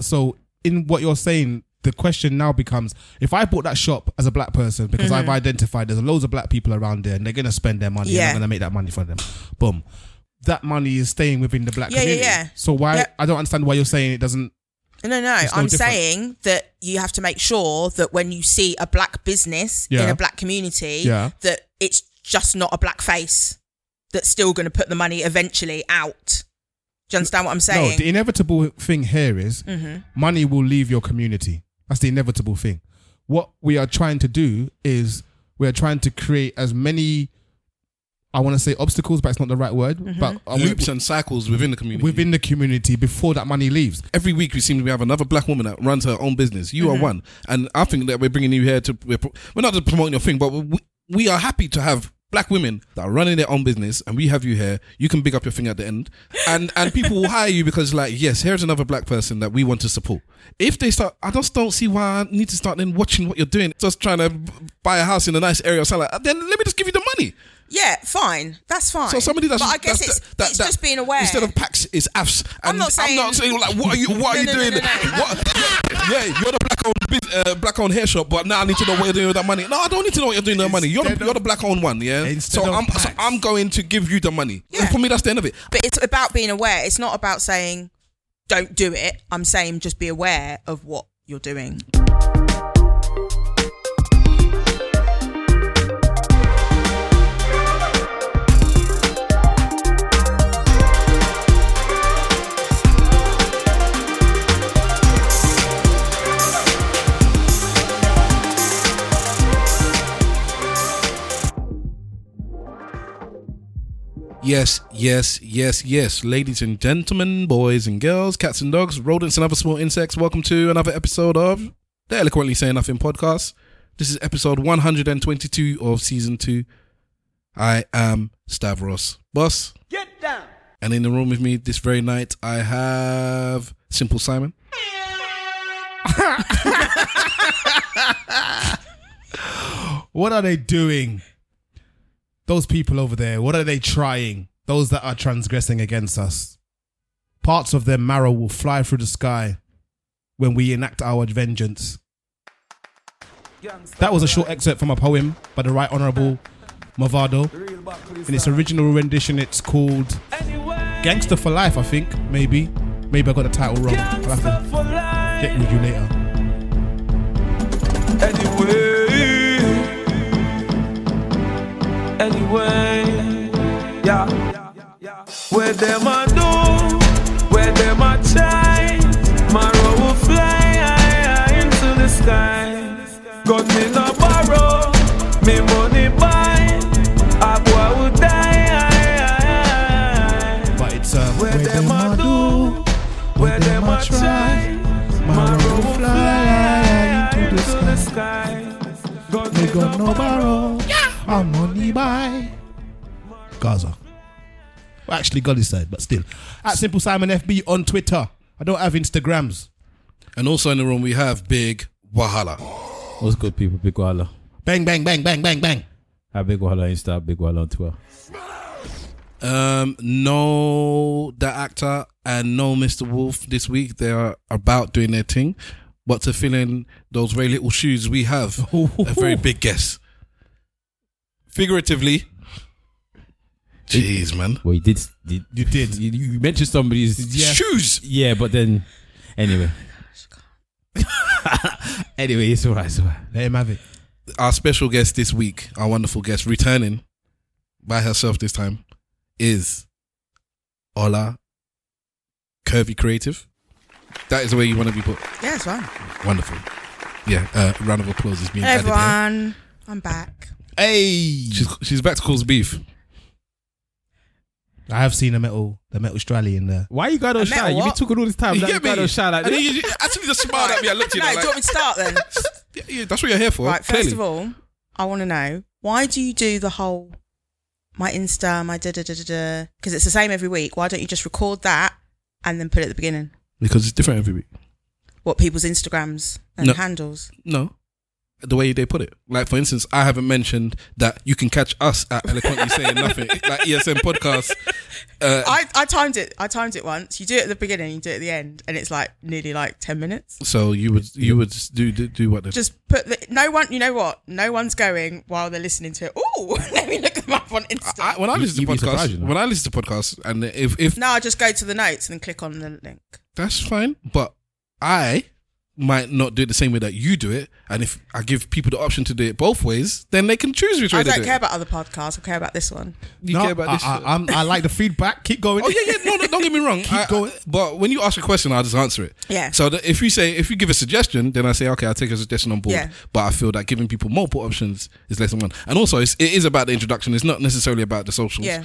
so in what you're saying, the question now becomes: If I bought that shop as a black person because I've Mm-hmm. identified there's loads of black people around there and they're gonna spend their money, and Yeah. I'm gonna make that money for them. Boom. That money is staying within the black Yeah, yeah, community. yeah. So why Yep. I don't understand why you're saying it doesn't. No, no. It's no I'm different. saying that you have to make sure that when you see a black business in Yeah. a black community, Yeah. that it's just not a black face that's still going to put the money eventually out. Do you understand what I'm No, saying? the inevitable thing here is Mm-hmm. money will leave your community. That's the inevitable thing. What we are trying to do is we are trying to create as many, I want to say obstacles, but it's not the right word, Mm-hmm. but uh, we- Loops and cycles within the community. within the community before that money leaves. every week we seem to have another black woman that runs her own business. You are one, and I think that we're bringing you here to we're, pro- we're not just promoting your thing, but we, we are happy to have black women that are running their own business, and we have you here. You can big up your thing at the end, and and people will hire you because like yes, here's another black person that we want to support. If they start, I just don't see why I need to start then watching what you're doing, just trying to b- buy a house in a nice area or something. Like that. Then let me just give you the money. yeah, fine. That's fine. So somebody that's but I guess that's- it's, it's just being aware. instead of packs it's afs. And I'm not saying- I'm not saying like what are you what are you No, no, no, doing? no, no. What? Yeah, yeah, you're the black owned bus- uh, black owned hair shop, but now I need to know what you're doing with that money. No, I don't need to know what you're doing with that money. You're the, Instead of- you're the black owned one, yeah. Instead So of I'm so packs. I'm going to give you the money. Yeah. For me, that's the end of it. but it's about being aware. It's not about saying don't do it. I'm saying just be aware of what you're doing. Yes, yes, yes, yes. Ladies and gentlemen, boys and girls, cats and dogs, rodents and other small insects, welcome to another episode of the Eloquently Say Nothing podcast. This is episode 122 of season two. I am Stavros Boss. Get down. And in the room with me this very night, I have Simple Simon. What are they doing? Those people over there, what are they trying? Those that are transgressing against us. Parts of their marrow will fly through the sky when we enact our vengeance. That was a short excerpt from a poem by the Right Honourable Movado. In its original rendition, it's called Gangster for Life, I think, maybe. Maybe I got the title wrong. I'll have to for life. get with you later. Anyway, anyway, yeah. Where them a do, where them a try, my row will fly high, high into the sky. Got me no borrow, me money buy, a boy will die. high, high, high. But it's uh, Where them a do, where them a try, my road will fly into the sky. God, they got no barrow. I'm money by Gaza. Well, actually, God's side, but still. At Simple Simon FB on Twitter. I don't have Instagrams. And also in the room, we have Big Wahala. What's good, people? Big Walla. Bang, bang, bang, bang, bang, bang. At Big Walla Insta, Big Walla on Twitter. Um, no, the actor and no Mr. Wolf this week. They are about doing their thing, but to fill in those very little shoes, we have a very big guess. Figuratively, jeez, man, Well, you did. did You did. you, you mentioned somebody's. shoes. Yeah, but then. Anyway. anyway, it's alright, it's alright. Let him have it. Our special guest this week, our wonderful guest, returning by herself this time, is Ola Curvy Creative. That is the way you want to be put. Yeah, it's fine. Wonderful. Yeah, uh, round of applause is being Hey, added here. everyone, I'm back. Hey! She's she's back to cause beef. I have seen the metal, the metal strally in there. Why you got on I met shy? a You be what? talking all this time. You that get me? You got on shy like and then this. you you actually just smiled at me. I looked at no, you do you like, want me to start then? yeah, yeah, that's what you're here for. Right, first clearly. of all, I want to know why do you do the whole my Insta, my da da da da da? Because it's the same every week. Why don't you just record that and then put it at the beginning? because it's different every week. What people's Instagrams and No. handles? No, the way they put it. Like for instance, I haven't mentioned that you can catch us at eloquently saying nothing, like ESM E podcast Uh, I, I timed it. I timed it once. You do it at the beginning, you do it at the end, and it's like nearly like ten minutes. so you would you would do do, do what? the- Just put the, no one. You know what? No one's going while they're listening to it. Oh, let me look them up on Insta. I, when I You- listen to you'd be podcasts, surprised, you know. when I listen to podcasts, and if if no, I just go to the notes and click on the link. that's fine, but I might not do it the same way that you do it. And if I give people the option to do it both ways, then they can choose which way I they don't do care it. about other podcasts. I care about this one. You care about I, this? I, shit? I'm- I like the feedback. Keep going. Oh yeah, yeah. No, no, don't get me wrong. I- I- going. but when you ask a question, I'll just answer it. Yeah. So that if you say if you give a suggestion, then I say okay, I'll take a suggestion on board. Yeah. But I feel that giving people multiple options is less than one. And also, it's, it is about the introduction. It's not necessarily about the socials. Yeah.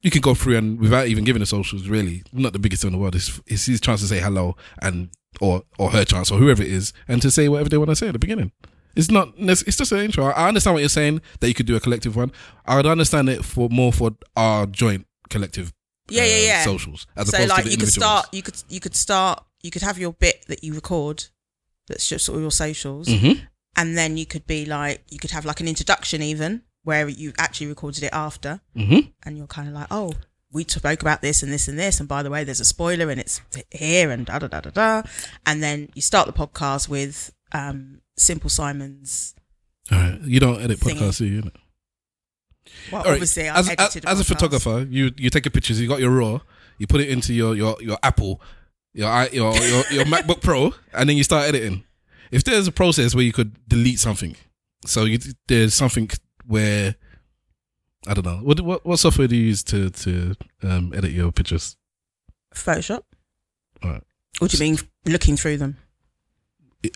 You can go through and without even giving the socials, really, not the biggest thing in the world. It's, it's his chance to say hello and or or her chance or whoever it is, and to say whatever they want to say at the beginning. It's not. nec- It's just an intro. I I understand what you're saying that you could do a collective one. I would understand it for more for our joint collective Yeah, uh, yeah, yeah. socials as so opposed like to the you could individuals. start. You could you could start. You could have your bit that you record. That's just all your socials. Mhm. and then you could be like you could have like an introduction even where you actually recorded it after Mhm. and you're kind of like oh we spoke about this and this and this and by the way there's a spoiler and it's here and da da da da da and then you start the podcast with um simple simon's All right, you don't edit Thingy. podcasts, do you? innit? well All right, obviously as, i as, edited as a podcasts. photographer, you you take your pictures. You got your raw. You put it into your your your Apple, your i- your your, your MacBook Pro, and then you start editing. If there's a process where you could delete something, so you, there's something where I don't know what what, what software do you use to to um, edit your pictures? photoshop Alright. what do you mean looking through them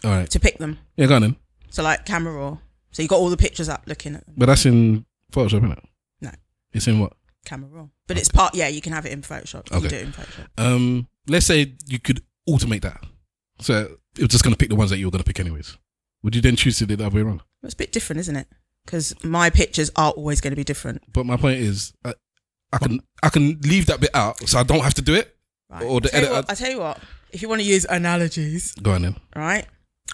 All right, to pick them yeah, go on then. so like camera raw so you got all the pictures up looking at them But that's in Photoshop, isn't it? No. it's in what? camera raw but it's part yeah you can have it in photoshop you can Okay. do it in photoshop Um, let's say you could automate that. So it was just going to pick the ones that you were going to pick anyways. Would you then choose to do it that way around? Well, It's a bit different, isn't it? Because my pictures are always going to be different. But my point is, I, I can I can leave that bit out, so I don't have to do it. Right. Or the I tell, you edit- what, I tell you what, if you want to use analogies, Go on then. right?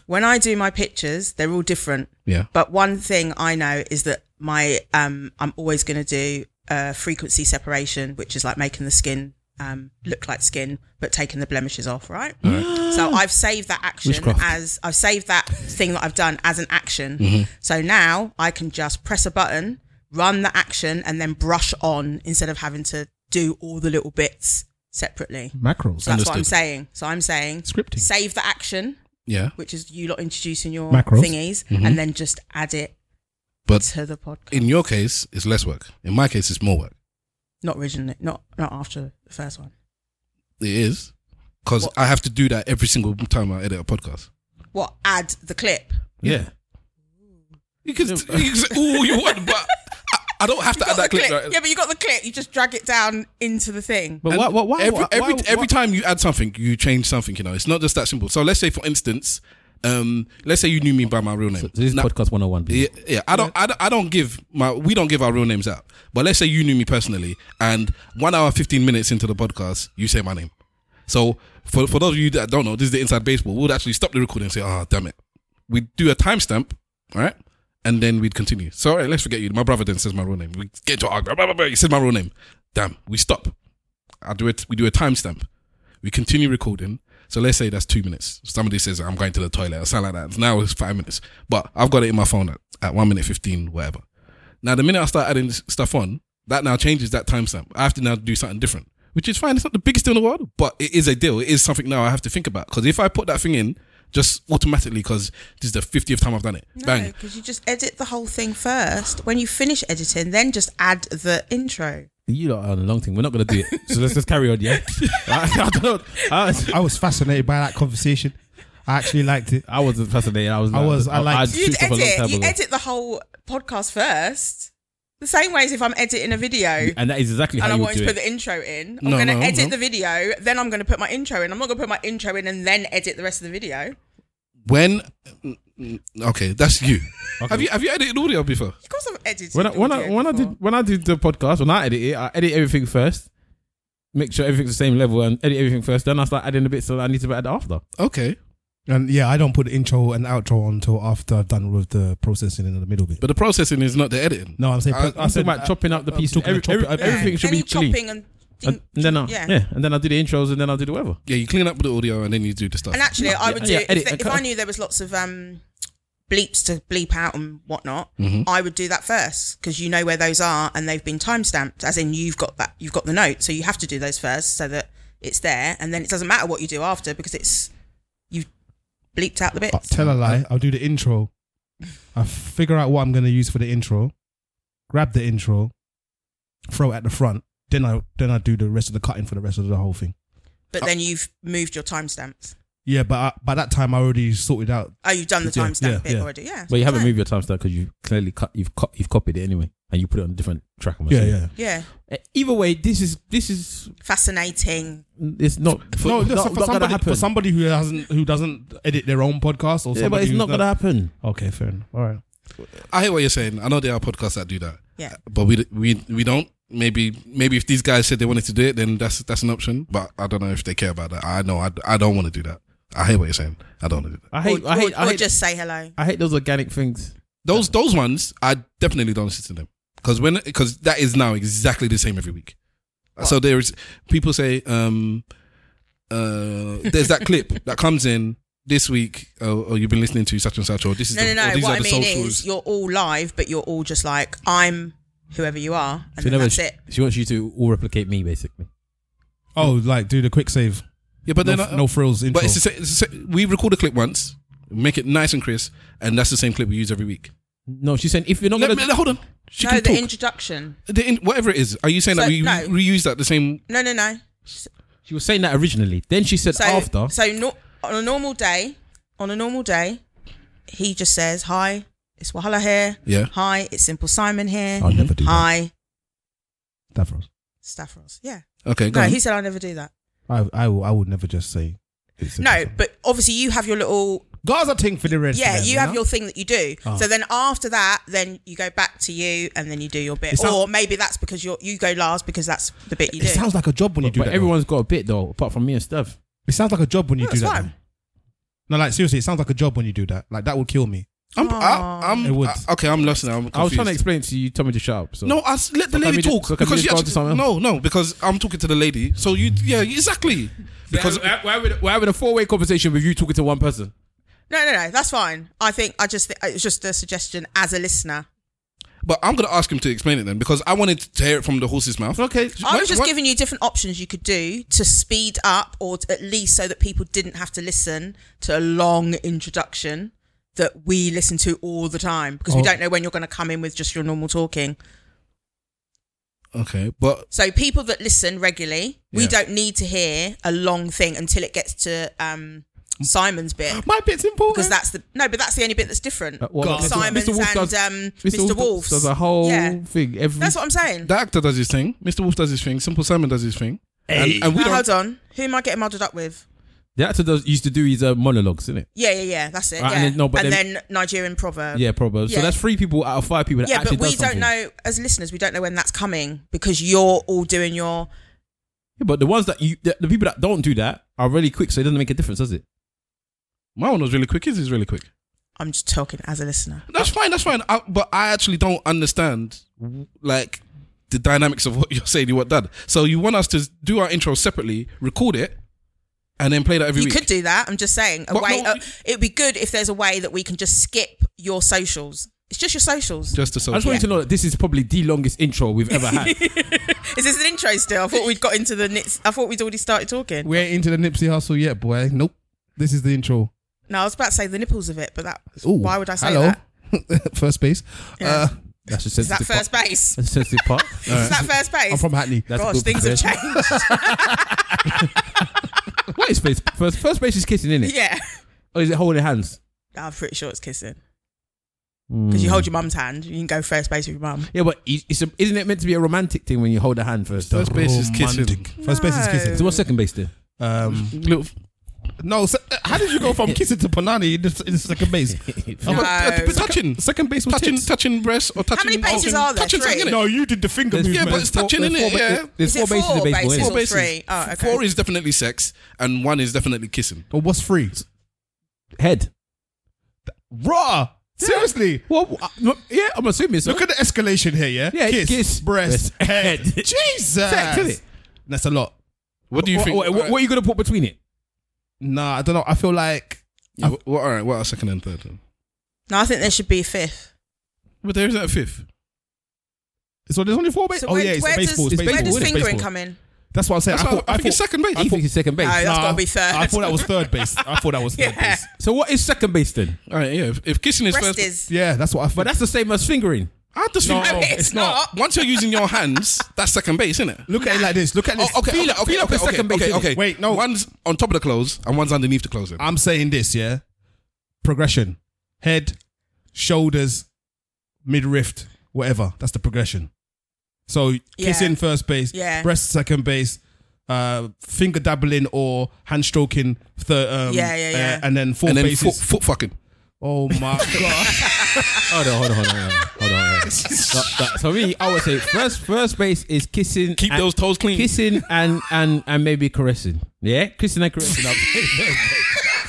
When I do my pictures, they're all different. Yeah. But one thing I know is that my um, I'm always going to do uh, frequency separation, which is like making the skin um, look like skin, but taking the blemishes off, right? So I've saved that action Witchcraft. as I've saved that thing that I've done as an action. So now I can just press a button, run the action, and then brush on instead of having to do all the little bits separately. Macros. So that's what I'm Understood. saying. So I'm saying Scripting. save the action Yeah, which is you lot introducing your Macros. thingies and then just add it but to the podcast. Mm-hmm. in your case, it's less work. In my case, it's more work. not originally, not not after the first one. It is because I have to do that every single time I edit a podcast. What add the clip? Yeah. You can, you can say all you want, but I, I don't have to Got add the that clip. clip. right? Yeah, but you got the clip. You just drag it down into the thing. But And why, why, why, every, why, every, why- every time you add something, you change something. You know, it's not just that simple. So let's say, for instance, um, let's say you knew me by my real name. So this is Now- podcast 101. people. yeah, yeah, I don't, I don't, I don't give my, we don't give our real names out. But let's say you knew me personally, and one hour fifteen minutes into the podcast, you say my name. So for for those of you that don't know, this is the inside baseball. We'd actually stop the recording and say, "Ah, damn it." We would do a timestamp, right? And then we'd continue. So all right, let's forget you. My brother then says my real name. We get to argue. Blah, blah, blah, he said my real name. Damn, we stop. I do it. We do a timestamp. We continue recording. So let's say that's two minutes. Somebody says I'm going to the toilet or something like that. Now it's five minutes, but I've got it in my phone at, at one minute fifteen, whatever. Now the minute I start adding s- stuff on, that now changes that timestamp. I have to now do something different, which is fine. It's not the biggest deal in the world, but it is a deal. It is something now I have to think about because if I put that thing in just automatically, because this is the fiftieth time I've done it, No, bang. because you just edit the whole thing first. When you finish editing, then just add the intro. You lot are on a long thing. We're not going to do it. So let's just carry on, yeah? I, I don't, I, I was fascinated by that conversation. I actually liked it. I wasn't fascinated. I was I was- I liked- I'd You'd switched off a long edit. time You ago. edit the whole podcast first. The same way as if I'm editing a video. And that is exactly and how I you want would to do put it. the intro in. I'm No, going to no, edit no. the video, then I'm going to put my intro in. I'm not going to put my intro in and then edit the rest of the video. When mm, mm, okay, that's you. Have you have you edited audio before? Of course, I've edited. When I, the when I audio when I before. did when I did the podcast, when I edit it, I edit everything first, make sure everything's the same level, and edit everything first. Then I start adding the bits that I need to add after. Okay, And yeah, I don't put the intro and outro on until after I've done with the processing in the middle bit. but the processing is not the editing. no, I'm saying I- pro- I'm talking about chopping up the I'm pieces. talking Every, about chopping- every- everything Yeah. should Any be clean. chopping and And, think, and then I, yeah. yeah. and then I do the intros, and then I'll do the whatever. Yeah, you clean up the audio and then you do the stuff. And actually, Yeah, I would do yeah, edit if, and if cut. I knew there was lots of um, bleeps to bleep out and whatnot. Mm-hmm. Mhm. I would do that first because you know where those are and they've been time stamped. As in, you've got that, you've got the note, so you have to do those first so that it's there, and then it doesn't matter what you do after because it's you've bleeped out the Uh, bits. tell a lie. I'll do the intro. I figure out what I'm going to use for the intro. Grab the intro. Throw it at the front. Then I then I do the rest of the cutting for the rest of the whole thing. But then you've moved your timestamps. Yeah, but I, by that time I already sorted out. Oh, you've done the Yeah, timestamp yeah, bit yeah. already. Yeah, But you haven't Right. moved your timestamp because you clearly cut. You've co- you've copied it anyway, and you put it on a different track. I'm Yeah, assuming. yeah. Yeah, Uh, Either way, this is this is fascinating. it's not. no, not, listen, for, not gonna somebody, happen. for somebody who hasn't who doesn't edit their own podcast or somebody yeah, but it's who's not gonna happen. Okay, fair enough. All right. I hear what you're saying. I know there are podcasts that do that. Yeah. But we we we don't. Maybe maybe if these guys said they wanted to do it, then that's that's an option. But I don't know if they care about that. I know I, I don't want to do that. I hear what you're saying. I don't want to do that. I hate. or, I hate. or- I or hate, just say hello. I hate those organic things. Those those ones, I definitely don't listen to them because when because that is now exactly the same every week. So there is people say um uh there's that clip that comes in this week. Oh, oh, you've been listening to such and such, or this is No, the, no, or no. these What are I the mean socials. is, you're all live, but you're all just like, I'm whoever you are, and She then never. that's She, it. she wants you to all replicate me, basically. Oh, like do the quick save. yeah, but No, then uh, f- no frills intro. But it's the, sa- it's the sa- we record a clip once, make it nice and crisp, and that's the same clip we use every week. No, she's saying if you're not Let gonna. me- hold on. She no, can the talk. introduction. The in- whatever it is, are you saying So, that we no. re- reuse that the same? No, no, no. she was saying that originally. Then she said So, after. so no, on a normal day, on a normal day, he just says, "Hi, it's Wahala here. Yeah. Hi, it's Simple Simon here. I'll never do that. Hi, Davros. Stavros. Yeah. Okay, go No, on. he said, "I'll never do that." I I will, I would never just say. It's a- No, but obviously you have your little Guys are ting for the rest. yeah, of them, you have know? your thing that you do. Oh. So then after that, then you go back to you, and then you do your bit. It sounds- or maybe that's because you you go last because that's the bit you It do. sounds like a job when you but do that. though. everyone's got a bit though, apart from me and stuff. It sounds like a job when you No, do it's that. fine. though. No, like seriously, it sounds like a job when you do that. Like that would kill me. I'm, I, I'm It would. I- okay. I'm lost now. I'm confused. I was trying to explain to you. You told me to shut up. So No, I, s- let the So can lady we just- talk so can we because just you go on to actually- something no, no, because I'm talking to the lady. So you, yeah, exactly. Because because we're, having- we're having a four-way conversation with you talking to one person. no, no, no, that's fine. I think I just thi- it's just a suggestion as a listener. but I'm gonna ask him to explain it then because I wanted to hear it from the horse's mouth. Okay, I What- was just what- giving you different options you could do to speed up, or t- at least so that people didn't have to listen to a long introduction that we listen to all the time because we Oh. don't know when you're going to come in with just your normal talking. Okay, but So people that listen regularly, we Yeah. don't need to hear a long thing until it gets to um, Simon's bit My bit's important. because that's the no, but that's the only bit that's different. Uh, what about God. Simon's Mr. Wolf and does- um, Mr. Mr. Wolf Wolf's. does a whole Yeah. thing. Every That's what I'm saying. the actor does his thing. Mr. Wolf does his thing. Simple Simon does his thing. And, and we Now, don't. hold on, who am I getting muddled up with? the actor does used to do his uh, monologues, isn't it? Yeah, yeah, yeah. That's it. Right, yeah. and then- no, but and then- then, Nigerian proverb. yeah, probably. So yeah. that's three people out of five people that Yeah, actually but we does something. don't know as listeners. We don't know when that's coming because you're all doing your. Yeah, but the ones that you, the, the people that don't do that are really quick, so it doesn't make a difference, does it? My one was really quick. His is really quick. I'm just talking as a listener. That's fine. That's fine. I, but I actually don't understand like the dynamics of what you're saying. You what done? So you want us to do our intro separately, record it, and then play that every you week? could do that. I'm just saying. A But way. no, uh, it'd be good if there's a way that we can just skip your socials. It's just your socials. Just the I just social. want you to know that this is probably the longest intro we've ever had. Is this an intro still? I thought we'd got into the nits. I thought we'd already started talking. we ain't into the Nipsey hustle yet, boy. Nope. This is the intro. No, I was about to say the nipples of it, but that. Ooh, why would I say hello. that? first base. Uh, Yeah. That's a Is that sensitive first part. base? That's a sensitive part. Is that first base? I'm from Hackney. That's Gosh, good things have conversation. changed. What is space? First, first base is kissing, isn't it? yeah. Or Oh, is it holding hands? No, I'm pretty sure it's kissing. Because Hmm. you hold your mum's hand, you can go first base with your mum. Yeah, but it's, it's a, isn't it meant to be a romantic thing when you hold a hand first? First base is kissing. Romantic. Oh, First base is kissing. So what's second base then? Um, Little, no, se- uh, how did you go from kissing to Panani in the, in the second base? No. touching, Second base was touching, tits. touching breasts or touching. many bases touching- are there? Touching Three? something, innit? No, you did the finger movement. yeah, but it's touching, four- innit? four- Yeah. There's Is it four bases in four the baseball. bases innit? or Four bases. three? Oh, okay. Four is definitely sex, and one is definitely kissing. But what's free? Head. Raw. Seriously. Well, I- uh, no, yeah, I'm assuming so. Look at the escalation here, yeah? Yeah, kiss, kiss, breast, breast, head. head. Jesus. Sex, innit? That's a lot. What do you What, think? what, what, all are you gonna put between it? Nah, I don't know. I feel like right, what- what- all right, what are second and third? then? No, I think there should be a fifth. But there isn't a fifth. so. There's only four. Ba- So oh where- yeah, it's where baseball. does- it's Where baseball. does It's fingering baseball. come in? That's what I'm saying. That's I, what thought, I, I think it's thought, second base. He thinks it's second base. No, that's Nah. gotta be third. I thought that was third base. I thought that was third Yeah. base. So what is second base then? All right, yeah. If, if kissing is Rest first, is. Yeah, that's what I. But But that's the same as fingering. I just No, think it's not. Uh, Once you're using your hands, that's second base, isn't it? look at it like this. Look at Oh, this. okay, Feel okay, up- feel up okay, is second okay, base, okay, isn't okay. it? Wait, no. One's on top of the clothes and one's underneath the clothes. Oh. Then. I'm saying this. Yeah, progression: head, shoulders, midriff, whatever. That's the progression. So kissing first base, Yeah. breast second base, uh, finger dabbling or hand stroking third. Um, Yeah, yeah, yeah. uh, and then four and then foot, bases. foot fucking. oh my god! Hold on, hold on, hold on, hold on. Hold on, hold on. That- that- so really, I would say first first base is kissing. Keep and- those toes clean. Kissing and and and maybe caressing. Yeah, kissing and caressing.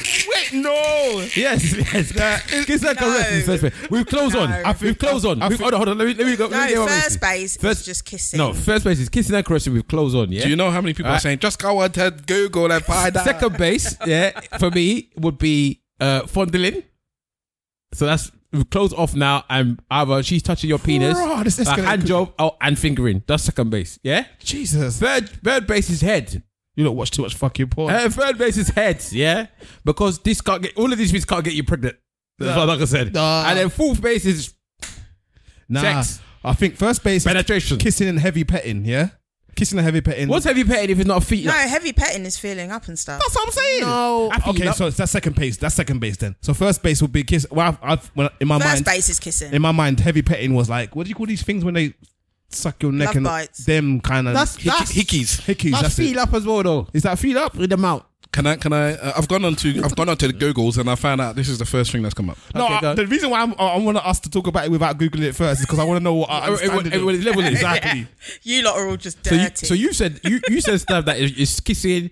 Wait, no. yes, yes. kissing and No. caressing. is First base. With clothes on. No. I With clothes on. I With- think- hold on, hold on. Let me let me go. let me get No, one with first you. base is First- just kissing. No, first base is kissing and caressing with clothes on. Yeah. Do you know how many people are Alright. saying just go out to Google and find out? Second base, yeah, for me would be uh, fondling. So that's we've closed off now, and either she's touching your penis, Bruh, this like escalated hand quick. job, oh, and fingering. That's second base, yeah. Jesus, Third, third base is head. you don't watch too much fucking porn. Uh, third base is head, yeah, because this can't get all of these things can't get you pregnant. That's what I said. Nah. And then fourth base is nah, sex. I think first base is penetration. kissing and heavy petting. Yeah, kissing and heavy petting. What's heavy petting if it's not a feet? No, heavy petting is feeling up and stuff. That's what I'm saying. No. I think Okay, you- so it's that second base. That's second base then. So first base would be kiss. Well, I've, I've when, in my First mind, base is kissing. in my mind, heavy petting was like, what do you call these things when they suck your neck Love and bites. them kind of that's that's Hickeys. hickeys? that's, That's, feet it. up as well though. Is that feet up? With them out. Can I? Can I? Uh, I've gone on to I've gone on to the Googles and I found out this is the first thing that's come up. No, Okay, I- go. the reason why I'm, I want us to talk about it without googling it first is because I want to know what our Everyone- understanding is. everyone's level is. exactly. You lot are all just So you, dirty. so you said you, you said stuff that is, is kissing,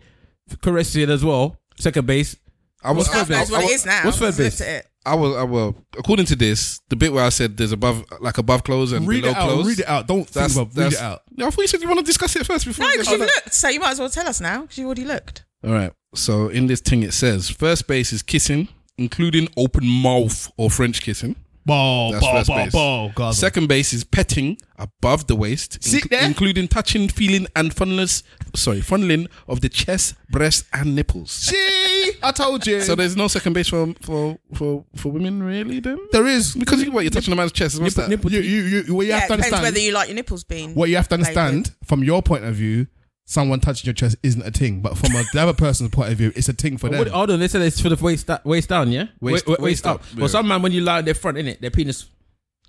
caressing as well. Second base. I was That's I, knows what I, it is now. what's third I've looked base? at it. I was I will according to this the bit where I said there's above like above clothes and Read below it out. clothes. Read it out. Don't think That's, about. Read that's- it out. No, I thought you said you want to discuss it first before. No, we because get- you've looked, so you might as well tell us now because you already looked. All right. So in this thing it says first base is kissing, including open mouth or French kissing. Ball, That's ball, first ball, base. ball. God. Second base is petting above the waist, See there? including touching, feeling, and funneless, sorry, funneling of the chest, breast, and nipples. See, I told you. So there's no second base for for for, for women really then. there is. Because you, what, you're touching a man's chest. What's that? You, you, you, what you yeah, have to it depends understand. whether you like your nipples being. what you have to Like understand from your point of view, someone touching your chest isn't a thing, but from another person's point of view, it's a thing for them. What, hold on, they said it's for the waist da- waist down, yeah. Waist- Wa- wa- waist up, yeah. Well, some man when you lie on their front, in it, their penis.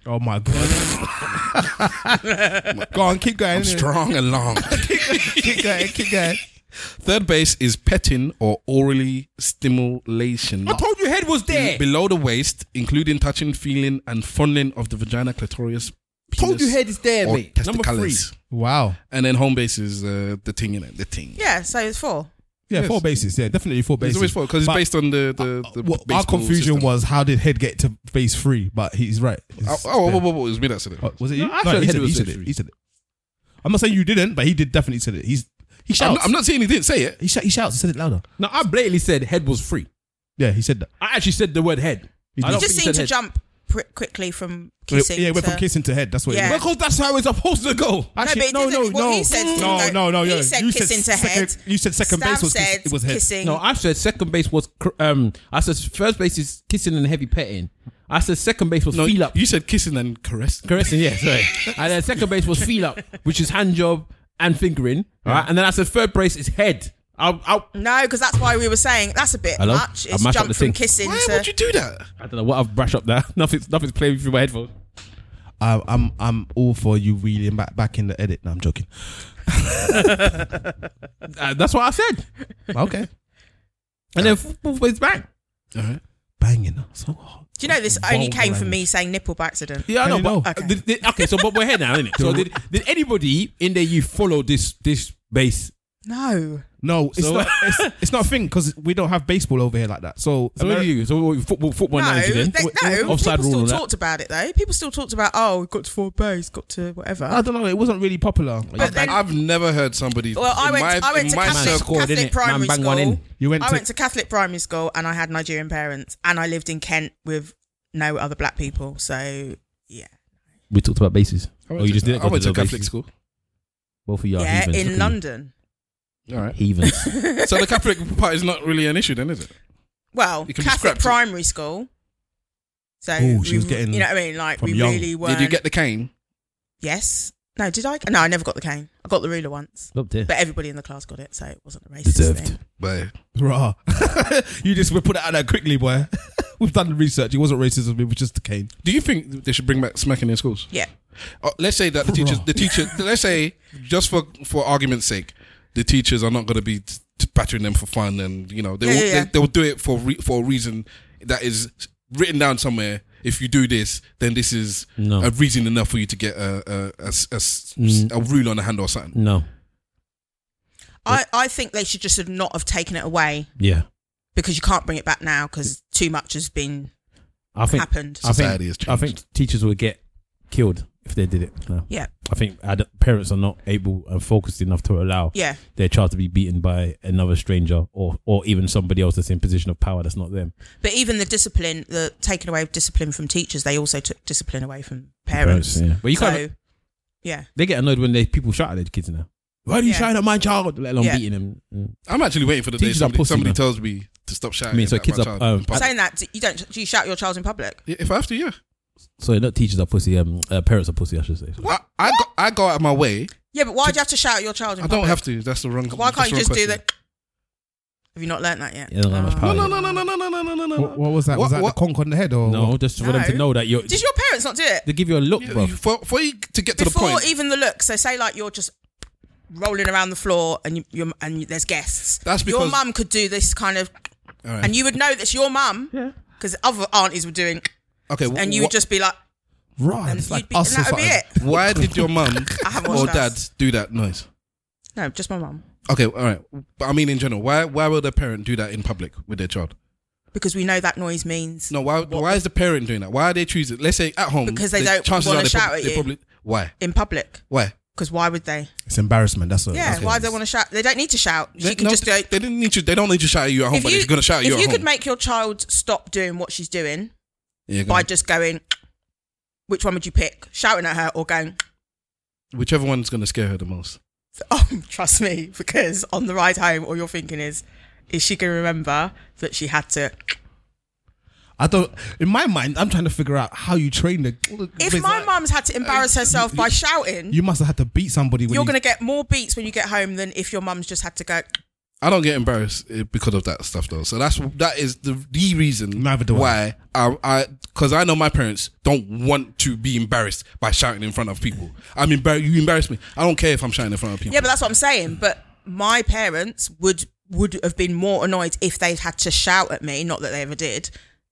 oh my god! Go on, keep going. I'm innit? strong and long. Keep going. Keep going. Third base is petting or orally stimulation. I told you, head was there. Below the waist, including touching, feeling, and funneling of the vagina, clitoris, penis, told you, head is there, or mate. Number three. testicles. Wow. And then home base is uh, the thing in it, the thing. Yeah, so it's four. Yeah, Yes. four bases. Yeah, definitely four It's bases. always four because it's But, based on the the. the well, our baseball confusion system. was how did head get to base three? But he's right. Oh, It's- oh, oh, oh, oh, it was me that said it. Oh, was it you? No, I said he head said it. was He said base it. three. He said it. I'm not saying you didn't, but he did definitely said it. He's he I'm, shouts. not, I'm not saying he didn't say it. he, shout, he shouts. He said it louder. No, I blatantly said head was free. Yeah, he said that. I actually said the word head. He I did. don't You just think seem you to said head. jump pr- quickly from kissing. yeah, went to- from kissing to head. That's what. it Yeah. was. Because that's how it's supposed to go. No, but it no, no, didn't- what no, he said didn't no, go- no, no, he no. said you kissing said to second, head. You said second Stav base was, said kiss, it was head. kissing. No, I said second base was cr- um. I said first base is kissing and heavy petting. I said second base was No, feel up. you said kissing and caressing. Caressing, yeah, sorry. and then second base was feel up, which is hand job and fingering. All right. And then I said third base is head. I'll, I'll, No, because that's why we were saying that's a bit Hello? much. I It's mashed up jumped the from thing. kissing Why to. would you do that? I don't know what I've brushed up there. Nothing's, nothing's playing through my headphones. I, I'm, I'm all for you reeling back, back in the edit. No, I'm joking. Uh, that's what I said. Okay, And then fourth base back. banging her so hard. do you know this only Vulgar came from me saying nipple by accident? Yeah, I Can know. you But, know? okay. Okay. Did, did- okay, so but we're here now, isn't it? So did, did anybody in there you follow this this base? No. No, it's So- not. It's, it's not a thing because we don't have baseball over here like that. So, So what do you? So what, football, football No, analogy they, then? no. Offside people rule still and that. talked about it though. People still talked about oh, we've got to four base, got to whatever. I don't know. It wasn't really popular. But then- I've never heard somebody. well, I in went. my- I went in to my Catholic, circle- scored, Catholic didn't it? Man primary bang school. one in. you went I to went to Catholic primary school and I had Nigerian parents and I lived in Kent with no other black people. So yeah, We talked about bases. I Oh, you went just to, did it, I went got to the Catholic basis. school. Both of you are yeah, heathens. in London. All right. Heathens. So the Catholic part is not really an issue, then, is it? Well, You can be scrapped Catholic to- primary school. So Ooh, she we- was getting you know what I mean? Like from we young. really were. Did you get the cane? Yes. No, did I? No, I never got the cane. I got the ruler once, Look there. but everybody in the class got it, so it wasn't a racist Deserved. thing. But Rah. you just we put it out there quickly, boy. We've done the research. It wasn't racism. It was just the cane. do you think they should bring back smacking in schools? Yeah. Uh, let's say that the teachers, the teacher, let's say just for for argument's sake, the teachers are not going to be t- t- battering them for fun, and you know they Yeah, will, yeah, yeah. They, they will do it for re- for a reason that is written down somewhere. If you do this, then this is No. a reason enough for you to get a a, a, s- a s- Mm. a rule on the hand or something. No. I, I think they should just have not have taken it away Yeah. because you can't bring it back now because too much has been I think. happened. I think. Society has I changed. think teachers would get killed if they did it. No. Yeah. I think ad- parents are not able and focused enough to allow Yeah. their child to be beaten by another stranger or or even somebody else that's in position of power that's not them. But even the discipline, the taking away of discipline from teachers, they also took discipline away from parents. yeah. But you so, can't. yeah. They get annoyed when they people shout at their kids now. Why do you Yeah. shout at my child? Let alone Yeah. beating them. Mm. I'm actually waiting for the day Teachers are somebody, pussy, somebody man. tells me to stop shouting. I mean, so at kids my are, child um, in public. Saying that you don't, do you shout your child in public? if I have to, yeah. So not teachers are pussy. Um, uh, parents are pussy. I should say. So- I, I, go, I go out of my way. Yeah, but why do you have to shout at your child in I public? don't have to. That's the wrong. Why that's can't you the just wrong do question. that? Have you not learnt that yet? Yeah, not that much Oh. power. No, no, no, no, no, no, no, no, no, no. What, what was that? What- was that what- the conch on the head or No, what? just for them to No. know that you're. Did your parents not do it? they give you a look, You- bro. you- For, for you to get to before the point, even the look. So say like you're just rolling around the floor and you, you're, and you, there's guests. That's your because- mum could do this kind of, All right. and you would know that's your mum. Yeah. Because other aunties were doing, okay, and you would just be like, right? and, It's like you'd be, and us or that would be something. it. Why did your mum I haven't or watched dad us. do that noise? No, just my mum. Okay, all right, but I mean in general, why why will the parent do that in public with their child? Because we know that noise means. No, why why is the parent doing that? Why are they choosing? Let's say at home Because they the don't chances wanna are they shout prob- at they you. Probably, why In public, why? because why would they? It's embarrassment. That's what. Yeah, that's why what do they it want is. to shout? They don't need to shout. She can no, just go. they didn't need you. They don't need you shout at you at home, If but you, they're gonna shout at if you at you home. could make your child stop doing what she's doing Yeah, go by on. just going, which one would you pick? Shouting at her or going, whichever one's gonna scare her the most. Oh, trust me, because on the ride home, all you're thinking is, is she going to remember that she had to? I don't. In my mind, I'm trying to figure out how you train the. If my mum's had to embarrass herself by shouting, you must have had to beat somebody. When you're you- going to get more beats when you get home than if your mum's just had to go. I don't get embarrassed eh, because of that stuff though. So that's that is the the reason Neither do I. why I I because I know my parents don't want to be embarrassed by shouting in front of people. I'm embarrassed. You embarrass me. I don't care if I'm shouting in front of people. Yeah, but that's what I'm saying. But my parents would would have been more annoyed if they'd had to shout at me, not that they ever did,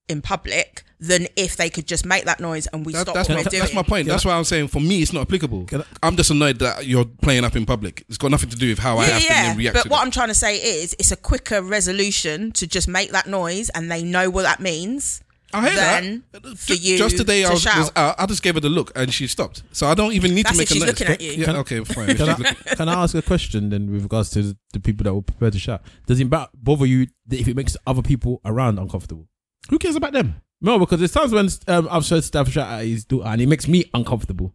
in public, than if they could just make that noise and we That- stop that's, what my, we're doing. that's my point. That's why I'm saying for me it's not applicable. I'm just annoyed that you're playing up in public. It's got nothing to do with how I Yeah, have to yeah. then react. But to what that. I'm trying to say is, it's a quicker resolution to just make that noise, and they know what that means. I hear then that. Uh, for Ju- you just today I to was, was shout. out. I just gave her the look and she stopped. So I don't even need That's to if make a she's noise. looking at you. Yeah, okay, fine. If she's Can I, looking- can I ask a question then with regards to the people that were prepared to shout? Does it ba- bother you that if it makes other people around uncomfortable? Who cares about them? No, because there's times when um, I've heard staff shout at his daughter and it makes me uncomfortable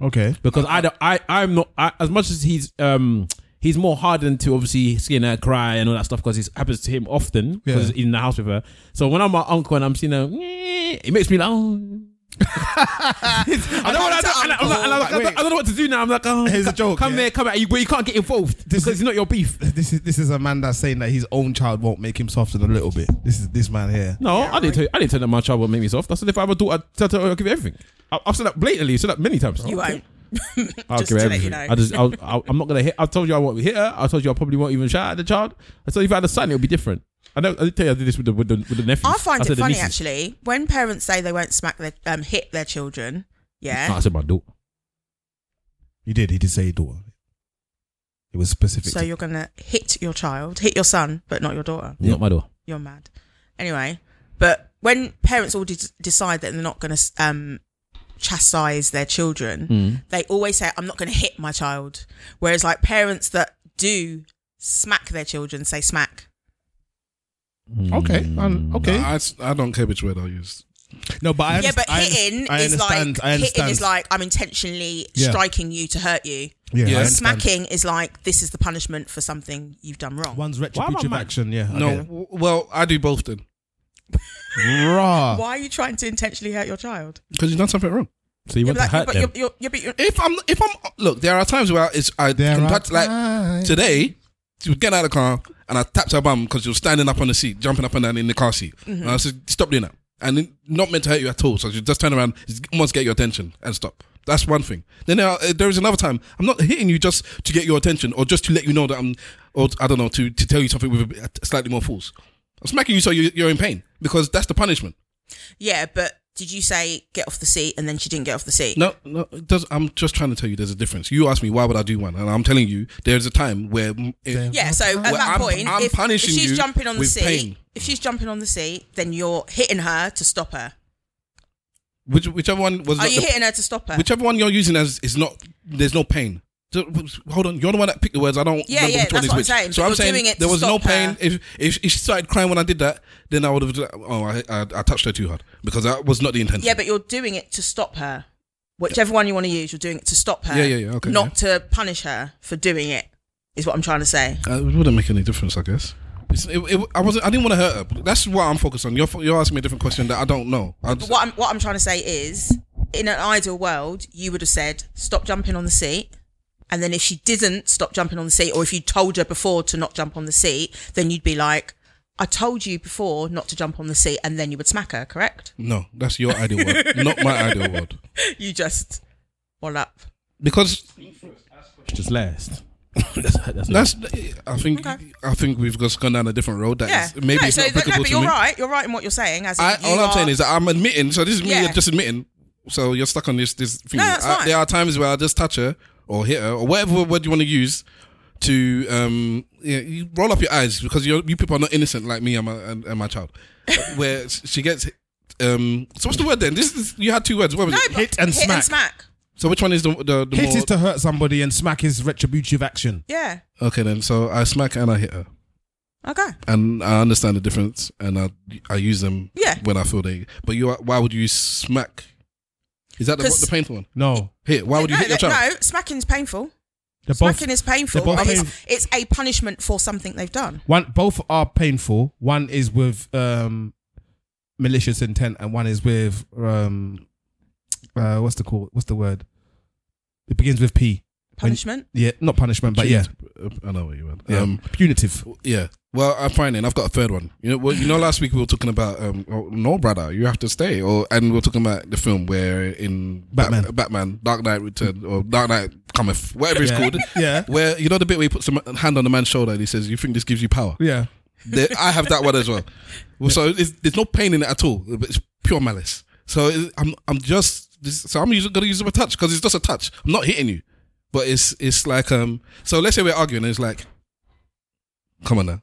Okay. because I, don't- I, I'm not, I, as much as he's, um, he's more hardened to obviously seeing her cry and all that stuff because it happens to him often because Yeah. he's in the house with her. So when I'm my uncle and I'm seeing her, it makes me like, oh. I don't know what I do. and I- I'm like- and I'm like, I don't- I don't know what to do now. I'm like, oh, Here's a come- joke, Come yeah. here, come here. You, but you can't get involved because it's not your beef. This is this is a man that's saying that his own child won't make him soften a little bit. This is this man here. No, I didn't. Tell you, I didn't tell that my child would make me soft. I said if I have a daughter, I tell her I'll give her everything. I, I've said that blatantly. Said that many Oh, times. You Okay. won't. I'll just give her to let you everything. know. I just. I'll, I'll, I'm not gonna hit. I told you I won't hit her. I told you I probably won't even shout at the child. I told you if I had a son, it would be different. I know. I did tell you I did this with the with the, with the nephew. I find said it the funny nieces. actually when parents say they won't smack their um, hit their children. No, Yeah, I said my daughter. You did. He did say daughter. It was specific. So to- you're gonna hit your child, hit your son, but not your daughter. Not my door. You're mad. Anyway, but when parents all de- decide that they're not gonna um, chastise their children, Hmm. Mm. they always say, "I'm not gonna hit my child." Whereas like parents that do smack their children say smack. okay, um, okay. I, s- I don't care which word I use. no, but I yeah, underst- but I underst- hitting I is understand, like I hitting understand. is like I'm intentionally Yeah. striking you to hurt you. yeah, I Yeah. understand. Smacking is like this is the punishment for something you've done wrong. One's I retributive mad? action. Yeah, I No, get it. w- well, I do both then raw. Why are you trying to intentionally hurt your child? because you've done something wrong. So you Yeah, want but to like, hurt but them? you're, you're, you're, but you're, If I'm, if I'm, look, there are times where it's I There conduct are like times. today. She was getting out of the car, and I tapped her bum because she was standing up on the seat, jumping up and down in the car seat. And I said, "Stop doing that." And it, not meant to hurt you at all. So she just turn around, it's almost get your attention, and stop. That's one thing. Then there, are, uh, there is another time. I'm not hitting you just to get your attention, or just to let you know that I'm, or I don't know, to, to tell you something with a bit- slightly more force. I'm smacking you so you, you're in pain because that's the punishment. yeah, but did you say get off the seat and then she didn't get off the seat? No, no. It does, I'm just trying to tell you there's a difference. You asked me why would I do one, and I'm telling you there's a time where mm, it- There- Yeah, so at Well, that I'm- point, I'm if, if punishing she's you jumping on the with seat, pain. if she's jumping on the seat, then you're hitting her to stop her. which, whichever one was Are not you the- hitting her to stop her? whichever one you're using as is not there's no pain So, hold on you're the one that picked the words i don't Yeah, remember yeah, which one that's is what I'm which. saying, so but i'm you're saying doing it to there was no stop pain her. if, if if she started crying when i did that then i would have oh I, I i touched her too hard because that was not the intention yeah, but you're doing it to stop her. Whichever one you want to use, you're doing it to stop her. Yeah, yeah, yeah, okay, Not to punish her for doing it, is what I'm trying to say. Uh, it wouldn't make any difference i guess It's- it- it- I wasn't. I didn't want to hurt her. That's what I'm focused on. You're fo- you're asking me a different question that I don't know. I But just, what I'm what I'm trying to say is, in an ideal world, you would have said, "Stop jumping on the seat," and then if she didn't stop jumping on the seat, or if you told her before to not jump on the seat, then you'd be like, "I told you before not to jump on the seat," and then you would smack her. Correct? no, that's your ideal world, not my ideal world. You just wall up. Because Just last. that's, that's that's. I think. Okay. I think we've just gone down a different road. That Yeah. is- maybe No, it's so not that- no, applicable but to you're me. right. You're right in what you're saying. As in I, you all I'm are- saying is that I'm admitting. So this is me Yeah. just admitting. So you're stuck on this this thing. No, that's I- fine. There are times where I just touch her or hit her or whatever word you want to use to um yeah, you roll up your eyes because you you people are not innocent like me and my and, and my child. where she gets um. So what's the word then? This is you had two words. What was no, it? but Hit and smack. So which one is the the, the Hit more? is to hurt somebody and smack is retributive action. Yeah. okay then. So I smack and I hit her. Okay. and I understand the difference, and I I use them Yeah. when I feel they. But you, are- why would you smack? Is that the, 'Cause- the painful one? No, Hit. Why would you no, hit your no, child? no, smacking's painful. they're Smacking both is painful. they're both and it's, painful. it's a punishment for something they've done. one. Both are painful. One is with um, malicious intent, and one is with um, uh, what's the call? What's the word? It begins with P. Punishment. Yeah, not punishment, but yeah, I know what you meant. yeah. Um, punitive. yeah. Well, I'm fine, and I've got a third one. You know, well, you know, last week we were talking about um, oh, no, brother, you have to stay, or and we were talking about the film where in Bat- Batman. Batman, Dark Knight Return, or Dark Knight Cometh, whatever it's Yeah. called. Yeah. Where you know the bit where he puts a ma- hand on the man's shoulder and he says, "You think this gives you power?" Yeah, There- I have that one as well. Well, So it's, there's no pain in it at all. but It's pure malice. So it, I'm I'm just this, so I'm using, gonna use it with touch because it's just a touch. I'm not hitting you, but it's it's like um. So let's say we're arguing. and It's like, come on now.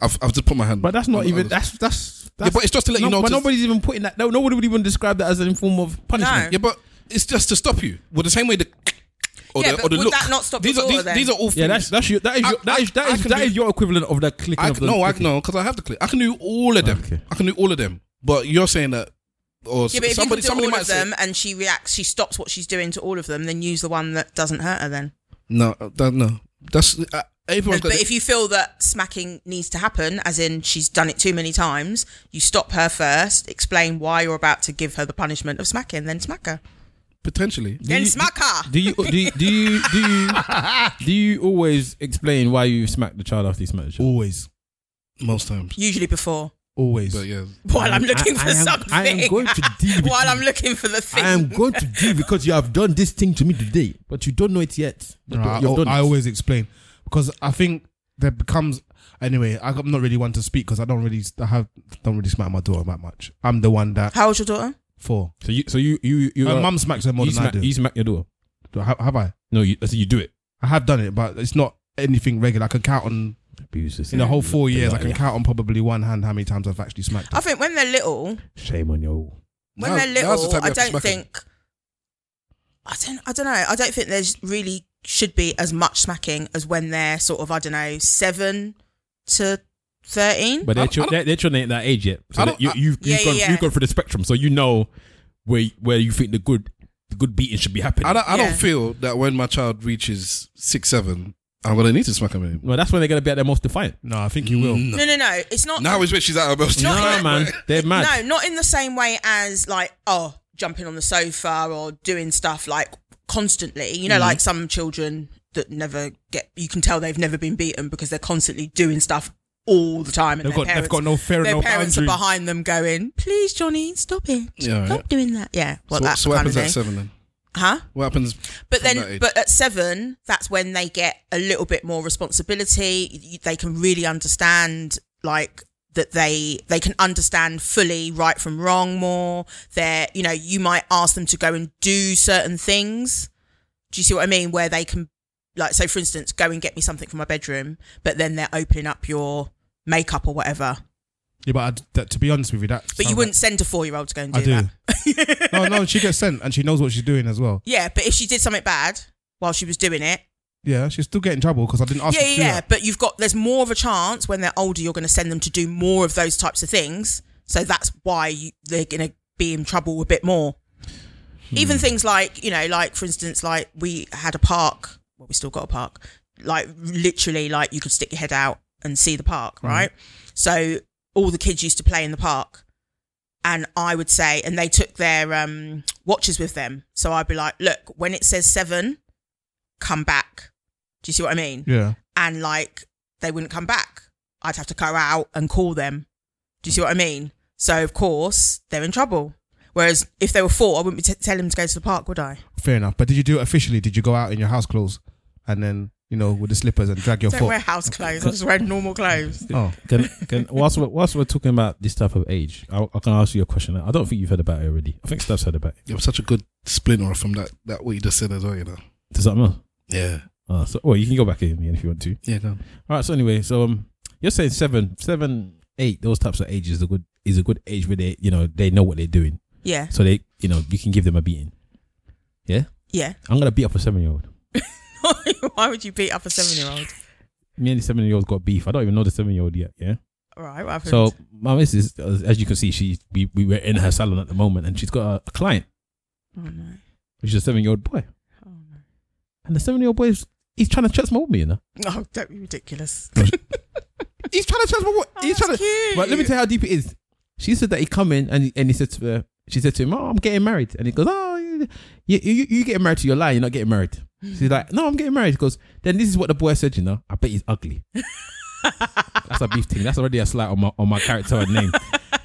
I've I've just put my hand. But that's not on- even. on- That's that's. Yeah, but it's just to let you know But to- nobody's even putting that. No, nobody would even describe that as an form of punishment. yeah, but it's just to stop you. Well, the same way the. Or Yeah, the, but or the would look. that not stop these your are daughter these, then? these are all. Things. Yeah, that's that's your that is I- your that I- is that I is can that do- is your equivalent of the clicking I of can, the. no, I, clicking. no, because I have the clip. I can do all of them. Okay. I can do all of them. But you're saying that, or Yeah, but if somebody, you can do somebody all might of say, them and she reacts, she stops what she's doing to all of them, then use the one that doesn't hurt her then. no, uh, that, no, that's uh, everyone's got. but the- if you feel that smacking needs to happen, as in she's done it too many times, you stop her first, explain why you're about to give her the punishment of smacking, then smack her. potentially, Then you- smack her. Do you do you, do you do you do you always explain why you smacked the child after you smacked the child? always, most times, Usually before. always. but yeah, While I'm looking I- for I am- something. I am going to deal with While you. I'm looking for the thing. I am going to do because you have done this thing to me today, but you don't know it yet. No, I, You've done I it. always explain because I think there becomes anyway. I'm not really one to speak because I don't really I have don't really smack my daughter that much. I'm the one that How old's your daughter? for So you uh, so you you you my are- mum smacks her more you than I smack, do. you smack your door. Do I- have I? No, you, so you do it. I have done it, but it's not anything regular. I can count on Abusers. in the whole four years. I can count on probably one hand how many times I've actually smacked. I think when they're little, Shame on you. when Now- they're now's little, the time you I have to don't smack 'em. think. I don't. I don't know. I don't think there's really should be as much smacking as when they're sort of I don't know seven to thirteen. But I- they're, I chil- don't- they're, they're children ain't that age yet. So I that don't- you, I- you've, Yeah, you've, gone, yeah, yeah. you've gone through the spectrum, so you know where where you think the good the good beating should be happening. I don't, I Yeah. don't feel that when my child reaches six, seven, I'm gonna need to smack him anymore. well, that's when they're gonna be at their most defiant. No, I think you will. no, no, no. It's not. Now is when she's at her most. No, in that- man, they're mad. No, not in the same way as like oh jumping on the sofa or doing stuff like constantly. You know, Mm-hmm. like some children that never get. You can tell they've never been beaten because they're constantly doing stuff all the time. And They've their got- they've parents, got no fear and Their no parents boundaries. are behind them going, "Please, Johnny, stop it! Yeah, stop right. doing that." Yeah, well, so, that so what kind of happens thing, at seven then? huh? What happens? But from that then, age? but at seven, that's when they get a little bit more responsibility. You- They can really understand, like that they they can understand fully right from wrong more. They're, you know, you might ask them to go and do certain things. Do you see what I mean? Where they can, like, so for instance, go and get me something from my bedroom, but then they're opening up your makeup or whatever. Yeah, but I'd, that, to be honest with you, that. But you wouldn't send a four year old to go and do, I do. that. no, no, she gets sent and she knows what she's doing as well. Yeah, but if she did something bad while she was doing it, Yeah, she's still getting trouble because I didn't ask. yeah, her to yeah, do yeah. that. But you've got there's more of a chance when they're older. You're going to send them to do more of those types of things. So that's why you, they're going to be in trouble a bit more. Hmm. Even things like you know, like for instance, like we had a park. Well, we still got a park. Like literally, like you could stick your head out and see the park, Hmm. right? So all the kids used to play in the park. And I would say, and they took their um, watches with them. So I'd be like, look, when it says seven, come back. Do you see what I mean? Yeah. and like they wouldn't come back. I'd have to go out and call them. Do you see what I mean? So of course they're in trouble. Whereas if they were four, I wouldn't be t- telling them to go to the park, would I? Fair enough. But did you do it officially? Did you go out in your house clothes and then, you know, with the slippers and drag your Don't foot? wear house clothes. I'm just wearing normal clothes. Oh, Can, can, whilst, we're, whilst we're talking about this type of age, I, I can ask you a question. I don't think you've heard about it already. I think Steph's heard about it. It was such a good splinter from that that what you just said as well. You know. Does that matter? Yeah. Uh, so, well, you can go back in again if you want to. Yeah. Go on. All right. So anyway, so um, you're saying seven, seven, eight, those types of ages is a good is a good age where they you know they know what they're doing, Yeah, so they you know you can give them a beating. Yeah, yeah. I'm gonna beat up a seven year old. Why would you beat up a seven-year-old? Me and the seven year old got beef. I don't even know the seven year old yet. Yeah. All right, what happened? So my missus, as as you can see, she we, we were in her salon at the moment, and she's got a, a client, oh no, which is a seven year old boy, oh no. and the seven year old boy is he's trying to transmold me, you know. Oh, don't be ridiculous. He's trying to transmold. What? he's trying to. That's cute. But let me tell you how deep it is. She said that he come in and he, and he said to her, she said to him, "Oh, I'm getting married," and he goes, "Oh, you you, you, you getting married to your lie? You're not getting married." She's like, "No, I'm getting married." He goes, "Then this is what the boy said, you know. I bet he's ugly." That's a beef thing. That's already a slight on my on my character and name.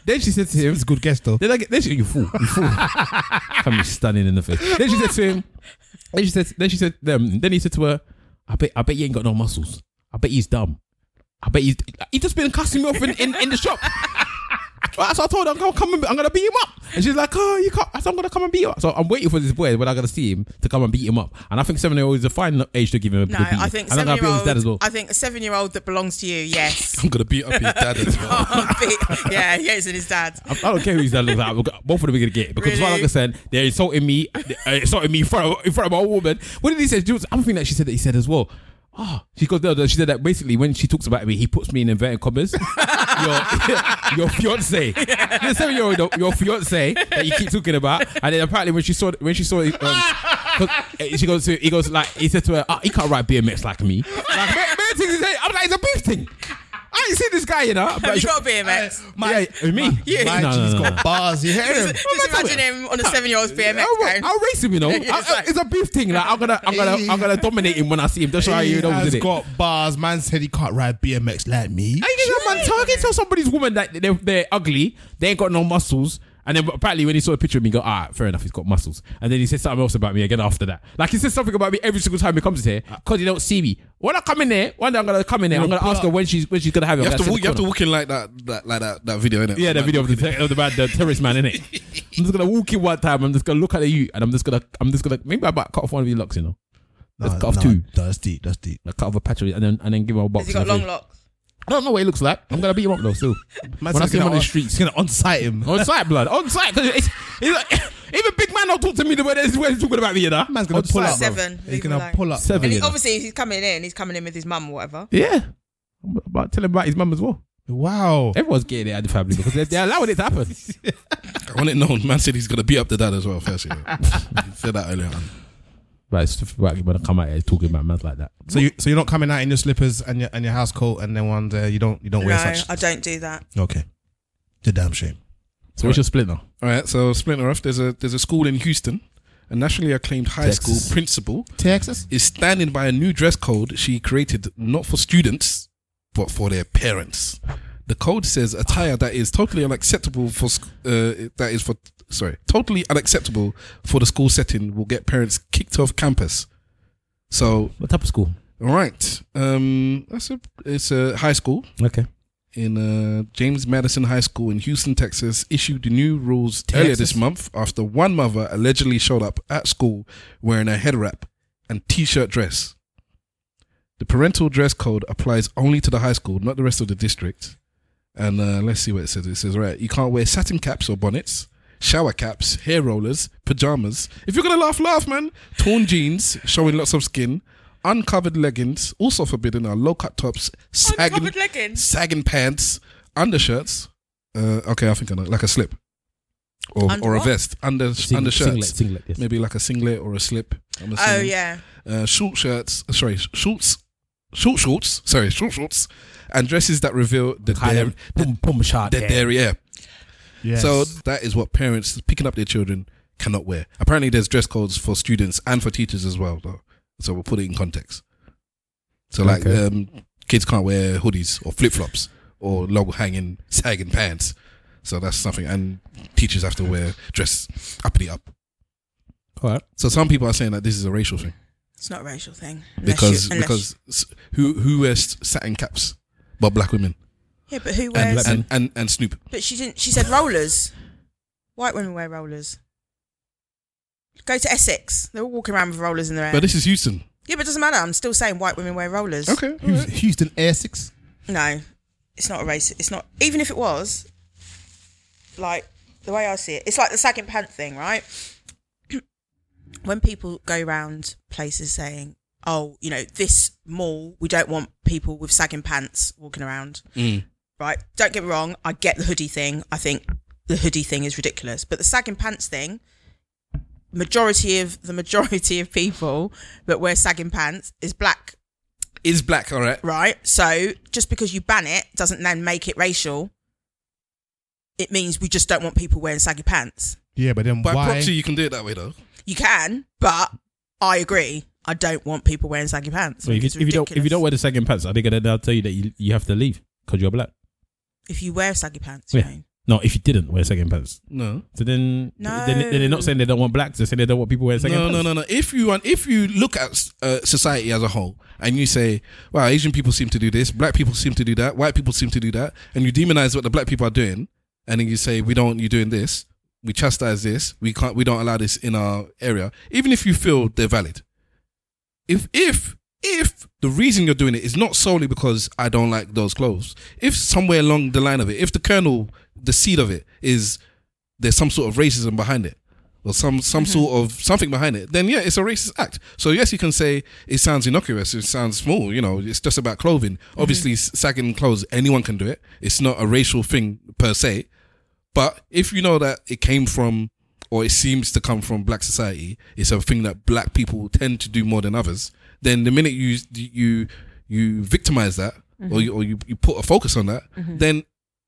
then she said to him, it's a good guess, though. then I get then she, you fool, you fool. Come here, stunning in the face. Then she said to him, then she said, then she said, um, then he said to her, I bet, I bet you ain't got no muscles. I bet he's dumb. I bet he's he just been cussing me off in, in, in the shop. Right, so I told her I'm gonna come and I'm gonna beat him up, and she's like, "Oh, you can't." I said, "I'm gonna come and beat you up." So I'm waiting for this boy when I'm gonna see him to come and beat him up, and I think seven year old is a fine age to give him a no, good beating. I think and I'm gonna beat up his seven-year-old. dad as well. I think a seven-year-old that belongs to you. Yes. I'm gonna beat up his dad as well. Oh, beat- yeah, yeah, it's in his dad. I, I don't care who's that looks like. we're go- Both of them are gonna get it because, Really? like I said, they're insulting me, they're insulting me in front of, in front of my woman. What did he say? Do you know- I'm thinking that she said that he said as well. Oh, she goes. No, no, she said that basically when she talks about me, he puts me in inverted commas. your, your fiance, the seven year old, your fiance that you keep talking about, and then apparently when she saw when she saw. Um, 'Cause, eh, she goes to he goes like he said to her, oh, he can't ride BMX like me. Like man, man thinks he's- I'm like it's a beef thing. I ain't seen this guy, you know. Have But you she- got a BMX? my, yeah, me. Yeah. My no, G's no, no, no. got bars. You hear him? Just imagine him on a seven-year-old's BMX I'll, going. I'll race him, you know. I- It's I- like- it's a beef thing. Like I'm gonna, I'm gonna, I'm gonna dominate him when I see him. Just show how He you know. has did it. got bars. Man said he can't ride BMX like me. I think that man talking to somebody's woman that they're, they're ugly, they ain't got no muscles. And then apparently when he saw a picture of me, he go, ah, fair enough, he's got muscles. And then he said something else about me again after that. Like he says something about me every single time he comes here because he don't see me. When I come in there, one day I'm gonna come in there, I'm gonna ask her when she's when she's gonna have it. You I'm have gonna to sit walk, in you the have to corner. walk in like that that like that that video innit? Yeah, the Like, video of the, ter- of the man, the terrorist man in it. I'm just gonna walk in one time. I'm just gonna look at you, and I'm just gonna, I'm just gonna. Maybe I might cut off one of your locks, you know. Let's No, cut off no, two. no, that's deep. That's deep. Like, cut off a patch of it and then and then give him a box. Has he got and I long think- locks? I don't know what it looks like. I'm gonna beat him up though. Still, Man's when I see him gonna on the on- streets, he's gonna on-site him. on site, blood, on site. Cause it's, it's like, even big man don't talk to me the way they're they're talking about me. You know, Man's gonna On pull site. up. bro. Seven, He's leave him gonna alone. pull up. Seven. And you he, know. obviously, if he's coming in, he's coming in with his mum or whatever. Yeah. I'm About tell him about his mum as well. Wow. Everyone's getting it at the family because they're, they're allowing it to happen. I want it known. Man said he's gonna beat up the dad as well. First, you know. He said that earlier on. right, it's just right, when I come out here talking about man's like that. So you so you're not coming out in your slippers and your and your house coat and then one day you don't you don't No, wear such. I don't do that. okay. It's a damn shame. So what's your split now? All right, so splinter off. There's a there's a school in Houston, a nationally acclaimed high Texas. school principal Texas. is standing by a new dress code she created not for students but for their parents. The code says attire that is totally unacceptable for sc- uh, that is for sorry totally unacceptable for the school setting will get parents kicked off campus. So What type of school? all right, um, that's a it's a high school Okay. in uh, James Madison High School in Houston, Texas, issued the new rules earlier this month after one mother allegedly showed up at school wearing a head wrap and t-shirt dress. The parental dress code applies only to the high school, not the rest of the district. And uh, let's see what it says. It says, right, you can't wear satin caps or bonnets, shower caps, hair rollers, pajamas. If you're going to laugh, laugh, man. Torn jeans showing lots of skin, uncovered leggings, also forbidden are low cut tops, sagging, Uncovered leggings. sagging pants, undershirts. Uh, okay, I think I know, like a slip or, Under or a what? vest, under undershirts, Singlet, singlet, yes. maybe like a singlet or a slip. I'm Oh assuming. yeah. Uh, short shirts, sorry, shorts, short shorts, sorry, short shorts, and dresses that reveal the Kind der- of boom, boom, shot. the yeah. derriere. Yeah. So that is what parents picking up their children cannot wear. Apparently, there's dress codes for students and for teachers as well, though. So we'll put it in context. So like, Okay. um, kids can't wear hoodies or flip flops or long hanging sagging pants. So that's something, and teachers have to wear dress uppity up. All right. So some people are saying that this is a racial thing It's not a racial thing. Unless because you- unless- because s who who wears satin caps but black women yeah, but who wears? let me- and and, and Snoop. but she didn't. She said rollers. White women wear rollers. Go to Essex. They're all walking around with rollers in their hair. But this is Houston. yeah, but it doesn't matter. I'm still saying white women wear rollers. Okay. all Houston, right. Houston Essex. No, it's not a race. It's not. Even if it was, like the way I see it, it's like the sagging pant thing, right? when people go round places saying, "Oh, you know, this mall, we don't want people with sagging pants walking around," right? Don't get me wrong. I get the hoodie thing. I think the hoodie thing is ridiculous, but the sagging pants thing. Majority of the majority of people that wear sagging pants is black Is black all right? right? So just because you ban it doesn't then make it racial. It means we just don't want people wearing saggy pants. Yeah, but then By why? proxy, you can do it that way though. You can, but I agree. I don't want people wearing saggy pants. So if, you, It's if you don't if you ridiculous. don't wear the second pants, are they gonna now tell you that you, you have to leave because you're black? if you wear saggy pants, you Yeah. mean? No, if you didn't wear second pants, No. so then No. then, then they're not saying they don't want blacks. They're saying they don't want people wearing second No, pants. no, no, no. If you want, if you look at uh, society as a whole and you say, "Wow, Asian people seem to do this, black people seem to do that, white people seem to do that," and you demonize what the black people are doing, and then you say, "We don't want you doing this. We chastise this. We can't. We don't allow this in our area." Even if you feel they're valid, if if if the reason you're doing it is not solely because I don't like those clothes, if somewhere along the line of it, if the kernel, the seed of it is there's some sort of racism behind it or some some sort of something behind it, then yeah, it's a racist act. So yes, you can say it sounds innocuous, it sounds small, you know, it's just about clothing. Obviously, s sagging clothes, anyone can do it. It's not a racial thing per se. But if you know that it came from or it seems to come from black society, it's a thing that black people tend to do more than others. Then the minute you you you victimize that or Mm-hmm. you or you, you put a focus on that, then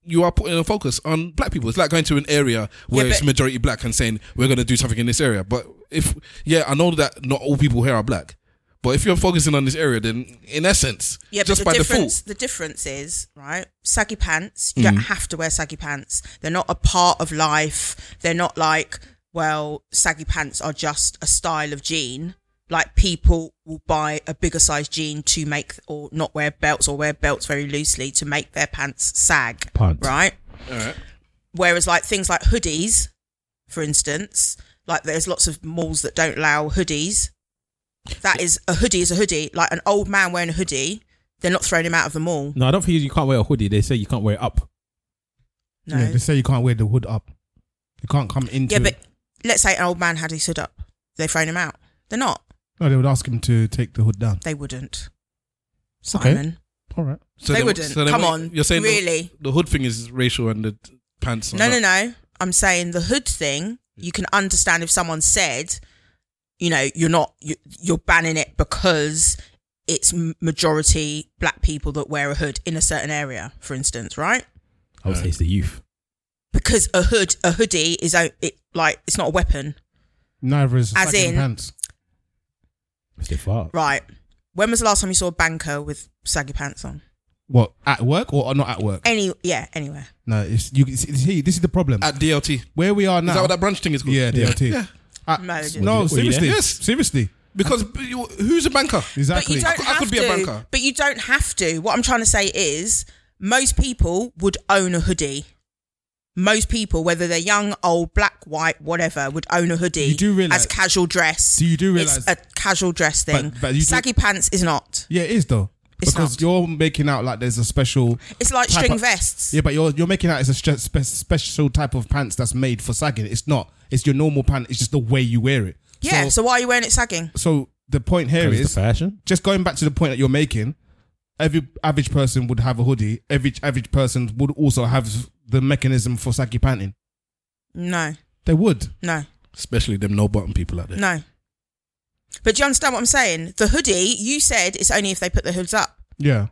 you are putting a focus on black people. It's like going to an area where Yeah, it's but- majority black and saying we're going to do something in this area. But if yeah, I know that not all people here are black, but if you're focusing on this area, then in essence, Yeah, just but the by default, difference the difference is, right? Saggy pants, you Mm. don't have to wear saggy pants. They're not a part of life. They're not like, well, saggy pants are just a style of jean. Like people will buy a bigger size jean to make or not wear belts or wear belts very loosely to make their pants sag. Pants. Right? Alright. Whereas like things like hoodies, for instance, like there's lots of malls that don't allow hoodies That is a hoodie is a hoodie. Like an old man wearing a hoodie, they're not throwing him out of the mall. No, I don't think you can't wear a hoodie. They say you can't wear it up. No. Yeah, they say you can't wear the hood up. You can't come into. Yeah, but it. let's say an old man had his hood up. They're throwing him out. They're not. no, they would ask him to take the hood down. They wouldn't. Okay. Simon. All right. So they then- wouldn't. so then Come what- on. You're saying the- really? the, hood thing is racial and the t- pants. are No, not. no, no. I'm saying the hood thing. You can understand if someone said, you know, you're not you, you're banning it because it's m- majority black people that wear a hood in a certain area, for instance, right? I would say it's the youth. Because a hood, a hoodie is o- it like it's not a weapon, Neither is As As in, in- pants. It's the far. right? When was the last time you saw a banker with saggy pants on? What at work or not at work? Any, yeah, anywhere. No, it's you. See, this is the problem. At DLT. Where we are now. Is that what that brunch thing is called? yeah, DLT. Yeah. Uh, No, it didn't. no, Were you there? seriously, Yes. seriously, Because b- you- who's a banker? exactly. But you I could- don't I have could be a to. banker. But you don't have to. What I'm trying to say is, most people would own a hoodie. Most people, whether they're young, old, black, white, whatever, would own a hoodie You do realise- as casual dress. Do you do realise- it's a casual dress thing? But- but you do- Saggy pants is not. yeah, it is though. It's because not. you're making out like there's a special. It's like type string of- vests. Yeah, but you're you're making out it's a stre- spe- special type of pants that's made for sagging. It's not. It's your normal pant. It's just the way you wear it. Yeah. So, So, why are you wearing it sagging? so the point here It's the is fashion. just going back to the point that you're making. Every average person would have a hoodie. Every average person would also have the mechanism for saggy panting. No. They would. No. Especially them no button people out there. No. But do you understand what I'm saying? The hoodie, you said it's only if they put their hoods up. Yeah.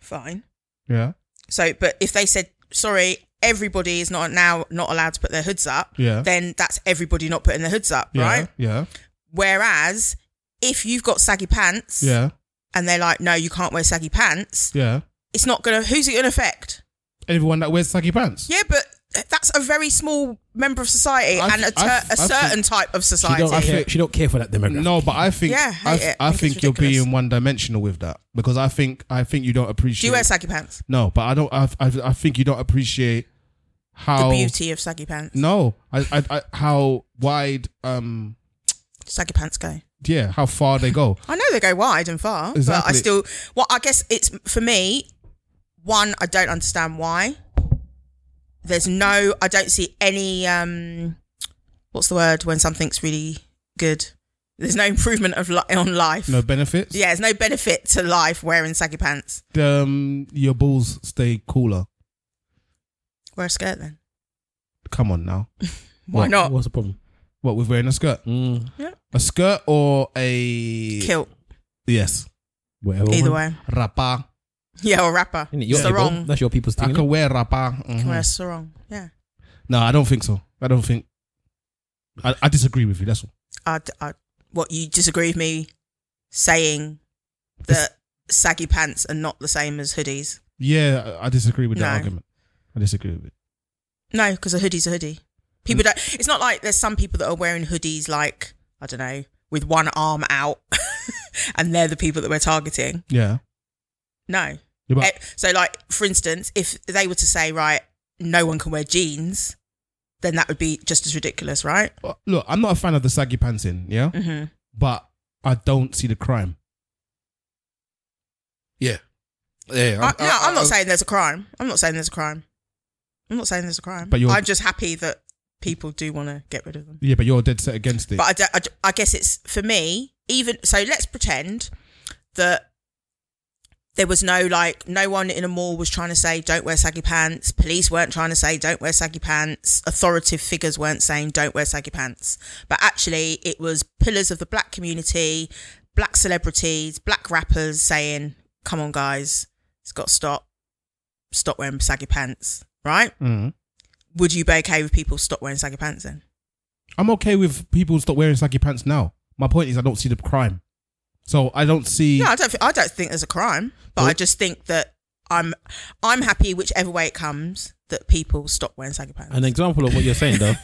Fine. Yeah. So, but if they said, sorry, everybody is not now not allowed to put their hoods up, Yeah. then that's everybody not putting their hoods up, Yeah. right? Yeah. Whereas if you've got saggy pants Yeah. and they're like, no, you can't wear saggy pants, Yeah. it's not going to, who's it going to affect? Everyone that wears saggy pants. Yeah, but that's a very small member of society I- and a, I- ter- I a certain type of She society. don't, care, she don't care for that demographic. No, but I think Yeah, I I, hate it. I I think think it's you're ridiculous. being one dimensional with that because I think I think you don't appreciate. Do you wear saggy pants? no, but I don't. I, I, I think you don't appreciate how The beauty of saggy pants. Oh. no, I, I, I how wide um Saggy pants go. yeah how far they go. I know they go wide and far, but I Exactly. still. Well, I guess it's for me. One, I don't understand why. There's no. I don't see any. um What's the word when something's really good? There's no improvement of li- on life. No benefits. Yeah, there's no benefit to life wearing saggy pants. Um, your balls stay cooler. Wear a skirt then. Come on now. Why not? What's the problem? What with wearing a skirt? Mm, A skirt or a Kilt. yes whatever. Either one. way. rapa. Yeah, or rapper. Innit? Your Sarong. people. That's your people's I thing. can innit? wear rapa. Can Mhm. wear a sarong. Yeah. No, I don't think so. I don't think. I, I disagree with you. That's all. I, I, what you disagree with me saying that saggy pants are not the same as hoodies? Yeah, I I disagree with that No. argument. I disagree with it. No, because a hoodie's a hoodie. People Mm. don't. It's not like there's some people that are wearing hoodies like I don't know with one arm out, and they're the people that we're targeting. Yeah. No. Yeah, but- Eh, So, like for instance, if they were to say right, no one can wear jeans, then that would be just as ridiculous, right? Uh, look, I'm not a fan of the saggy pantsing, yeah, Mm-hmm. but I don't see the crime. Yeah. Yeah. I, Uh, no, I'm I- not saying there's a crime. I'm not saying there's a crime. I'm not saying there's a crime. But you're- I'm just happy that people do want to get rid of them. Yeah, but you're dead set against it. But I, don't- I, don't- I guess it's for me. Even so, let's pretend that there was no like no one in a mall was trying to say don't wear saggy pants. Police weren't trying to say don't wear saggy pants. Authoritative figures weren't saying don't wear saggy pants. But actually, it was pillars of the black community, black celebrities, black rappers saying, "Come on, guys, it's got to stop. Stop wearing saggy pants." Right? Mm. Would you be okay with people stop wearing saggy pants then? I'm okay with people stop wearing saggy pants now. My point is, I don't see the crime. So I don't see. No, I don't. Think, I don't think there's a crime, but I just think that I'm I'm happy whichever way it comes that people stop wearing saggy pants. An example of what you're saying, though.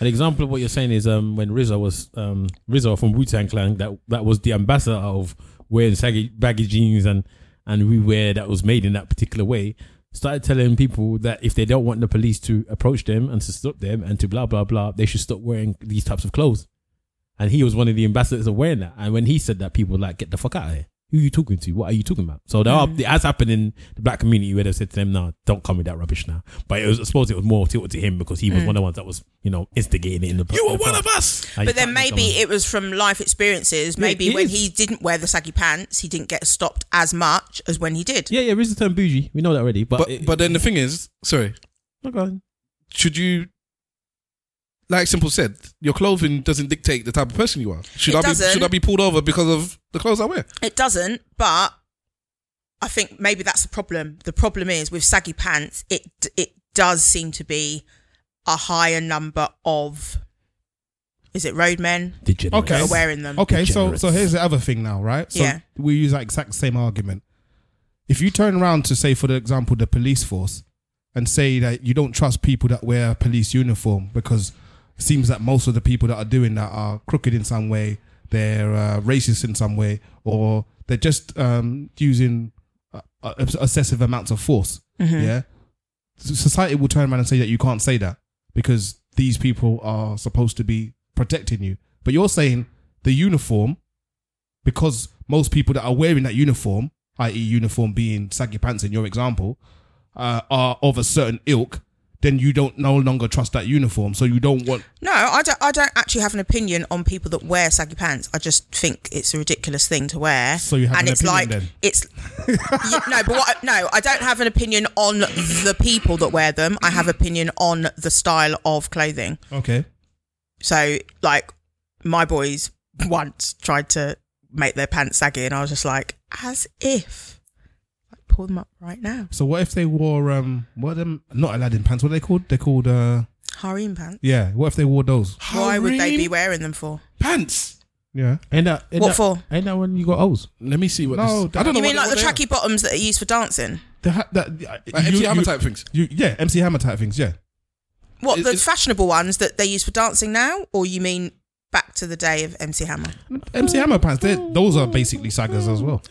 an example of what you're saying is um, when Rizzo was um, Rizzo from Wu Tang Clan, that that was the ambassador of wearing saggy, baggy jeans and and we wear that was made in that particular way. Started telling people that if they don't want the police to approach them and to stop them and to blah blah blah, they should stop wearing these types of clothes. And he was one of the ambassadors of wearing that. And when he said that, people were like, get the fuck out of here. Who are you talking to? What are you talking about? So there Mm. are, it has happened in the black community where they've said to them, no, don't come with that rubbish now. But it was, I suppose it was more tilted to him because he Mm. was one of the ones that was, you know, instigating it in the You were one of us. But then maybe it was from life experiences. Maybe it when is. he didn't wear the saggy pants, he didn't get stopped as much as when he did. Yeah, yeah, Riz the term bougie. We know that already. But, But it- but then the thing is, sorry, Okay. should you? Like Simple said, your clothing doesn't dictate the type of person you are. Should It I be doesn't. should I be pulled over because of the clothes I wear? It doesn't, but I think maybe that's the problem. The problem is with saggy pants, it it does seem to be a higher number of is it roadmen Degenerate. Okay. that are wearing Oh, them? Okay, so Degenerates. so here's the other thing now, right? So Yeah. we use that exact same argument. If you turn around to say, for example, the police force, and say that you don't trust people that wear a police uniform because it seems that most of the people that are doing that are crooked in some way, they're uh, racist in some way, or they're just um, using uh, uh, excessive amounts of force. Mm-hmm. Yeah, So society will turn around and say that you can't say that because these people are supposed to be protecting you. But you're saying the uniform, because most people that are wearing that uniform, i.e., uniform being saggy pants in your example, uh, are of a certain ilk, then you don't no longer trust that uniform. So you don't want. No, I don't. I don't actually have an opinion on people that wear saggy pants. I just think it's a ridiculous thing to wear. So you have and an it's opinion like then? it's you, no, but what, I- no, I don't have an opinion on the people that wear them. I have opinion on the style of clothing. Okay. So, like, my boys once tried to make their pants saggy, and I was just like, as if, like, pull them up right now, So what if they wore um what are them not Aladdin pants? What are they called? They're called uh harem pants. yeah. What if they wore those? Why would they Harem be wearing them for? pants? Yeah. Ain't that, ain't What that, for? Ain't that when you got O's? Let me see what. No, this, I don't know. You mean what like they- the what they tracky bottoms that are used for dancing? The ha- that uh, are. Like MC Hammer type things. You, yeah, MC Hammer type things. Yeah. What It- the it's- fashionable ones that they use for dancing now, or you mean back to the day of MC Hammer? MC Hammer pants. they're- Oh. Those are basically sagas as well.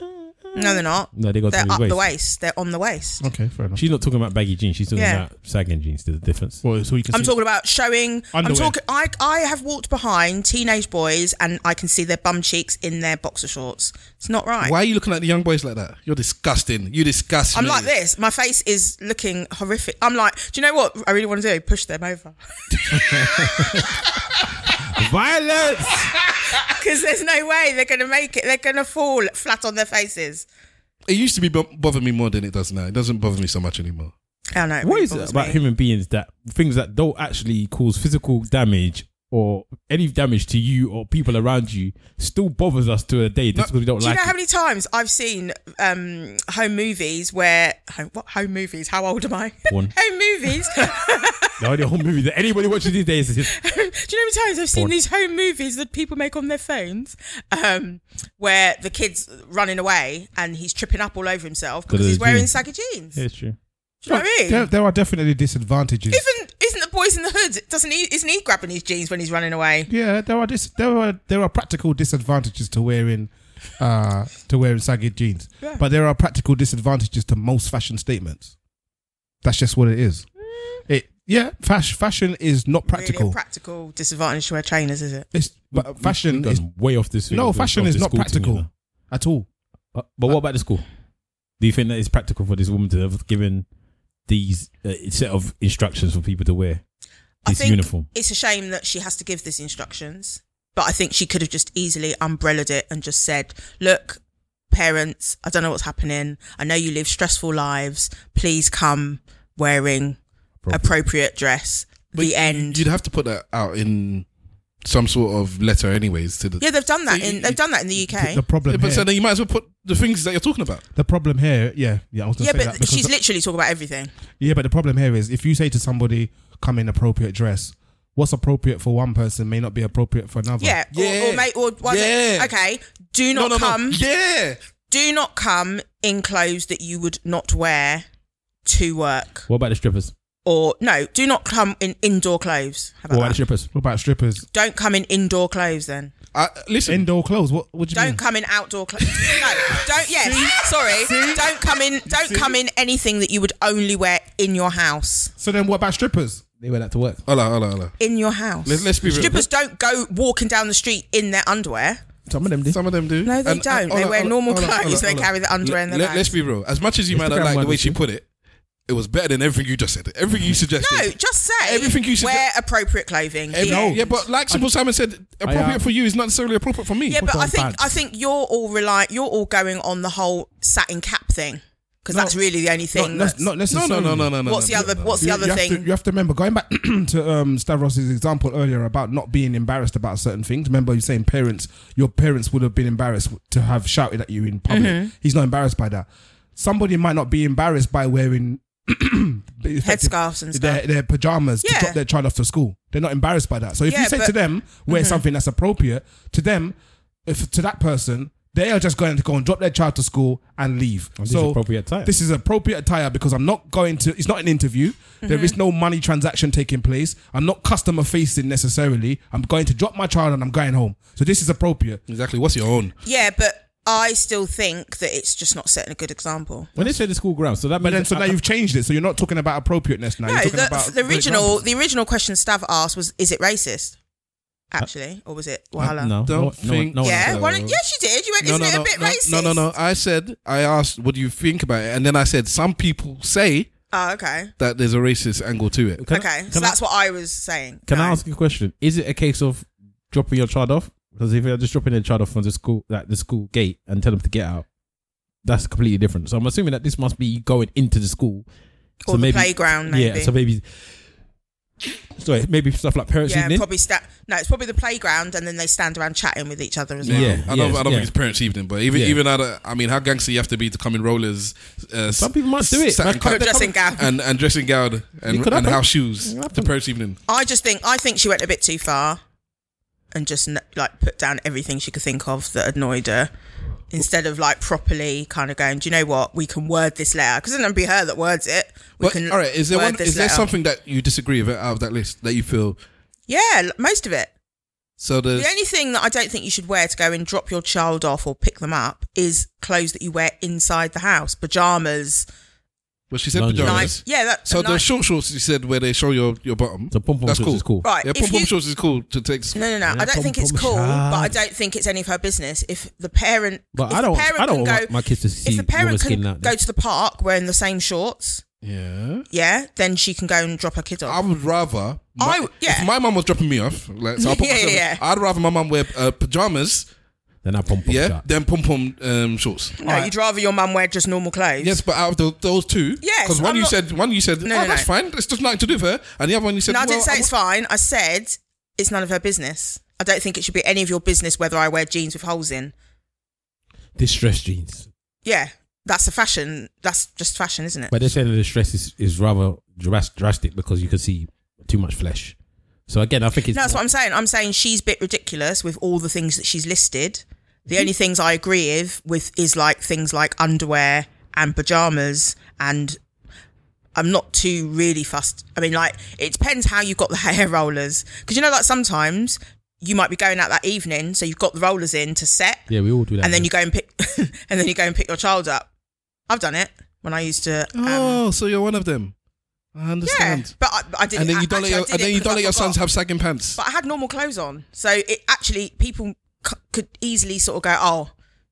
No, they're not. No, they got They're Mm. to up his the waist. They're on the waist. Okay, fair enough. She's not talking about baggy jeans. She's talking Yeah. about sagging jeans. There's a difference. Well, so you can I'm see- talking about showing. I'm Underwear. talking. I I have walked behind teenage boys and I can see their bum cheeks in their boxer shorts. It's not right. Why are you looking at the young boys like that? You're disgusting. You disgust I'm me. like this. My face is looking horrific. I'm like, do you know what I really want to do? Push them over Violence. because there's no way they're going to make it. They're going to fall flat on their faces. It used to be bo- bother me more than it does now. It doesn't bother me so much anymore. I don't know. It What really is it bothers about me. human beings that things that don't actually cause physical damage or any damage to you or people around you still bothers us to a day just because we don't Do you like know how it. many times I've seen um, home movies where home, what home movies? How old am I? One. home movies. The only whole movie that anybody watches these days is just, Do you know how many times I've seen Porn. these home movies that people make on their phones, um, where the kid's running away and he's tripping up all over himself because the he's wearing jeans. saggy jeans. it's true. Do you know what I mean? There, there are definitely disadvantages. Even isn't the boys in the hood? Doesn't he? Isn't he grabbing his jeans when he's running away? yeah, there are dis- there are there are practical disadvantages to wearing uh to wearing saggy jeans. But there are practical disadvantages to most fashion statements. That's just what it is. It yeah, fash- fashion is not Mm. Really practical. a practical disadvantage to wear trainers, is it? it's but fashion We've is gone way off this. no off the- fashion off is the not school thing, you practical know. at all. Uh, But what about the school? Do you think that it's practical for this woman to have given these uh, set of instructions for people to wear I this think uniform? It's a shame that she has to give this instructions, but I think she could have just easily umbrellaed it and just said, "Look, parents, I don't know what's happening. I know you live stressful lives. Please come wearing appropriate, dress." But the end. You'd have to put that out in some sort of letter, anyways. To the yeah, they've done that. So you- in, they've done that in the UK. The problem Yeah, but here, so then you might as well put the things that you're talking about. the problem here, yeah, yeah, I was gonna yeah, say that but because she's literally talking about everything. Yeah, but the problem here is if you say to somebody, come in appropriate dress, what's appropriate for one person may not be appropriate for another. Yeah, Or, or, Yeah. mate, or was Yeah. it? Okay, do No, not no, come. no. Yeah, Do not come in clothes that you would not wear to work, What about the strippers? or no, do not come in indoor clothes. How What about about the that? strippers? What about strippers? Don't come in indoor clothes. Then I, listen. Indoor clothes. What would you Hmm. mean? don't come in outdoor clothes. no, don't. Yes, sorry. Don't come in. Don't come in anything that you would only wear in your house. so then what about strippers? They went out to work. Hola, hola, hola. in your house. Let's- let's be real. Strippers don't go walking down the street in their underwear. Some of them did. Some of them do. uh, No, they don't. They wear normal clothes. They carry the underwear in and their bags. Let's be real. As much as you might have Instagram liked the one way was she good. put it, it was better than everything you just said. Everything you suggested. No, just say Everything you should- wear appropriate clothing. Every- oh, The end. Yeah, but like Simple Simon said, appropriate uh, for you is not necessarily appropriate for me. Yeah, but on I think pants. I think you're all rely you're all going on the whole satin cap thing because that's really the only thing. Not, that's- not no, necessarily. no, no, no, no. no, what's no, the other no, no. What's the other you thing? Have to, you have to remember going back to um, Stavros's example earlier about not being embarrassed about certain things. Remember, you saying parents, your parents would have been embarrassed to have shouted at you in public. Mm-hmm. He's not embarrassed by that. Somebody might not be embarrassed by wearing effective- Headscarves and their, stuff. their pajamas Yeah. to drop their child off to school. They're not embarrassed by that. So if Yeah, you say but- Mm-hmm. to them wear something that's appropriate to them, if to that person. They are just going to go and drop their child to school and leave. Oh, this so is appropriate attire. This is appropriate attire because I'm not going to. It's not an interview. There Mm-hmm. is no money transaction taking place. I'm not customer facing necessarily. I'm going to drop my child and I'm going home. So this is appropriate. Exactly. What's your own? yeah, but I still think that it's just not setting a good example. When they say the school grounds, so that But means then, so now you've changed it. So you're not talking about appropriateness now. No, you're talking the, about the original examples. the original question Stav asked was, "Is it racist?" Actually, or was it Uh, Wahala? no, Don't no, no, think- no, one- Yeah, No. why don't, yeah, she did. You went, No, isn't no, it a no, bit no, racist? no, no, no. I said, I asked, what do you think about it? And then I said, some people say Oh, okay. that there's a racist angle to it. Can I- okay, so can I- that's what I was saying. Can I No. ask you a question? Is it a case of dropping your child off? Because if you're just dropping your child off from the school, like the school gate, and tell them to get out, that's completely different. So I'm assuming that this must be you going into the school, Or the playground, maybe. Yeah, so maybe. Sorry, maybe stuff like parents Yeah, evening. probably sta- No, it's probably the playground, and then they stand around chatting with each other as well. Yeah. I don't, Yes, I don't yeah. think it's parents' evening, but even Yeah. even at a, I mean, how gangster you have to be to come in rollers. Uh, Some people must do it. satin Man, come- cap they Dressing gown. and and dressing gown It and, could and happen. house shoes to parents' evening. I just think I think she went a bit too far, and just n- like put down everything she could think of that annoyed her, instead of like properly kind of going, do you know what? We can word this letter because it'll be her that words it. We But can all right, is there word one? this Is there letter. something that you disagree with out of that list that you feel? Yeah, l- most of it. So there's The only thing that I don't think you should wear to go and drop your child off or pick them up is clothes that you wear inside the house, pajamas, well, she said Lingerie. pajamas. nice. Yeah, that's So the short shorts you said where they show your your bottom. So pom pom That's shorts cool. is cool. right. Yeah, if pom pom you- shorts is cool to take. No, no, no. I don't pom- think it's pom- cool, but I child. don't think it's any of her business. If the parent, But if I don't- the parent I don't can go, want my kids to If see the parent woman's can skin out there. go to the park wearing the same shorts, Yeah. yeah, then she can go and drop her kid I off. would rather. My, I- yeah. If my mum was dropping me off, like, so I put Yeah, myself, yeah. I'd rather my mum wear uh, pajamas, Then I pom pom. yeah, shot. than pom pom um, shorts. no, you'd rather your mum wear just normal clothes. Yes, but out of tho- those two, Yes, because one I'm you not- said, one you said, No, oh, no, that's no. fine, it's just nothing to do with her, and the other one you said, no, I didn't well, say I it's fine. I said it's none of her business. I don't think it should be any of your business whether I wear jeans with holes in. Distressed jeans. Yeah, that's a fashion. That's just fashion, isn't it? But they say that the stress is, is rather dras- drastic because you can see too much flesh. So again, I think it's No, that's more- what I'm saying. I'm saying she's a bit ridiculous with all the things that she's listed. Mm-hmm. The only things I agree with, with is like things like underwear and pajamas and I'm not too really fussed. I mean, like it depends how you got the hair rollers because you know, like sometimes you might be going out that evening, so you've got the rollers in to set, yeah, we all do that. and then man. you go and pick, and then you go and pick your child up. I've done it when I used to. Um, Oh, so you're one of them. I yeah, understand. but I, but I didn't. And then you don't actually, let I your, did and it then you because I don't let your forgot. sons have sagging pants. But I had normal clothes on, so it actually people c- could easily sort of go, "Oh,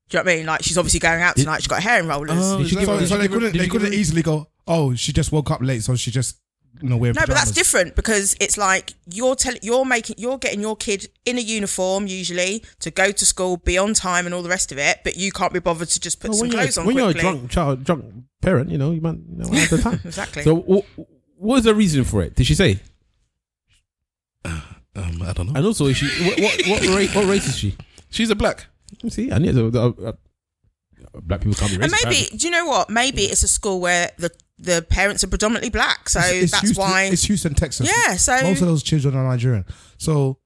do you know what I mean? Like she's obviously going out tonight. She's got hair in rollers." Oh, Did you is give that her- So, what- so they couldn't. did They you give couldn't her- easily go. Oh, she just woke up late, so she just you know wearing no, but that's pajamas." different because it's like you're tell- you're making you're getting your kid in a uniform usually to go to school, be on time, and all the rest of it. But you can't be bothered to just put Well, some when clothes you're, on when quickly. you're a drunk child, drunk parent, you know you might you know, have the time. Exactly. So, wh- wh- what was the reason for it? Did she say? Um, I don't know. And also, is she what what, what, race, what race is she? She's a black. See, I need to, uh, uh, black people can't be racist. and maybe apparently. do you know what? Maybe it's a school where the the parents are predominantly black, so It's- it's that's Houston, why. it's Houston, Texas. Yeah, so- most of those children are Nigerian. So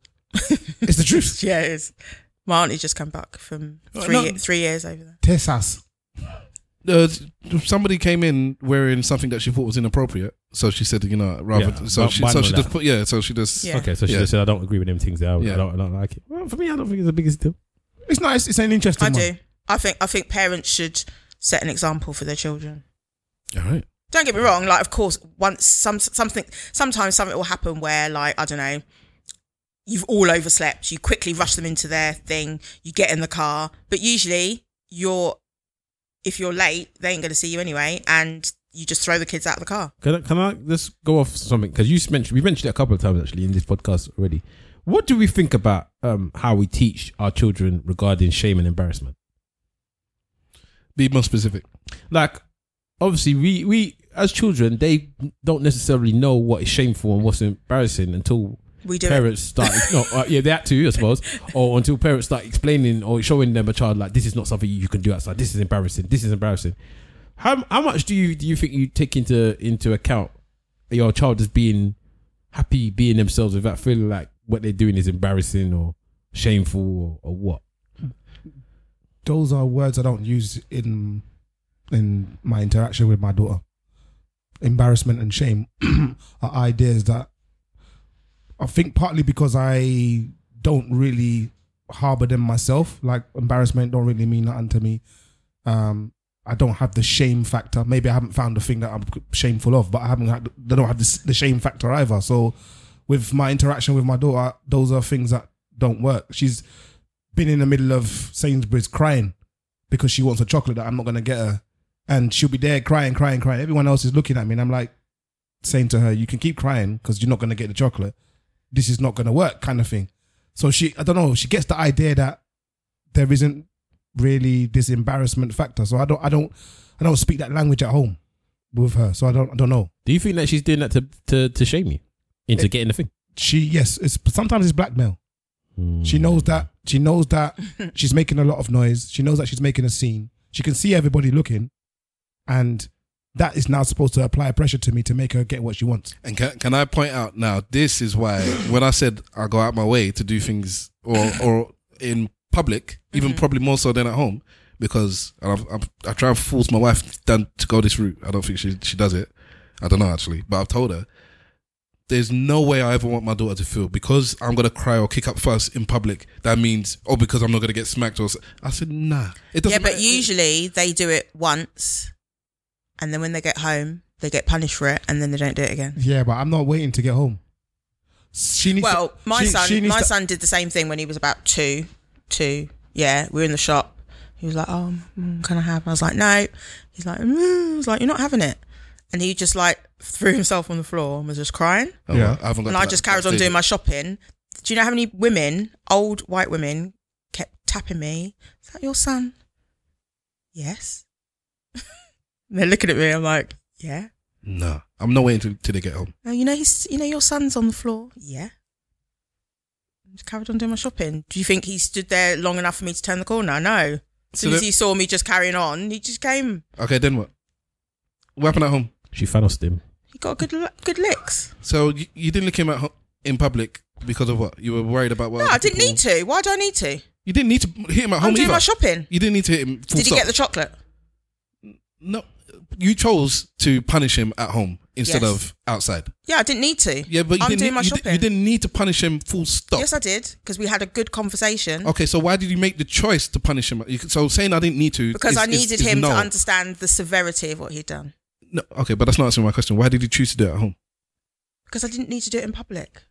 it's the truth. yeah, it is. My auntie just come back from Oh, three no. three years over there. Texas. Uh, somebody came in wearing something that she thought was inappropriate, so she said, you know, rather. Yeah, so but she, mine so were she just that. put, yeah, so she just. Yeah. Okay, so she Yeah. just said, "I don't agree with them things. That I, Yeah. I, don't, I don't like it." Well, for me, I don't think it's the biggest deal. It's nice. It's an interesting I one. do. I think I think parents should set an example for their children. All right. don't get me wrong. Like, of course, once some something sometimes something will happen where, like, I don't know, you've all overslept. You quickly rush them into their thing. You get in the car, but usually you're if you're late, they ain't going to see you anyway, and you just throw the kids out of the car. Can I, can I just go off something? Because you mentioned we mentioned it a couple of times actually in this podcast already. What do we think about um, how we teach our children regarding shame and embarrassment? Be more specific. Like, obviously, we we as children they don't necessarily know what is shameful and what's embarrassing until We do. It. parents start. no, uh, yeah, they had to, I suppose, or until parents start explaining or showing them a child like this is not something you can do outside. This is embarrassing. This is embarrassing. How how much do you do you think you take into into account your child as being happy being themselves without feeling like what they're doing is embarrassing or shameful or, or what? Those are words I don't use in in my interaction with my daughter. Embarrassment and shame are ideas that I think partly because I don't really harbor them myself. Like embarrassment don't really mean nothing to me. Um, I don't have the shame factor. Maybe I haven't found the thing that I'm shameful of, but I haven't had. They don't have this, the shame factor either. So, with my interaction with my daughter, those are things that don't work. She's been in the middle of Sainsbury's crying because she wants a chocolate that I'm not going to get her, and she'll be there crying, crying, crying. Everyone else is looking at me, and I'm like saying to her, "You can keep crying because you're not going to get the chocolate. This is not going to work," kind of thing. So she, I don't know. She gets the idea that there isn't really this embarrassment factor. So I don't, I don't, I don't speak that language at home with her. So I don't, I don't know. Do you think that she's doing that to to, to shame you into getting the thing? She, yes, it's sometimes it's blackmail. She knows that. She knows that she's making a lot of noise. She knows that she's making a scene. She can see everybody looking, and that is now supposed to apply pressure to me to make her get what she wants. And can, can I point out now? This is why when I said I go out my way to do things or or in public, even Mm-hmm. probably more so than at home, because and I've, I've, I try and force my wife down to go this route. I don't think she she does it. I don't know actually, but I've told her there's no way I ever want my daughter to feel because I'm gonna cry or kick up fuss in public. That means oh because I'm not gonna get smacked or s- I said nah. It doesn't Yeah, but matter. usually they do it once, and then when they get home, they get punished for it, and then they don't do it again. Yeah, but I'm not waiting to get home. She needs. Well, to, my she- son, she needs my to- son did the same thing when he was about two. Two, yeah, we were in the shop. He was like, "Oh, mm, can I have?" I was like, "No." He's like, mm. "I was like, you're not having it," and he just like throw himself on the floor and was just crying. Oh, well, Yeah. I haven't got and to I that- just that carried on stage doing my yet. shopping. Do you know how many women, old white women, kept tapping me? Is that your son? Yes. And They're looking at me. I'm like, yeah. nah. I'm not waiting till, till they get home. Oh, you know he's, you know your son's on the floor. Yeah. I Just carried on doing my shopping. Do you think he stood there long enough for me to turn the corner? No. As So soon as the- he saw me just carrying on, he just came. Okay, then what? What happened at home? She fanosed him. He got good li- good licks. So you, you didn't look him at ho- in public because of what? You were worried about what? No, other I didn't people- need to. Why do I need to? You didn't need to hit him at I'm home doing either. my shopping. You didn't need to hit him. Did Full he stop. get the chocolate? no? You chose to punish him at home instead Yes. of outside. Yeah, I didn't need to. Yeah, but you I'm didn't. doing need, my you, di- shopping. you didn't need to punish him. Full stop. Yes, I did because we had a good conversation. Oh. okay, so why did you make the choice to punish him? You- So saying I didn't need to Because is- I is- needed is him no. to understand the severity of what he'd done. No, okay, but that's not answering my question. Why did you choose to do it at home? Because I didn't need to do it in public.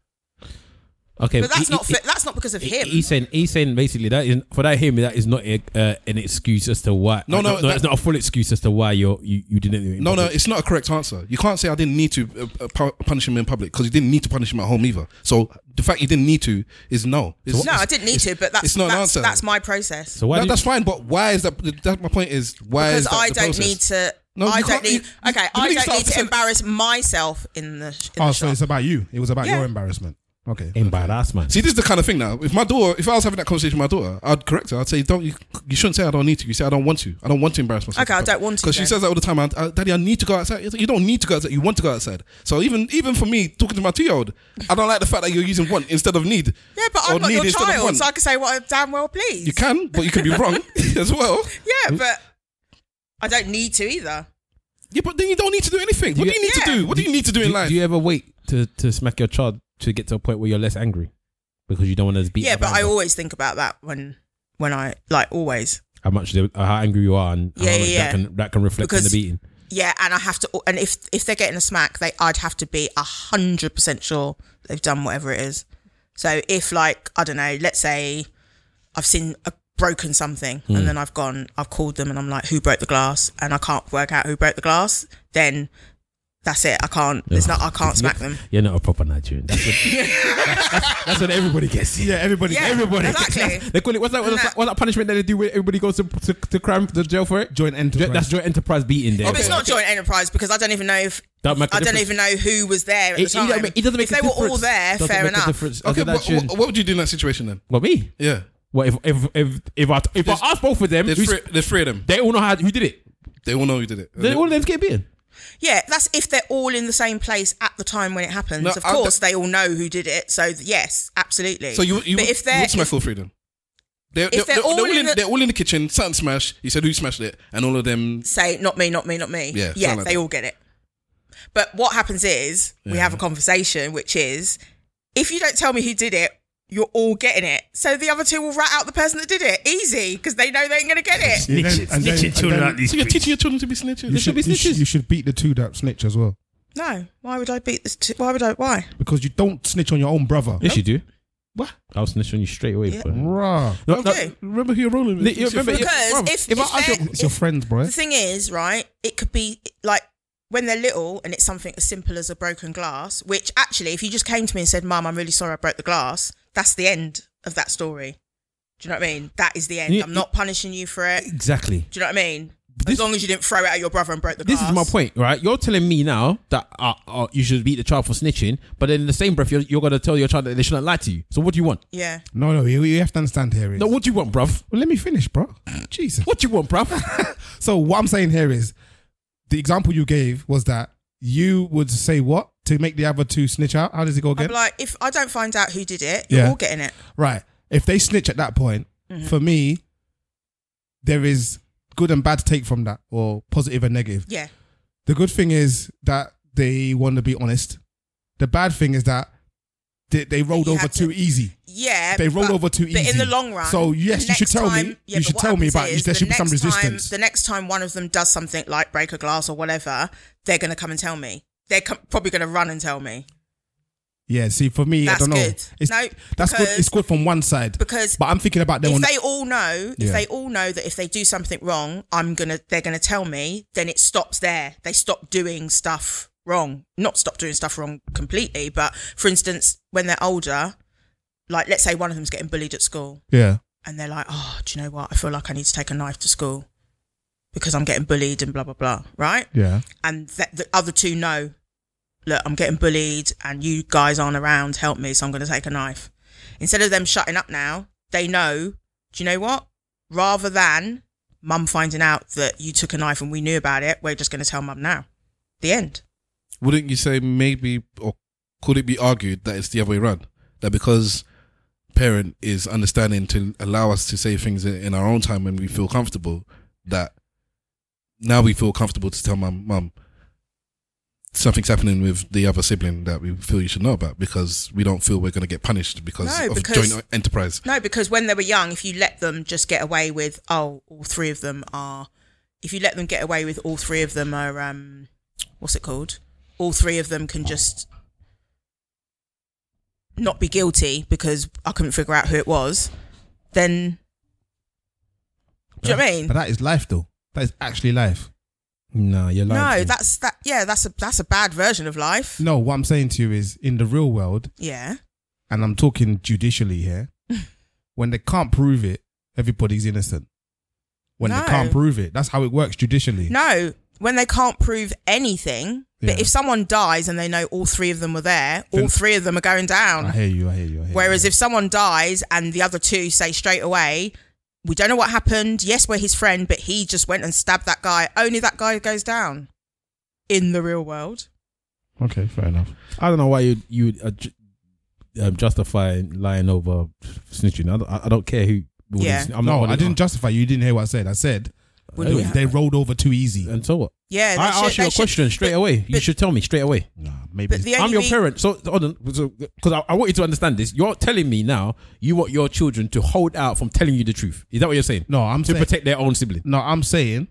Okay, But that's he- not he- fi- that's not because of he- him. He's saying, he's saying basically that is for that him that is not a, uh, an excuse as to why. No, no, that's that- not a full excuse as to why you're, you you didn't. do it in No, no, public. it's not a correct answer. You can't say I didn't need to uh, uh, pu- punish him in public because you didn't need to punish him at home either. So the fact you didn't need to is no. It's, no, I didn't need to. But that's it's not an that's, answer. that's my process. So why? No, did- that's fine, but why is that? That my point is why because is that I the don't process? need to. No, I you don't can't- need. you- you- Okay, you I really don't start need to to say- embarrass myself in the. sh- In Oh, the so shop. it's about you. It was about Yeah. your embarrassment. Okay. embarrassment. See, this is the kind of thing now. If my daughter, if I was having that conversation with my daughter, I'd correct her. I'd say, "Don't you? You shouldn't say I don't need to. You say I don't want to. I don't want to embarrass myself." Okay, I don't want to Because she then. says that all the time. I, I, Daddy, I need to go outside. You don't need to go outside. You want to go outside. So even even for me talking to my two year old, I don't like the fact that you're using want instead of need. yeah, but Or I'm not need your instead of child, want. so I can say what I damn well please. You can, but you can be wrong as well. Yeah, but I don't need to either. Yeah, but then you don't need to do anything. What do Do you- you need Yeah. to do? What do you need to do in life? Do you ever wait to, to smack your child to get to a point where you're less angry because you don't want to be? Yeah, but I always think about that when when I like always. how much they, how angry you are and Yeah, how yeah, much yeah. that can that can reflect on Because- the beating. yeah, and I have to, and if if they're getting a smack, they I'd have to be a hundred percent sure they've done whatever it is. So if like I don't know, let's say I've seen a broken something, Hmm. and then I've gone, I've called them, and I'm like, who broke the glass, and I can't work out who broke the glass, then that's it. I can't. It's not. I can't smack them. You're not a proper Nigerian. That's what, that's, that's what everybody gets. Yeah, everybody. Yeah, Everybody. exactly. They call it what's that? What's, Nah. that, what's that punishment that they do where everybody goes to to, to crime to jail for it? Joint enterprise. That's joint enterprise beating. There. But it's not joint enterprise because I don't even know if Don't make a I don't difference. even know who was there at It, the time. it doesn't make- it doesn't if make a they were all difference. there, Doesn't fair make a enough. difference. I Okay, think that what, should- what, what would you do in that situation then? What me? Yeah, What if if if if I if I ask both of them, there's who's- three, there's three of them. they all know how who did it. They all know you did it. They, all of them get beaten. Yeah, that's if they're all in the same place at the time when it happens. No, of I- course, they all know who did it. So th- yes, absolutely. So you, you, but would- if you they're would smash all three of them. They're, they're, they're they're, all all in in, the- they're all in the kitchen. Something smash. You said who smashed it, and all of them. say not me, not me, not me, Yeah, yeah, something like they that. all get it. But what happens is we have a conversation, which is if you don't tell me who did it. You're all getting it, so the other two will rat out the person that did it. Easy, because they know they ain't gonna get it. And then- and then- and then So you're teaching your children to be snitches. You They should, should be you should- snitches. you should beat the two that snitch as well. No, why would I beat this? T- why would I? Why? Because you don't snitch on your own brother. Yes, you do. What? I'll snitch on you straight away. Yeah. bro. Bruh. No, no, Okay. Remember who you're rolling with. You It's your remember- Because friend. Bruv, if, if, if I ask they're- you- It's your friends, bro. the thing is, right? It could be like when they're little and it's something as simple as a broken glass, which actually, if you just came to me and said, Mum, I'm really sorry I broke the glass, that's the end of that story. Do you know what I mean? That is the end. Yeah, I'm not punishing you for it. exactly. Do you know what I mean? This- as long as you didn't throw it at your brother and broke the This glass. is my point, right? You're telling me now that uh, uh, you should beat the child for snitching, but then in the same breath, you're, you're going to tell your child that they shouldn't lie to you. So what do you want? Yeah. No, no, you, you have to understand here is. No, what do you want, bruv? Well, let me finish, bro. Jesus. What do you want, bruv? So what I'm saying here is, the example you gave was that you would say what to make the other two snitch out. How does it go I'm again? like, if I don't find out who did it, you're Yeah. all getting it. right. If they snitch at that point, Mm-hmm. for me, there is good and bad to take from that, or positive and negative. Yeah. The good thing is that they want to be honest. The bad thing is that they, they rolled You over had to- too easy. Yeah, They rolled but- over too But easy. in the long run, So, yes, the you should next tell me- time- you but should what tell me happens about it. is There the should be some next time- resistance. the next time one of them does something like break a glass or whatever, they're going to come and tell me. They're com- probably going to run and tell me Yeah, see, for me, I That's don't know. good. It's, No, that's good. because- It's good from one side. because But I'm thinking about them if on they all know, if Yeah. they all know that if they do something wrong, I'm gonna, they're going to tell me. Then it stops there. They stop doing stuff wrong. Not stop doing stuff wrong completely, but for instance, when they're older, like let's say one of them's getting bullied at school. yeah. and they're like, oh, do you know what? I feel like I need to take a knife to school because I'm getting bullied and blah, blah, blah, right? Yeah. And th- the other two know, look, I'm getting bullied and you guys aren't around, help me, so I'm going to take a knife. Instead of them shutting up now, they know, do you know what? Rather than mum finding out that you took a knife and we knew about it, we're just going to tell mum now. The end. Wouldn't you say maybe or could it be argued that it's the other way around? That because parent is understanding to allow us to say things in, in our own time when we feel comfortable, that now we feel comfortable to tell mum, mum, something's happening with the other sibling that we feel you should know about because we don't feel we're going to get punished because No, of because- joint enterprise. No, because when they were young, if you let them just get away with, oh, all three of them are, if you let them get away with all three of them are, um, what's it called? All three of them can just not be guilty because I couldn't figure out who it was, then. Do you know what I mean? But that is life, though. That is actually life. no, you're No, that's that. Yeah, that's a that's a bad version of life. No, what I'm saying to you is in the real world, Yeah, and I'm talking judicially here, when they can't prove it, everybody's innocent. When No. they can't prove it, that's how it works judicially. no. When they can't prove anything, Yeah. but if someone dies and they know all three of them were there, all Then- three of them are going down. I hear you. I hear you. I hear Whereas you. if someone dies and the other two say straight away, we don't know what happened. Yes, we're his friend, but he just went and stabbed that guy. Only that guy goes down in the real world. okay, fair enough. I don't know why you you uh, ju- um, justify lying over snitching. I don't, I I don't care who. who Yeah. is- I'm no, one I of- didn't justify you. You didn't hear what I said. I said Would we they, have- they rolled over too easy. And so what? yeah, they should- I asked you they a should- question straight but- away. you but- should tell me straight away. Nah, maybe. But the I'm only your rea- parent, so hold on, because I, I want you to understand this. You're telling me now you want your children to hold out from telling you the truth. Is that what you're saying? no, I'm to saying, protect their own sibling. no, I'm saying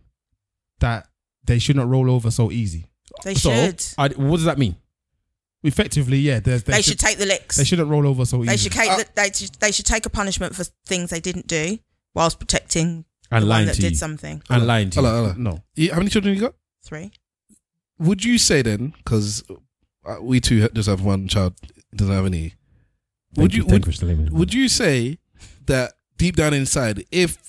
that they should not roll over so easy. They so, should. I, what does that mean? Effectively, yeah. They, they, They should take the licks. They shouldn't roll over so easy. They should take Uh, the, they should, they should take a punishment for things they didn't do whilst protecting And the one lying that to you. did something. And lying to you. Hello, hello. No. Yeah, How many children you got? Three. Would you say then, because we two ha- just have one child, doesn't have any. Would you, would, would you say that deep down inside, if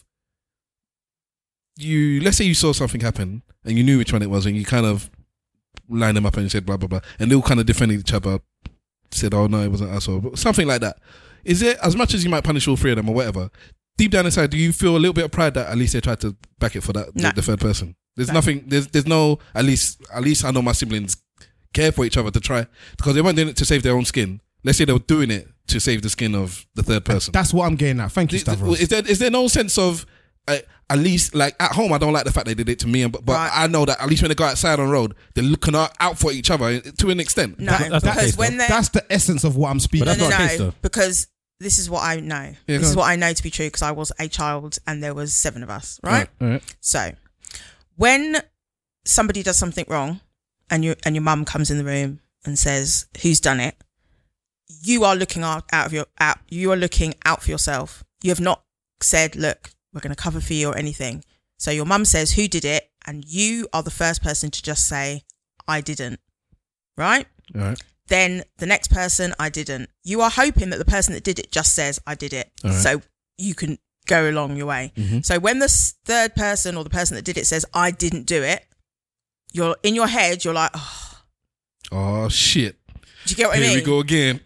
you let's say you saw something happen and you knew which one it was, and you kind of lined them up and you said blah blah blah, and they all kind of defended each other, said oh no it wasn't us or but something like that. Is it as much as you might punish all three of them or whatever? Deep down inside, do you feel a little bit of pride that at least they tried to back it for that the- No. the third person? There's nothing. There's there's no at least at least I know my siblings care for each other to try because they weren't doing it to save their own skin. Let's say they were doing it to save the skin of the third person. That's what I'm getting at. Thank you, Is, Stavros. is there is there no sense of uh, at least like at home? I don't like the fact they did it to me, and but, but Right. I know that at least when they go outside on the road, they're looking out, out for each other uh, to an extent. No, that's not the because case, when though. they That's the essence of what I'm speaking. But that's no, no, not a no, case, though. because this is what I know. Yeah, go this on. is what I know to be true because I was a child and there was seven of us, right? All right. So, when somebody does something wrong, and your and your mum comes in the room and says, "Who's done it?" You are looking out, out of your out. You are looking out for yourself. You have not said, "Look, we're going to cover for you" or anything. So your mum says, "Who did it?" and you are the first person to just say, "I didn't," right? All right. then the next person I didn't. You are hoping that the person that did it just says I did it, All right. so you can go along your way. Mm-hmm. So when the s- third person or the person that did it says I didn't do it, you're in your head. You're like, oh, Oh shit! do you get what Here I we mean? go again.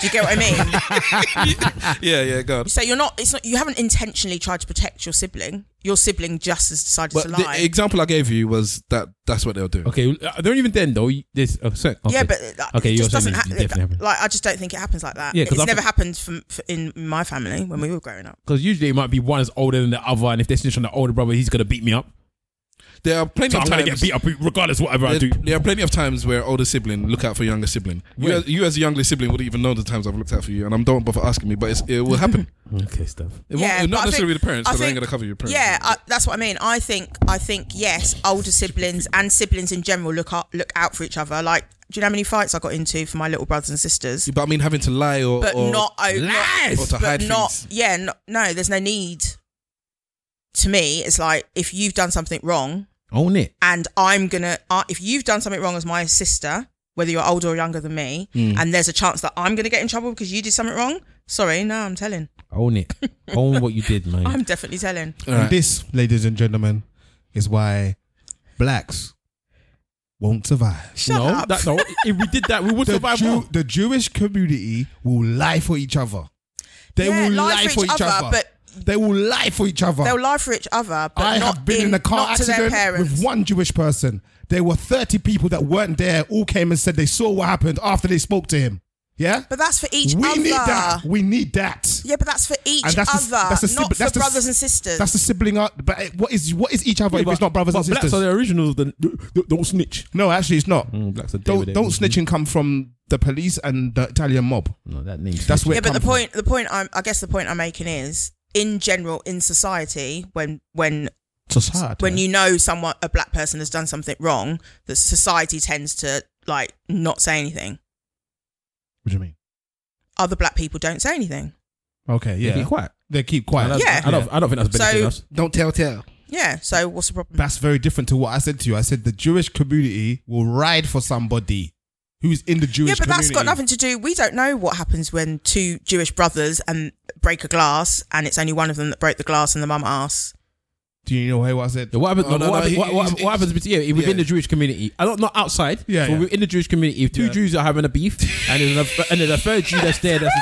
Do you get what I mean? yeah, yeah, God. so you're not. It's not. You haven't intentionally tried to protect your sibling. Your sibling just has decided But to the lie. example I gave you was that that's what they were doing. Okay, uh, don't even then though. you- There's a certain. Okay. Yeah, but uh, like, Okay, it you're just doesn't saying it definitely happen. happened. Like I just don't think it happens like that. Yeah, 'cause it's I've- never happened from, for, in my family when we were growing up. because usually it might be one's older than the other, and if they're snitching on the older brother, he's gonna beat me up. There are plenty So of I'm gonna times. get beat up regardless whatever I there, do. there are plenty of times where older sibling look out for younger sibling. You When? as, you as a younger sibling wouldn't even know the times I've looked out for you, and I'm don't bother asking me, but it's, it will happen. Okay, stuff. It won't- Yeah, not but I necessarily think- with the parents I because I ain't think- gonna cover your parents. Yeah, I, that's what I mean. I think I think yes, older siblings and siblings in general look out, look out for each other. Like, do you know how many fights I got into for my little brothers and sisters? But I mean, having to lie or But or not o- or not, to hide but not things. yeah, no, no. There's no need. To me, it's like if you've done something wrong, Own it. and I'm gonna uh, if you've done something wrong as my sister, whether you're older or younger than me, and there's a chance that I'm gonna get in trouble because you did something wrong. Sorry, no, I'm telling. Own it. Own what you did, man. I'm definitely telling. And this, ladies and gentlemen, is why blacks won't survive. Shut no, up. That, no. If we did that, we would The, survive. Jew- more. the Jewish community will lie for each other. They Yeah, will lie lie for each, other. but they will lie for each other. They'll lie for each other, but I not have been in, a car not to their accident parents. with one Jewish person. There were 30 people that weren't there, all came and said they saw what happened after they spoke to him. Yeah? But that's for each we other. need that. We need that. Yeah, but that's for each And that's the- other, that's the sib- not that's for the s- brothers and sisters. That's the sibling art. But eh, what is what is each other if But- it's not brothers but and sisters? Blacks are the originals. Then don't snitch. no, actually, it's not. Mm, blacks are don't don't snitching come from the police and the Italian mob. No, that name. That's where. yeah, it but the come from. point the point I'm I guess the point I'm making is in general in society when when Society. when you know someone a black person has done something wrong, that society tends to like not say anything. What do you mean? Other black people don't say anything. Okay, yeah. Be quiet. They keep quiet. And that's- Yeah. I don't. I don't think that's benefiting So- us. Don't tell tell. Yeah. So what's the problem? That's very different to what I said to you. I said the Jewish community will ride for somebody who's in the Jewish yeah, but community. that's got nothing to do. We don't know what happens when two Jewish brothers and break a glass, and it's only one of them that broke the glass, and the mum asks. Do you know what I said? Yeah, What happens? Oh, no, what, no, happens- he- what, what, he's- what happens bet- yeah, within yeah. the Jewish community? I don't not outside. Yeah, so yeah. within the Jewish community, if two Yeah. Jews are having a beef, and there's a, and there's a third Jew that's there, that's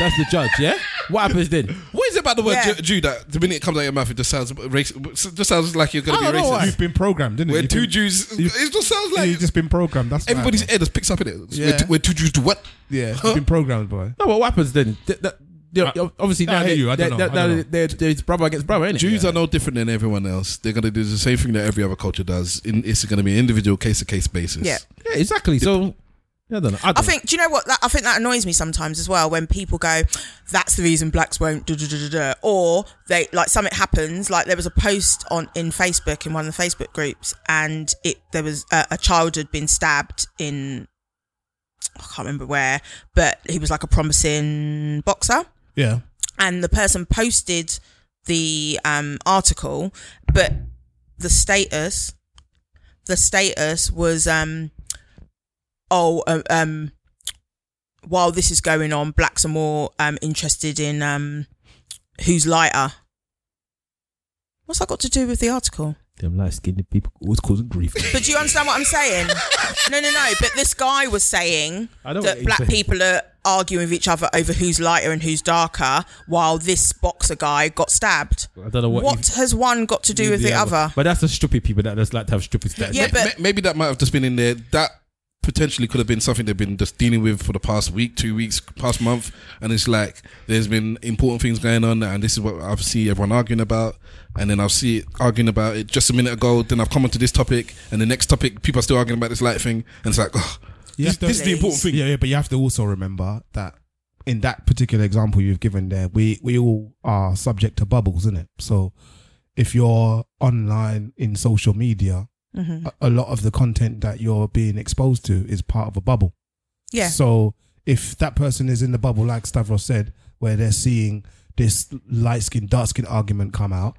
that's the judge. Yeah. What happens then? What is it about the word Yeah. Ju- Jew that the minute it comes out of your mouth, it just sounds racist? Just sounds like you're I gonna be don't know why. racist. You've been programmed, didn't We're you? two Jews. It just sounds like You've just been programmed. That's everybody's Right, ear just picks up in it. Yeah. We're, two, we're two Jews do what? bro. yeah, Huh? you've been programmed, boy. No, but what happens then? Th- that- you know, obviously, I now hear they- you. I don't know. they- they- I don't they- know. they're- they're- it's brother against brother, ain't Jews are no different than everyone else. They're gonna do the same thing that every other culture does. In, it's gonna be an individual case to case basis. Yeah. Yeah, exactly. So I don't know. I, I don't think. Do you know what? That, I think that annoys me sometimes as well when people go, "That's the reason blacks won't." Da, da, da, da, da. Or they like something happens. Like there was a post on in Facebook in one of the Facebook groups, and it there was a, a child had been stabbed in. I can't remember where, but he was like a promising boxer, Yeah. and the person posted the um, article, but the status, the status was, um, oh, uh, um, while this is going on, blacks are more um, interested in um, who's lighter. What's that got to do with the article? Them light skinned people always causing grief. But do you understand what I'm saying? no, no, no. But this guy was saying I know what that he's black saying. people are arguing with each other over who's lighter and who's darker, while this boxer guy got stabbed. I don't know What, what. if- has one got to do with the other? But that's the stupid people that just like to have stupid stats. Yeah, but- Ma- maybe that might have just been in there. That potentially could have been something they've been just dealing with for the past week, two weeks, past month, and it's like there's been important things going on, and this is what I've seen everyone arguing about, and then I'll see it arguing about it just a minute ago. Then I've come onto this topic, and the next topic people are still arguing about this light thing, and it's like, oh, You this, have to- this is the important thing. Yeah, yeah, but you have to also remember that in that particular example you've given there, we we all are subject to bubbles, isn't it? So if you're online in social media, Mm-hmm. a, a lot of the content that you're being exposed to is part of a bubble. Yeah. So if that person is in the bubble, like Stavros said, where they're seeing this light skin, dark skin argument come out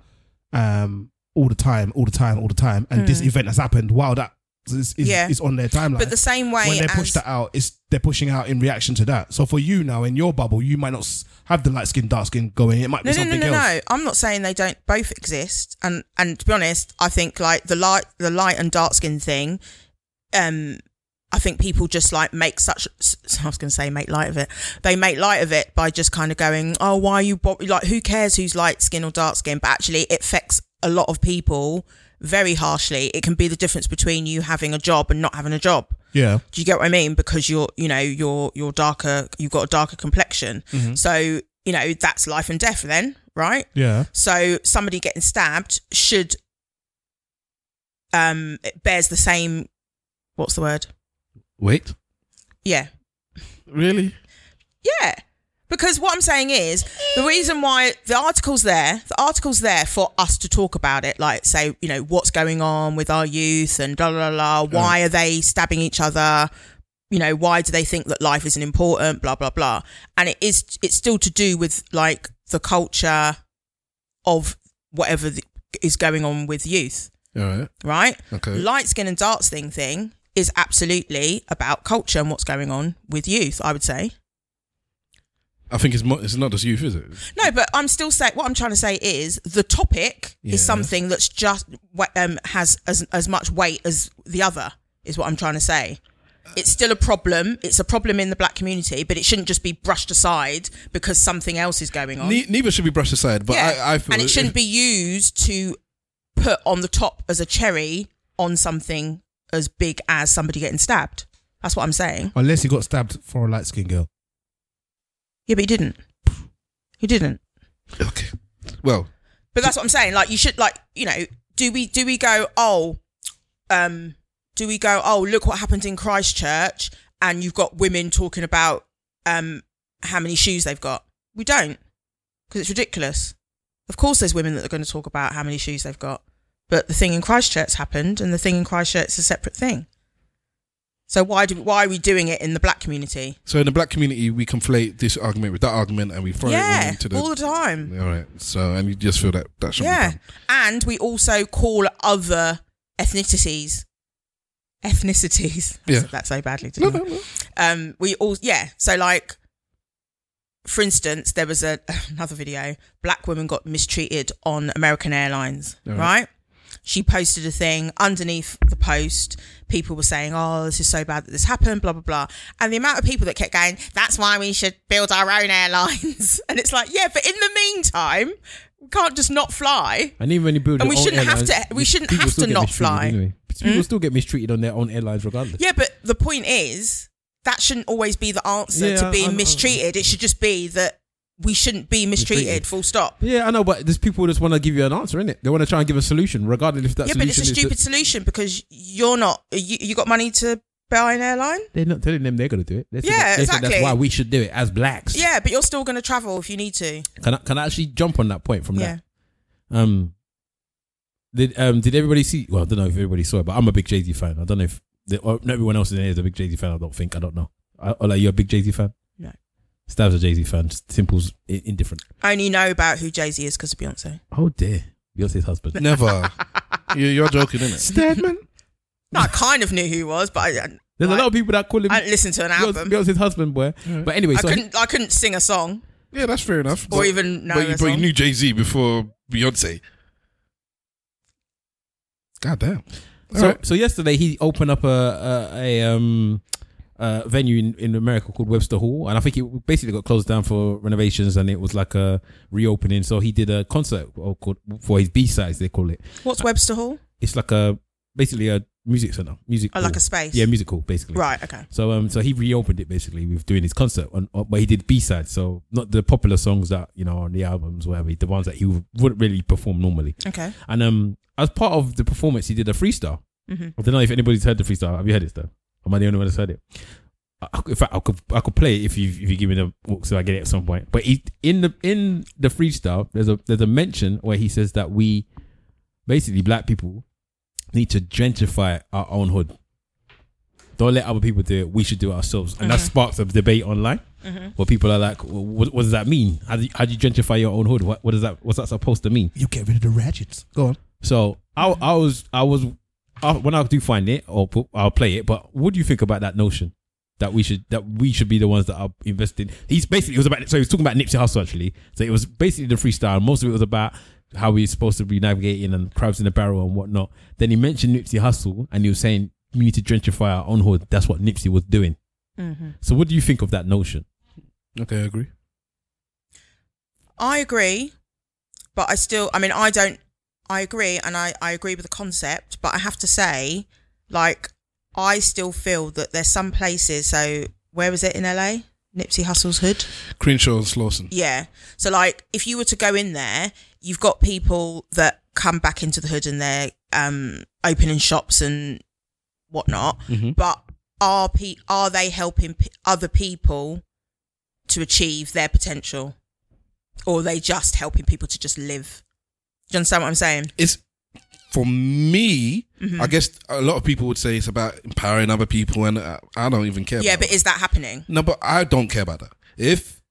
um, all the time, all the time, all the time, and this event has happened while that is, is, Mm. Yeah. is on their timeline. But the same way when they as- push that out, it's they're pushing out in reaction to that. So for you now in your bubble, you might not s- have the light skin, dark skin going. It might No, be no, no, something no, else. no. I'm not saying they don't both exist, and and to be honest, I think like the light, the light and dark skin thing, um, I think people just like make such. s- I was going to say make light of it. They make light of it by just kind of going, oh, why are you bo-? like? Who cares who's light skin or dark skin? But actually, it affects a lot of people very harshly. It can be the difference between you having a job and not having a job. Yeah, Do you get what I mean? Because you're, you know, you're you're darker. You've got a darker complexion, so you know that's life and death. Then, right? yeah, So somebody getting stabbed should um it bears the same. What's the word? Wait, Yeah, really? yeah. Because what I'm saying is the reason why the article's there, the article's there for us to talk about it. Like, say, you know, what's going on with our youth and blah, blah, blah. Why are they stabbing each other? You know, why do they think that life isn't important? Blah, blah, blah. And it is, it's still to do with like the culture of whatever the, is going on with youth, All right, right? okay. light skin and dark skin thing is absolutely about culture and what's going on with youth, I would say. I think it's mo- it's not just youth, is it? No, but I'm still saying what I'm trying to say is the topic Yeah. is something that's just wa- um, has as as much weight as the other is what I'm trying to say. It's still a problem. It's a problem in the black community, but it shouldn't just be brushed aside because something else is going on. Ne- neither should be brushed aside, but yeah, I, I feel and it shouldn't be used to put on the top as a cherry on something as big as somebody getting stabbed. That's what I'm saying. unless you got stabbed for a light skin girl. Yeah, but he didn't. He didn't. Okay, well, But that's what I'm saying. Like you should like, you know, do we do we go, oh, um, do we go, oh, look what happened in Christchurch and you've got women talking about um how many shoes they've got? We don't. Because it's ridiculous. Of course there's women that are going to talk about how many shoes they've got. But the thing in Christchurch happened and the thing in Christchurch is a separate thing. So why do why are we doing it in the black community? so in the black community, we conflate this argument with that argument, and we throw it all yeah, into the all the time. All right. So, and you just feel that that should yeah. be done. And we also call other ethnicities ethnicities. I Yeah. said that so badly, didn't I? Um we all yeah, so like for instance, there was a another video, black woman got mistreated on American Airlines, All right. right? She posted a thing underneath the post. People were saying, "Oh, this is so bad that this happened." Blah blah blah. And the amount of people that kept going, "That's why we should build our own airlines." And it's like, yeah, but in the meantime, we can't just not fly. And even when you build And your we own shouldn't have airlines, to- we you- shouldn't people have still to get not mistreated fly. Hmm? Anyway. People still get mistreated on their own airlines regardless. Yeah, but the point is that shouldn't always be the answer Yeah, to being I'm- I'm- mistreated. It should just be that we shouldn't be mistreated. Mistreated. Full stop. Yeah, I know, but there's people just want to give you an answer, innit? They want to try and give a solution, regardless if that yeah, but solution it's a is stupid solution because you're not. You, you got money to Bahrain airline. They're not telling them they're going to do it. They're saying Yeah, that- they're saying exactly. That's why we should do it as blacks. Yeah, but you're still going to travel if you need to. Can I, can I actually jump on that point from Yeah. that? Um, did um did everybody see? Well, I don't know if everybody saw it, but I'm a big Jay Z fan. I don't know if the, or not everyone else in here is a big Jay Z fan. I don't think. I don't know. I, Ola, you're a big Jay Z fan. No. Stav's a Jay Z fan. Just Simple's i- indifferent. I only know about who Jay Z is because of Beyonce. Oh dear, Beyonce's husband. Never. you, you're joking, innit? Stedman. No, I kind of knew who he was, but I, There's a Right. lot of people that call him I didn't listen to an Beyonce, album. Beyonce's husband, boy. But anyway, I so he- couldn't. I couldn't sing a song Yeah, that's fair enough. or But- even know but, a you, but you song. knew Jay Z before Beyonce. God damn. So, Alright. so yesterday he opened up a a, a um uh venue in, in America called Webster Hall, and I think it basically got closed down for renovations, and it was like a reopening. So he did a concert or called for his B sides, they call it. What's Webster Hall? It's like a basically a music center, music Oh, like hall. a space. yeah, music hall basically. Right. Okay. So um, so he reopened it basically with doing his concert, on, on, but he did B sides, so not the popular songs that you know on the albums, whatever, the ones that he wouldn't really perform normally. Okay. And um, as part of the performance, he did a freestyle. Mhm. I don't know if anybody's heard the freestyle. Have you heard it though? Am I the only one that's heard it? I- I- In fact, I could I could play it if you if you give me the book so I get it at some point. But he, in the in the freestyle, there's a there's a mention where he says that we basically black people need to gentrify our own hood. Don't let other people do it. We should do it ourselves, and that sparks a debate online where people are like, "Wha- "What, what does that mean? How do, you, how do you gentrify your own hood? What, what does that? What's that supposed to mean?" You get rid of the ratchets. Go on. So I, I was, I was, I, when I do find it, or put, I'll play it. But what do you think about that notion that we should that we should be the ones that are invested? He's basically it was about so he was talking about Nipsey Hussle actually. So it was basically the freestyle. Most of it was about how we're supposed to be navigating and crabs in a barrel and whatnot. Then he mentioned Nipsey Hussle and he was saying we need to gentrify our own hood. That's what Nipsey was doing. So what do you think of that notion? Okay, I agree. I agree, but I still, I mean, I don't, I agree and I, I agree with the concept, but I have to say, like, I still feel that there's some places, so where was it in LA? Nipsey Hussle's hood? Crenshaw and Slauson. Yeah. So, like, if you were to go in there, you've got people that come back into the hood and they're um, opening shops and whatnot, but are, pe- are they helping p- other people to achieve their potential? Or are they just helping people to just live? Do you understand what I'm saying? It's for me. Mm-hmm. I guess a lot of people would say it's about empowering other people, and I, I don't even care. Yeah, about but is that happening? No, but I don't care about that. If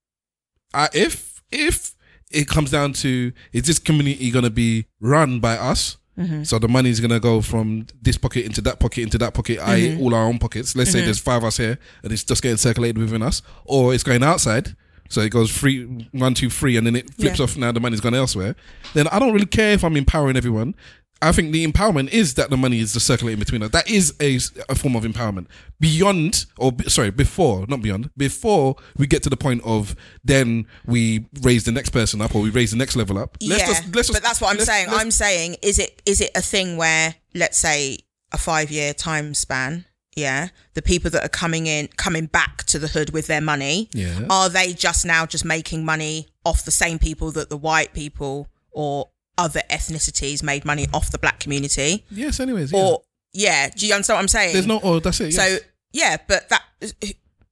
I if if it comes down to is this community gonna be run by us? So the money's gonna go from this pocket into that pocket into that pocket, i.e., all our own pockets. Let's say there's five of us here, and it's just getting circulated within us, or it's going outside. So it goes three, one, two, three, and then it flips Yeah. off. Now the money's gone elsewhere. Then I don't really care if I'm empowering everyone. I think the empowerment is that the money is just circulating between us. That is a, a form of empowerment. Beyond, or b- sorry, before, not beyond, before we get to the point of then we raise the next person up or we raise the next level up. yeah, but that's what I'm let's- saying. let's- I'm saying is it is it a thing where let's say a five year time span, yeah, the people that are coming in coming back to the hood with their money, Yeah. are they just now just making money off the same people that the white people or other ethnicities made money off the black community? Yes, anyways. yeah. Or yeah, do you understand what I'm saying? There's no, oh, that's it. so yes. yeah, but that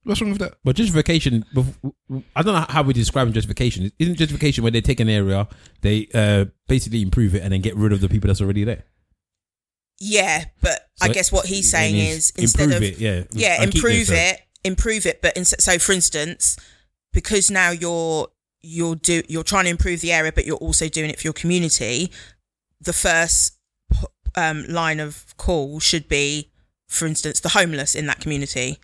what's wrong with that? But justification, bef- I don't know how we're describing justification. Isn't justification where they take an area, they uh, basically improve it, and then get rid of the people that's already there? yeah, but I So guess what he's saying it is instead improve of it, yeah, yeah, And keep improve so- it, improve it. But in, so, for instance, because now you're you're do you're trying to improve the area, but you're also doing it for your community. The first p- um, line of call should be, for instance, the homeless in that community.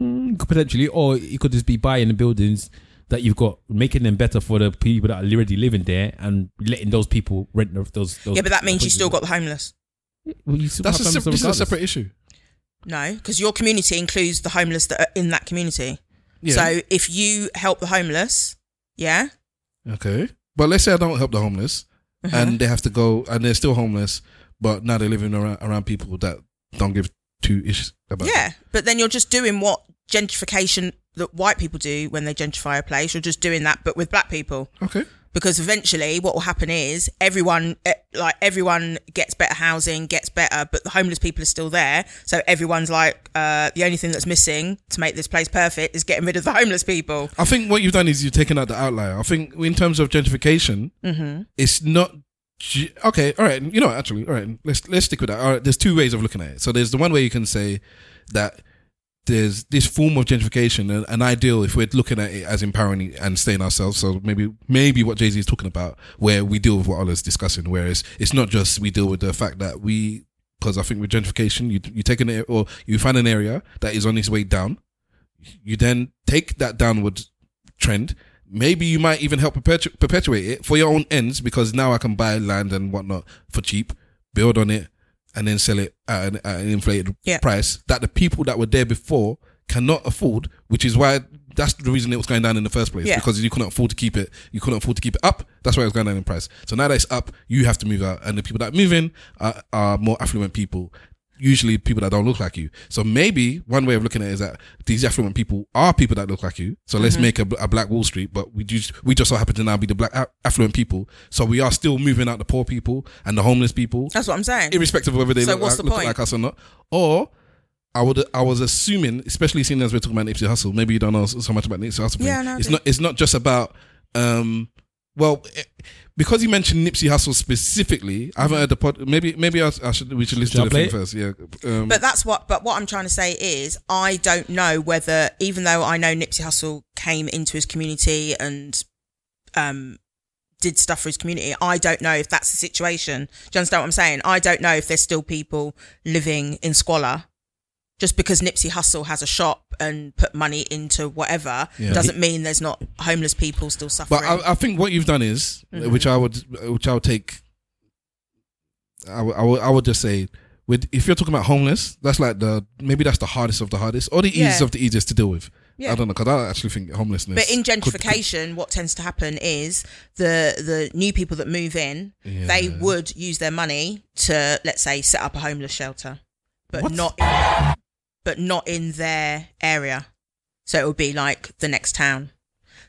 Mm, potentially, or it could just be buying the buildings that you've got, making them better for the people that are already living there, and letting those people rent the- those. those Yeah, but that means you still got the homeless. Well, you still That's a, have sep- some- this is a regardless. separate issue. No, because your community includes the homeless that are in that community. Yeah. So if you help the homeless, yeah, Okay. But let's say I don't help the homeless Uh-huh. and they have to go and they're still homeless, but now they're living around, around people that don't give two ish about yeah, but then you're just doing what gentrification that white people do when they gentrify a place. You're just doing that, but with black people. it. Okay. because eventually what will happen is everyone eh, like everyone gets better housing gets better but the homeless people are still there so everyone's like uh, the only thing that's missing to make this place perfect is getting rid of the homeless people I think what you've done is you've taken out the outlier. I think in terms of gentrification, it's not. ge- Okay, all right. You know, what, actually, all right. Let's let's stick with that. All right, there's two ways of looking at it. So there's the one way you can say that there's this form of gentrification, an, an ideal, if we're looking at it as empowering and staying ourselves. So maybe maybe what Jay Z is talking about, where we deal with what Ola's discussing, whereas it's not just we deal with the fact that we, because I think with gentrification, you you take an area or you find an area that is on its way down, you then take that downward trend. Maybe you might even help perpetu- perpetuate it for your own ends because now I can buy land and whatnot for cheap, build on it, and then sell it at an, at an inflated Yeah. price that the people that were there before cannot afford, which is why that's the reason it was going down in the first place Yeah. because you couldn't afford to keep it. You couldn't afford to keep it up. That's why it was going down in price. So now that it's up, you have to move out, and the people that move in are, are more affluent people usually people that don't look like you. So maybe one way of looking at it is that these affluent people are people that look like you. So let's make a, a black Wall Street, but we just we just so happen to now be the black a- affluent people. So we are still moving out the poor people and the homeless people, that's what i'm saying irrespective of whether they So look, what's like, the look point? like us or not. Or I would I was assuming, especially seeing as we're talking about Nipsey Hustle, maybe you don't know so so much about Nipsey Hustle. Yeah, no, I it's do. not it's not just about um well eh, because you mentioned Nipsey Hustle specifically, Mm-hmm. I haven't heard the pod. Maybe, maybe I, I should. We should listen Shall I to the thing play first. Yeah, um, But that's what. But what I'm trying to say is, I don't know whether, even though I know Nipsey Hussle came into his community and um, did stuff for his community, I don't know if that's the situation. Do you understand what I'm saying? I don't know if there's still people living in squalor. Just because Nipsey Hussle has a shop and put money into whatever doesn't mean there's not homeless people still suffering. But I, I think what you've done is, Mm-hmm. which I would, which I would take. I would, I would, I would just say, with if you're talking about homeless, that's like the maybe that's the hardest of the hardest, or the easiest Yeah. of the easiest to deal with. Yeah. I don't know because I actually think homelessness. But in could- could- gentrification, what tends to happen is the the new people that move in, they would use their money to, let's say, set up a homeless shelter, but not, in, but not in their area. So it would be like the next town.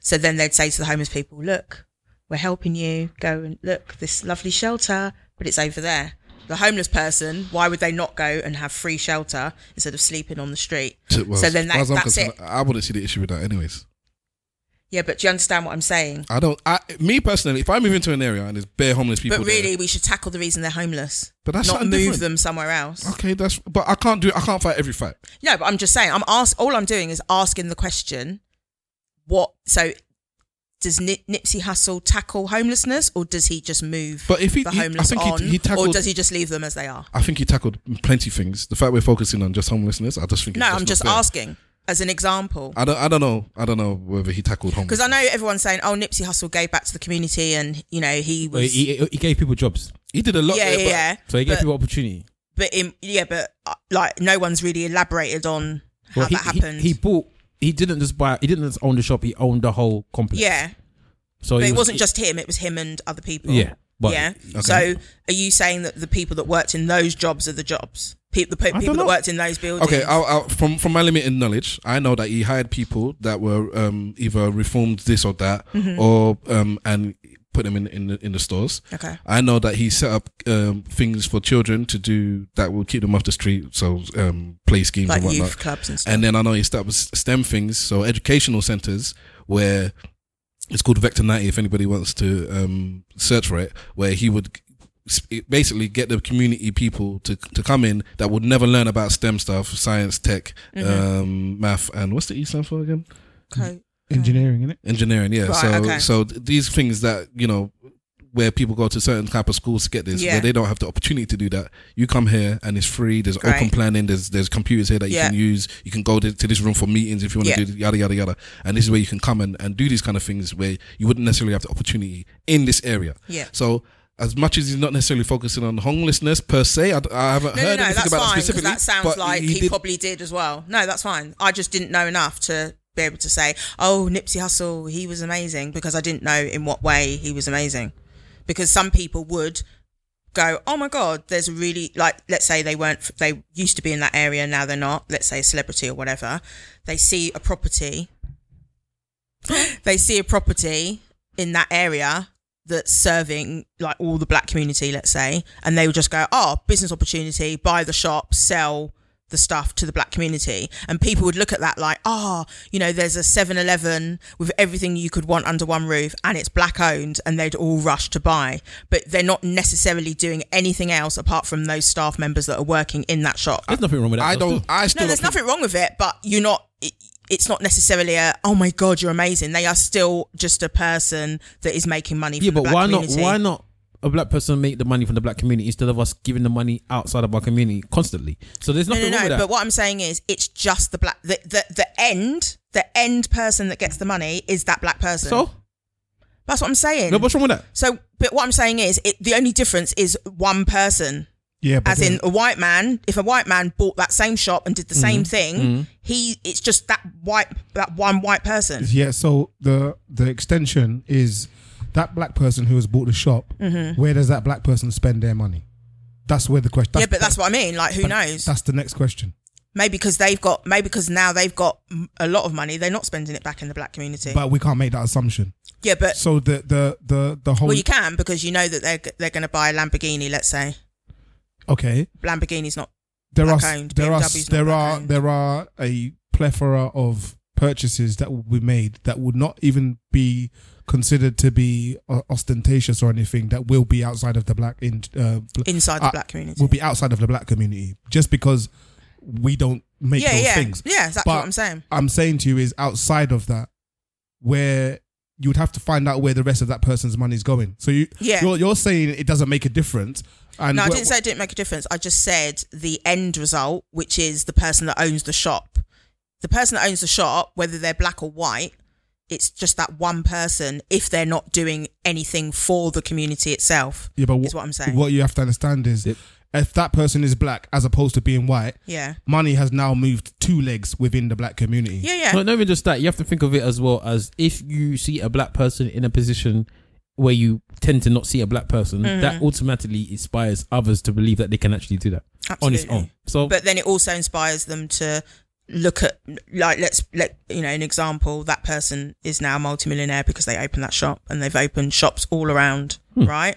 So then they'd say to the homeless people, "Look, we're helping you. Go and look this lovely shelter, but it's over there." The homeless person, why would they not go and have free shelter instead of sleeping on the street? to- well, so then as far that, as I'm that's it. concerned, I wouldn't see the issue with that, anyways. Yeah, but do you understand what I'm saying? I don't. I, me personally, if I move into an area and there's bare homeless people, But there- really, we should tackle the reason they're homeless, But that's not something move different. them somewhere else. okay, that's. But I can't do. I can't fight every fight. No, but I'm just saying. I'm ask. All I'm doing is asking the question: What? So, does Nip- Nipsey Hussle tackle homelessness, or does he just move But if he- the he- I homeless think he- on, he tackled- or does he just leave them as they are? I think he tackled plenty of things. The fact we're focusing on just homelessness, I just think. No, it's I'm not just fair. Um, asking as an example. I don't. I don't know. I don't know whether he tackled homeless. Because I know everyone's saying, "Oh, Nipsey Hussle gave back to the community, and you know he Well, was." he, he gave people jobs, He did a lot. yeah, there, yeah, but yeah. so he gave But- people opportunity. But in, yeah, but uh, like no one's really elaborated on how Well, he, that he- happened. He, bought. He didn't just buy. He didn't just own the shop. He owned the whole complex. yeah. So But he it was- wasn't just him; it was him and other people. Yeah, but- yeah. okay. So, are you saying that the people that worked in those jobs are the jobs? People, the pe- people know. that worked in those buildings. Okay, I'll, I'll, from from my limited knowledge, I know that he hired people that were um, either reformed this or that, Mm-hmm. or um, and put them in in the, in the stores. Okay. I know that he set up um, things for children to do that will keep them off the street, so um, play schemes Like and whatnot. youth clubs and stuff. And then I know he set up s- STEM things, so educational centers where it's called Vector 90 if anybody wants to um, search for it, where he would sp- basically get the community people to, to come in that would never learn about STEM stuff, science, tech, um, math, and what's the E stand for again? Co- Engineering, innit? Engineering, yeah. Right, so okay. so th- these things that, you know, where people go to certain type of schools to get this, Yeah. where they don't have the opportunity to do that. You come here and it's free. There's Great. open planning. There's there's computers here that you Yeah. can use. You can go to, to this room for meetings if you want to Yeah. do yada yada yada. And this is where you can come and, and do these kind of things where you wouldn't necessarily have the opportunity in this area. Yeah. So as much as he's not necessarily focusing on homelessness per se, I, d- I haven't no, no, no, heard anything that's about fine. that 'cause specifically. that sounds but like he he, did- probably did as well. No, that's fine. I just didn't know enough to be able to say, "Oh, Nipsey Hussle, he was amazing," because I didn't know in what way he was amazing. Because some people would go, "Oh my god, there's a really like let's say they weren't they used to be in that area, now they're not. Let's say a celebrity or whatever. They see a property. they see a property in that area that's serving like all the black community, let's say, and they would just go, oh, business opportunity, buy the shop, sell the stuff to the black community. And people would look at that like, ah, you know, there's a 7 Eleven with everything you could want under one roof and it's black owned and they'd all rush to buy. But they're not necessarily doing anything else apart from those staff members that are working in that shop. There's nothing wrong with that. I don't. I still. No, there's don't think- nothing wrong with it, but you're not. It, it's not necessarily a oh my god you're amazing. They are still just a person that is making money. From Yeah, the but black why not? community. Why not? A black person make the money from the black community instead of us giving the money outside of our community constantly. So there's No, nothing no, no. wrong with that. But what I'm saying is, it's just the black the, the the end. The end person that gets the money is that black person. so that's what I'm saying. no, what's wrong with that? so, but what I'm saying is, it, the only difference is one person. Yeah, but As then- in a white man, if a white man bought that same shop and did the same Mm-hmm. thing, he it's just that white that one white person. Yeah, so the the extension is that black person who has bought the shop. Mm-hmm. Where does that black person spend their money? That's where the question. yeah, but that's what I mean. Like, who knows? That's the next question. Maybe because they've got, maybe because now they've got m- a lot of money, they're not spending it back in the black community. But we can't make that assumption. yeah, but So the the the the whole. Uh, well, you can because you know that they're g- they're going to buy a Lamborghini. Let's say okay, Lamborghini's not. there are Black owned, there are BMW's not there black are owned. there are a plethora of purchases that will be made that would not even be considered to be uh, ostentatious or anything that will be outside of the black in uh, bl- Inside the black community. will be outside of the black community just because we don't make Yeah, those yeah, things yeah. Exactly But what I'm saying. I'm saying to you is outside of that, where you would have to find out where the rest of that person's money is going. So you, Yeah. you're, you're saying it doesn't make a difference. And No, I wh- didn't say it didn't make a difference. I just said the end result, which is the person that owns the shop. The person that owns the shop, whether they're black or white, it's just that one person if they're not doing anything for the community itself. yeah, but is what I'm saying. What you have to understand is Yep. if that person is black as opposed to being white, Yeah. money has now moved two legs within the black community. Yeah, yeah. No, not even just that. You have to think of it as well as if you see a black person in a position where you tend to not see a black person, Mm-hmm. that automatically inspires others to believe that they can actually do that on its Absolutely. own. So but then it also inspires them to look at like let's let you know an example that person is now a multimillionaire because they opened that shop and they've opened shops all around Hmm. right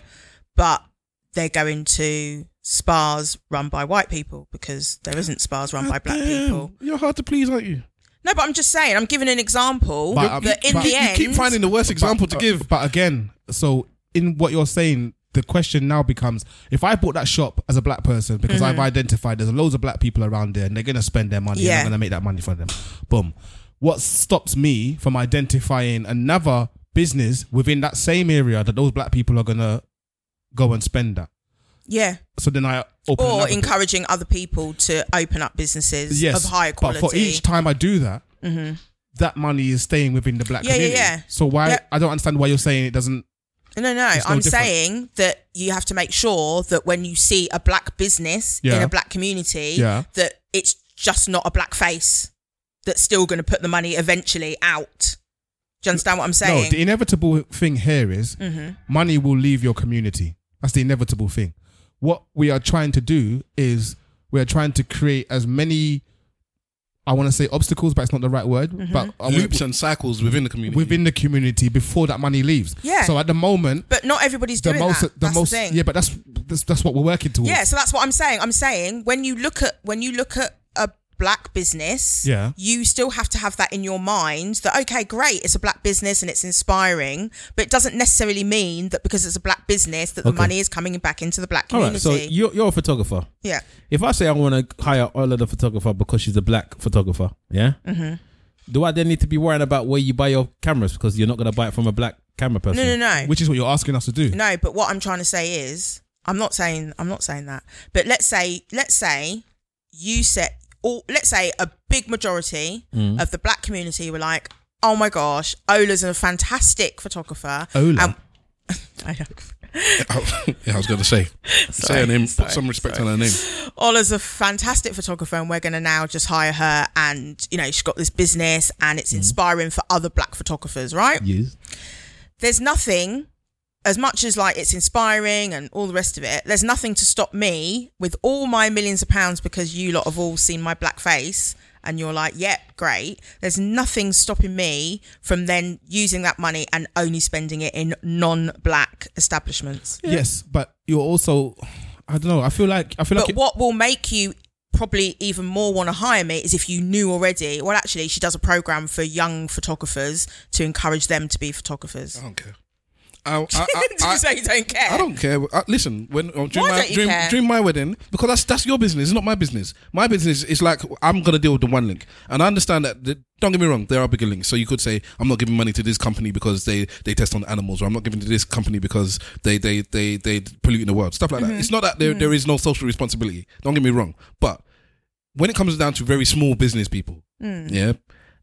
but they're going to spas run by white people because there isn't spas run by black Damn, people You're hard to please, aren't you? no but i'm just saying i'm giving an example But, um, that in but- the You end Keep finding the worst example to but- give. But again, so in what you're saying, the question now becomes: If I bought that shop as a black person because I've identified there's loads of black people around there and they're gonna spend their money, and Mm-hmm. Yeah. I'm gonna make that money for them. Boom. What stops me from identifying another business within that same area that those black people are gonna go and spend at? yeah So then I open or another- encouraging other people to open up businesses yes, of higher quality Mm-hmm. But for each time I do that, that money is staying within the black Yeah, yeah, community. yeah. So why Yep. I don't understand why you're saying it doesn't No, no. It's no I'm different. saying that you have to make sure that when you see a black business in Yeah. a black community, Yeah. that it's just not a black face that's still going to put the money eventually out. Do you understand what I'm saying? Mm-hmm. No, the inevitable thing here is money will leave your community. That's the inevitable thing. What we are trying to do is we are trying to create as many, I want to say obstacles, but it's not the right word, Mm-hmm. but uh, Loops and cycles within the community. within the community before that money leaves. Yeah. So at the moment, but not everybody's the doing most, that. the that's most, the thing. yeah, but that's, that's that's what we're working towards. Yeah, so that's what I'm saying. I'm saying when you look at when you look at a black business, Yeah. you still have to have that in your mind that okay, great, it's a black business and it's inspiring, but it doesn't necessarily mean that because it's a black business that the Okay. money is coming back into the black all community. right, so you're, you're a photographer. yeah. If I say I want to hire Ola the photographer because she's a black photographer, yeah, mm-hmm. do I then need to be worrying about where you buy your cameras because you're not going to buy it from a black camera person? No, no, no. Which is what you're asking us to do. No, but what I'm trying to say is, I'm not saying I'm not saying that. But let's say, let's say you set, or let's say a big majority of the black community were like, "Oh my gosh, Ola's a fantastic photographer." Ola? And- I know. yeah, I was going to say. say her name. sorry, put some respect on her name. Ola's a fantastic photographer, and we're going to now just hire her. And you know, she's got this business, and it's inspiring for other black photographers, right? Yes. there's nothing as much as like it's inspiring and all the rest of it there's nothing to stop me with all my millions of pounds because you lot have all seen my black face and you're like, yep, great. There's nothing stopping me from then using that money and only spending it in non-black establishments. Yes, but you're also, I don't know. I feel like I feel But like it- what will make you probably even more want to hire me is if you knew already. Well, actually, she does a program for young photographers to encourage them to be photographers. I don't care. I, Oh. I, I, Did you I- say you don't care? I don't care. I, listen, when uh, during, Why my, don't you during, care? during my wedding, because that's that's your business. It's not my business. My business is like I'm gonna deal with the one link, and I understand that. The, don't get me wrong, there are bigger links. So you could say I'm not giving money to this company because they they test on animals, or I'm not giving to this company because they they they they pollute the world, stuff like Mm-hmm. that. It's not that there there is no social responsibility. Don't get me wrong, but when it comes down to very small business people, Mm. yeah.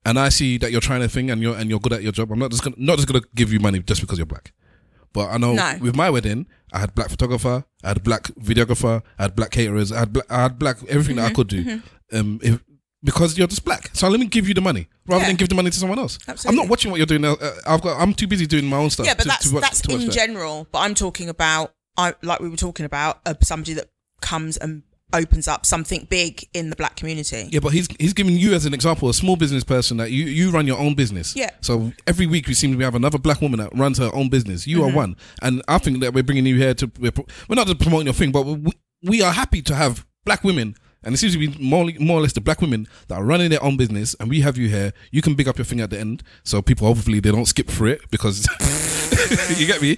And I see that you're trying a thing and you're and you're good at your job. I'm not just gonna not just gonna give you money just because you're black. But I know No. with my wedding, I had black photographer, I had black videographer, I had black caterers, I had black, I had black Mm-hmm. everything that I could do. Um, if, because you're just black, so let me give you the money rather Yeah. than give the money to someone else. I'm Absolutely. not watching what you're doing. Now. Uh, I've got I'm too busy doing my own stuff. Yeah, but to- that's to watch- that's to watch in that. general. But I'm talking about, I like we were talking about, uh, somebody that comes and opens up something big in the black community. Yeah, but he's he's giving you as an example a small business person that you you run your own business. Yeah. So every week we seem to have another black woman that runs her own business. You are one, and I think that we're bringing you here to we're, pro- we're not just promoting your thing, but we, we are happy to have black women. And it seems to be more, more or less the black women that are running their own business, and we have you here. You can big up your thing at the end, so people hopefully they don't skip for it because you get me.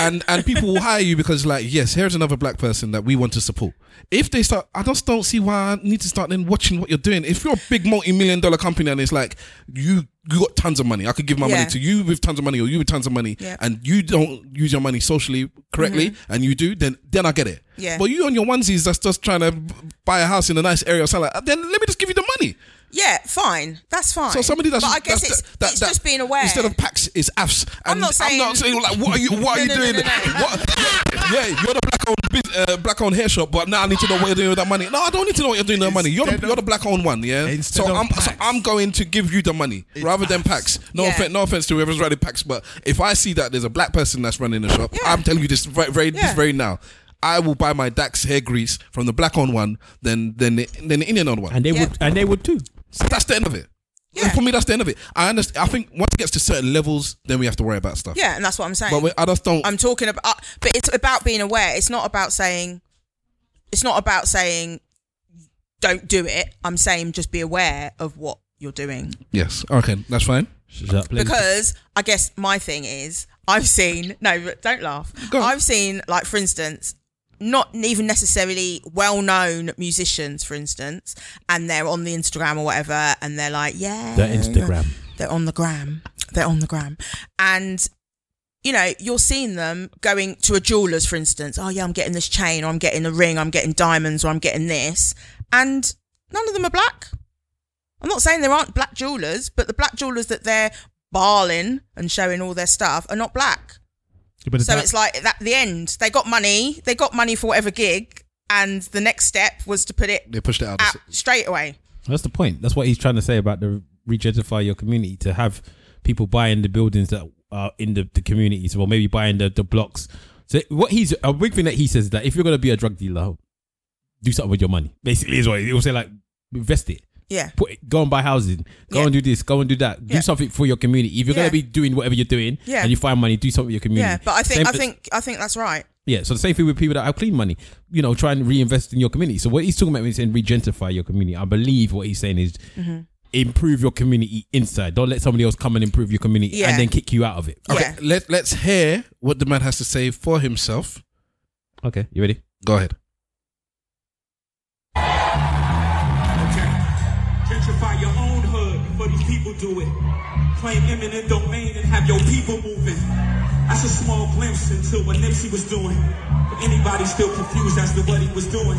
And and people will hire you because like yes, here's another black person that we want to support. If they start, I just don't see why I need to start then watching what you're doing. If you're a big multi-million dollar company and it's like you you got tons of money, I could give my Yeah. money to you with tons of money or you with tons of money, Yeah. Mm-hmm. and you don't use your money socially correctly, and you do, then then I get it. Yeah. But you on your onesies that's just trying to b- buy a house in a nice area or something like then let me just give you the money. Yeah, fine, that's fine. So somebody that's but I guess that's- it's, that- it's that- just being aware. instead of packs is afs. And I'm not saying- like what are you what No, are you no, no, doing? no, no. What? Yeah, yeah, you're the black owned bus- uh, black owned hair shop, but now I need to know what you're doing with that money. No, I don't need to know what you're doing with that money. You're the, Instead of- you're the black owned one, yeah. So Instead of I'm so packs. I'm going to give you the money rather than packs. No Yeah. offense, no offense to whoever's running packs, but if I see that there's a black person that's running the shop, Yeah. I'm telling you this very, very this Yeah. very now. I will buy my Dax hair grease from the black on one than than the, than the Indian on one. And they Yeah. would, and they would too. So that's the end of it. Yeah. For me, that's the end of it. I understand. I think once it gets to certain levels, then we have to worry about stuff. yeah, and that's what I'm saying. But we, I just don't. I'm talking about, uh, but it's about being aware. It's not about saying, it's not about saying, don't do it. I'm saying just be aware of what you're doing. yes. Okay. That's fine. because I guess my thing is I've seen no, but don't laugh. Go on. I've seen like for instance, not even necessarily well-known musicians, for instance, and they're on the Instagram or whatever, and they're like, yeah, the Instagram. they're on the gram, they're on the gram, and. You know, you're seeing them going to a jeweler's, for instance. Oh, yeah, I'm getting this chain, or I'm getting a ring, I'm getting diamonds, or I'm getting this. And none of them are black. I'm not saying there aren't black jewelers, but the black jewelers that they're barling and showing all their stuff are not black. but So that- it's like at the end, they got money, they got money for whatever gig, and the next step was to put it They pushed it out. out straight away. That's the point. That's what he's trying to say about the regentify your community to have people buying the buildings that are in the, the communities or maybe buying the, the blocks. So what he's a big thing that he says is that if you're gonna be a drug dealer, do something with your money. Basically is what he'll say like invest it. Yeah. Put it, go and buy housing. Go Yeah. and do this. Go and do that. Do Yeah. something for your community. If you're Yeah. gonna be doing whatever you're doing Yeah. and you find money, do something with your community. Yeah. But I think Same I for- think I think that's right. yeah, so the same thing with people that have clean money, you know, try and reinvest in your community. So what he's talking about when he's saying regentify your community, I believe what he's saying is Mm-hmm. improve your community inside. Don't let somebody else come and improve your community Yeah. and then kick you out of it. Okay. Yeah. Let Let's hear what the man has to say for himself. Okay, you ready? Go ahead. Gentrify your own hood before these people do it. Claim eminent domain and have your people moving. That's a small glimpse into what Nipsey was doing. If anybody still confused as to what he was doing.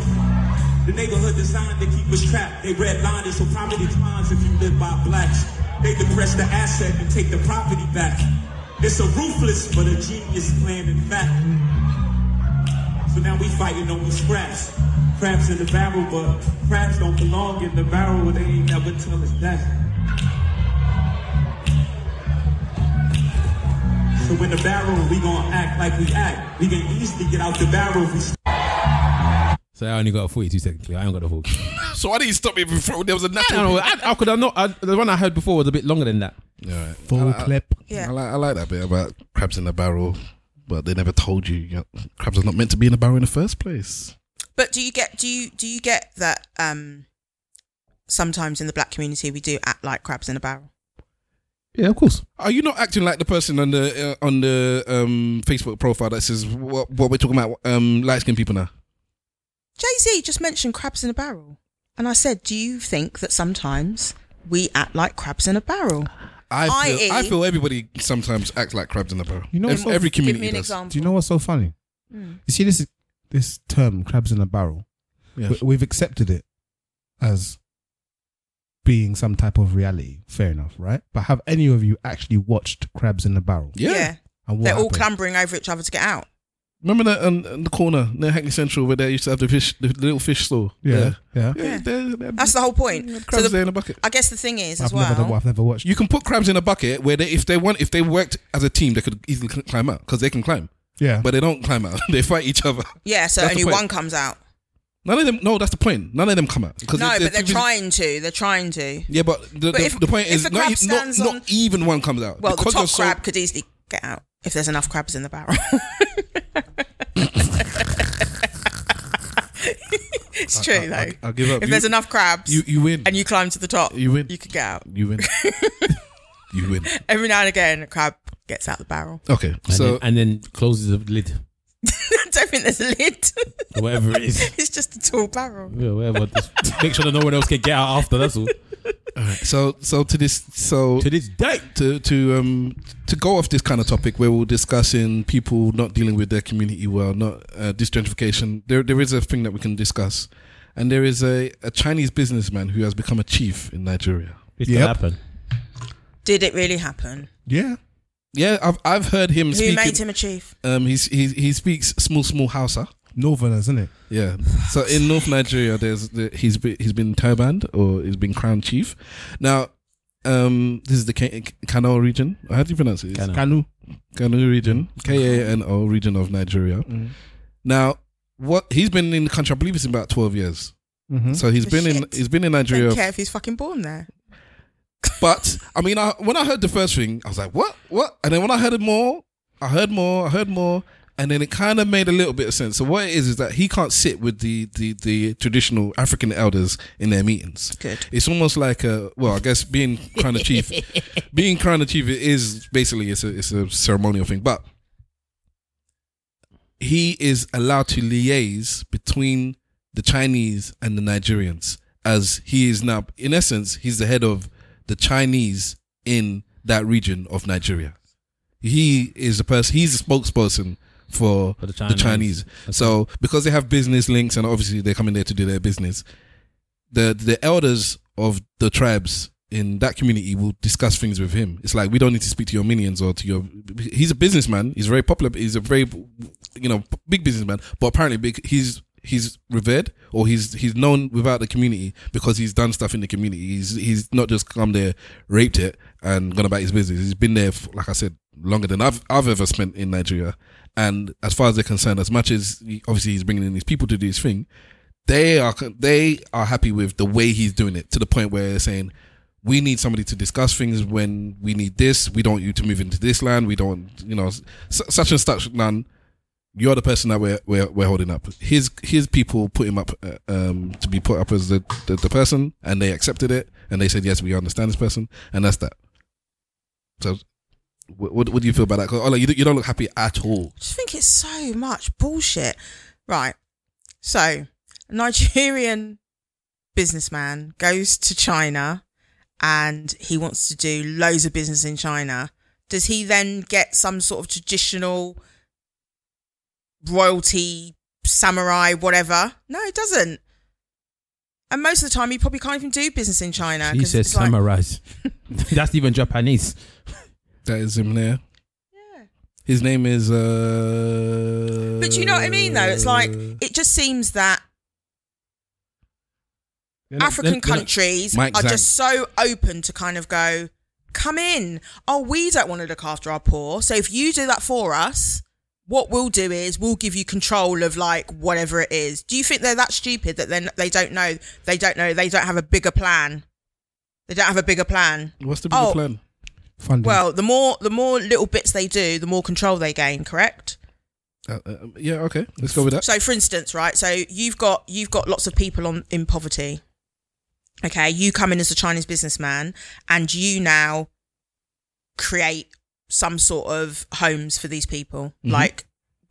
The neighborhood designed to keep us trapped. They redlined it so property declines if you live by blacks. They depress the asset and take the property back. It's a ruthless but a genius plan in fact. So now we fighting over scraps. Crabs in the barrel, but crabs don't belong in the barrel. They ain't never tell us that. So in the barrel, we gonna act like we act. We can easily get out the barrel if we So I only got a 42 technically. I ain't got a full. So why didn't you stop me before there was a I natural? don't know. I, how could I not? I, the one I heard before was a bit longer than that. Yeah, Full clip. I Yeah. like, I like that bit about crabs in a barrel, but they never told you, you know, crabs are not meant to be in a barrel in the first place. But do you get do you do you get that um sometimes in the black community we do act like crabs in a barrel? Yeah, of course. Are you not acting like the person on the uh, on the um, Facebook profile that says what, what we're talking about um, light skinned people now? Jay Z just mentioned crabs in a barrel. And I said, Do you think that sometimes we act like crabs in a barrel? I I.e. feel, I feel everybody sometimes acts like crabs in a barrel. You know every, what's so- every community Give me an does. example. Do you know what's so funny? Mm. You see this this term crabs in a barrel. Yes. We, we've accepted it as being some type of reality. Fair enough, right? But have any of you actually watched Crabs in a Barrel? Yeah. And what They're all happened? clambering over each other to get out. Remember that on, on the corner near Hackney Central where they used to have the fish, the little fish store. Yeah, yeah. yeah. Yeah. they- they had That's the whole point. So crabs the- there in a bucket. I guess the thing is as I've never, done- well. I've never watched. You can put crabs in a bucket where they, if they want, if they worked as a team, they could easily cl- climb out because they can climb. yeah, But they don't climb out; they fight each other. Yeah, so That's the only point. one comes out. None of them. No, that's the point. None of them come out. 'Cause No, if but they're too busy- trying to. They're trying to. Yeah, but the, the, if- the point if is, the not, crab e- not, stands not on- even one comes out. Well, Because the you're top so- crab could easily get out if there's enough crabs in the barrel. it's true, though. I- I'll give up. if You- there's enough crabs you you win. and you climb to the top, You win. You could get out. you win. you win. Every now and again, a crab gets out the barrel. Okay, And, so then, and then closes the lid I don't think there's a lid. or whatever it is. it's just a tall barrel. Yeah, whatever. Just make sure that no one else can get out after. That's all. so so to this so To this day. to to um to go off this kind of topic where we're discussing people not dealing with their community well, not uh, this gentrification. There there is a thing that we can discuss, and there is a, a Chinese businessman who has become a chief in Nigeria. It Yep. still happened. Did it really happen? yeah. Yeah, I've I've heard him. Who speaking, made him a chief? Um, he's, he he speaks small small Hausa. Northerners, isn't it? Yeah. So in North Nigeria, there's the, he's been, he's been turbaned or he's been crowned chief. Now, um, this is the K- Kano region. How do you pronounce it? It's Kano. Kanu. Kano region, K A N O region of Nigeria. Now, what he's been in the country, I believe it's about twelve years. Mhm. So he's been in Shit. he's been in Don't Nigeria, care if he's fucking born there. but I mean, I, when I heard the first thing, I was like, "What? What?" And then when I heard it more, I heard more, I heard more, and then it kind of made a little bit of sense. So what it is is that he can't sit with the the, the traditional African elders in their meetings. Good. It's almost like a well, I guess being crown of chief, being crown of chief is basically it's a it's a ceremonial thing, but he is allowed to liaise between the Chinese and the Nigerians, as he is now, in essence, he's the head of the Chinese in that region of Nigeria. He is the person. He's the spokesperson for, For the the Chinese. Chinese. So because they have business links, and obviously they're coming there to do their business, the the elders of the tribes in that community will discuss things with him. It's like we don't need to speak to your minions or to your. He's a businessman. He's very popular. He's a very you know big businessman, but apparently big, he's he's revered or he's he's known without the community because he's done stuff in the community. He's he's not just come there, raped it, and gone about his business. He's been there, for, like I said, longer than I've I've ever spent in Nigeria. And as far as they're concerned, as much as he- obviously he's bringing in these people to do his thing, they are they are happy with the way he's doing it to the point where they're saying we need somebody to discuss things when we need this we don't want you to move into this land we don't want, you know s- such and such land you're the person that we're we're, we're holding up his his people put him up uh, um to be put up as the, the the person and they accepted it and they said yes we understand this person and that's that so what, what, what do you feel about that? 'Cause, Ola, you, don't- you don't look happy at all. just think it's so much bullshit. Right. So, a Nigerian businessman goes to China and he wants to do loads of business in China. Does he then get some sort of traditional royalty, samurai, whatever? No, he doesn't. And most of the time, he probably can't even do business in China. He 'cause says it's like- samurai. That's even Japanese. That is him there. Yeah. His name is. uh But you know what I mean, though? It's like, it just seems that They're not- African they're- they're not- countries Mike are Zhang. just so open to kind of go, come in. Oh, we don't want to look after our poor. So if you do that for us, what we'll do is we'll give you control of like whatever it is. Do you think they're that stupid that then they don't know? They don't know. They don't have a bigger plan. They don't have a bigger plan. What's the bigger Oh. plan? Funding. Well, the more the more little bits they do, the more control they gain. Correct. Uh, uh, yeah, okay. Let's go with that. So, for instance, right? So you've got you've got lots of people on in poverty. Okay, you come in as a Chinese businessman, and you now create some sort of homes for these people, like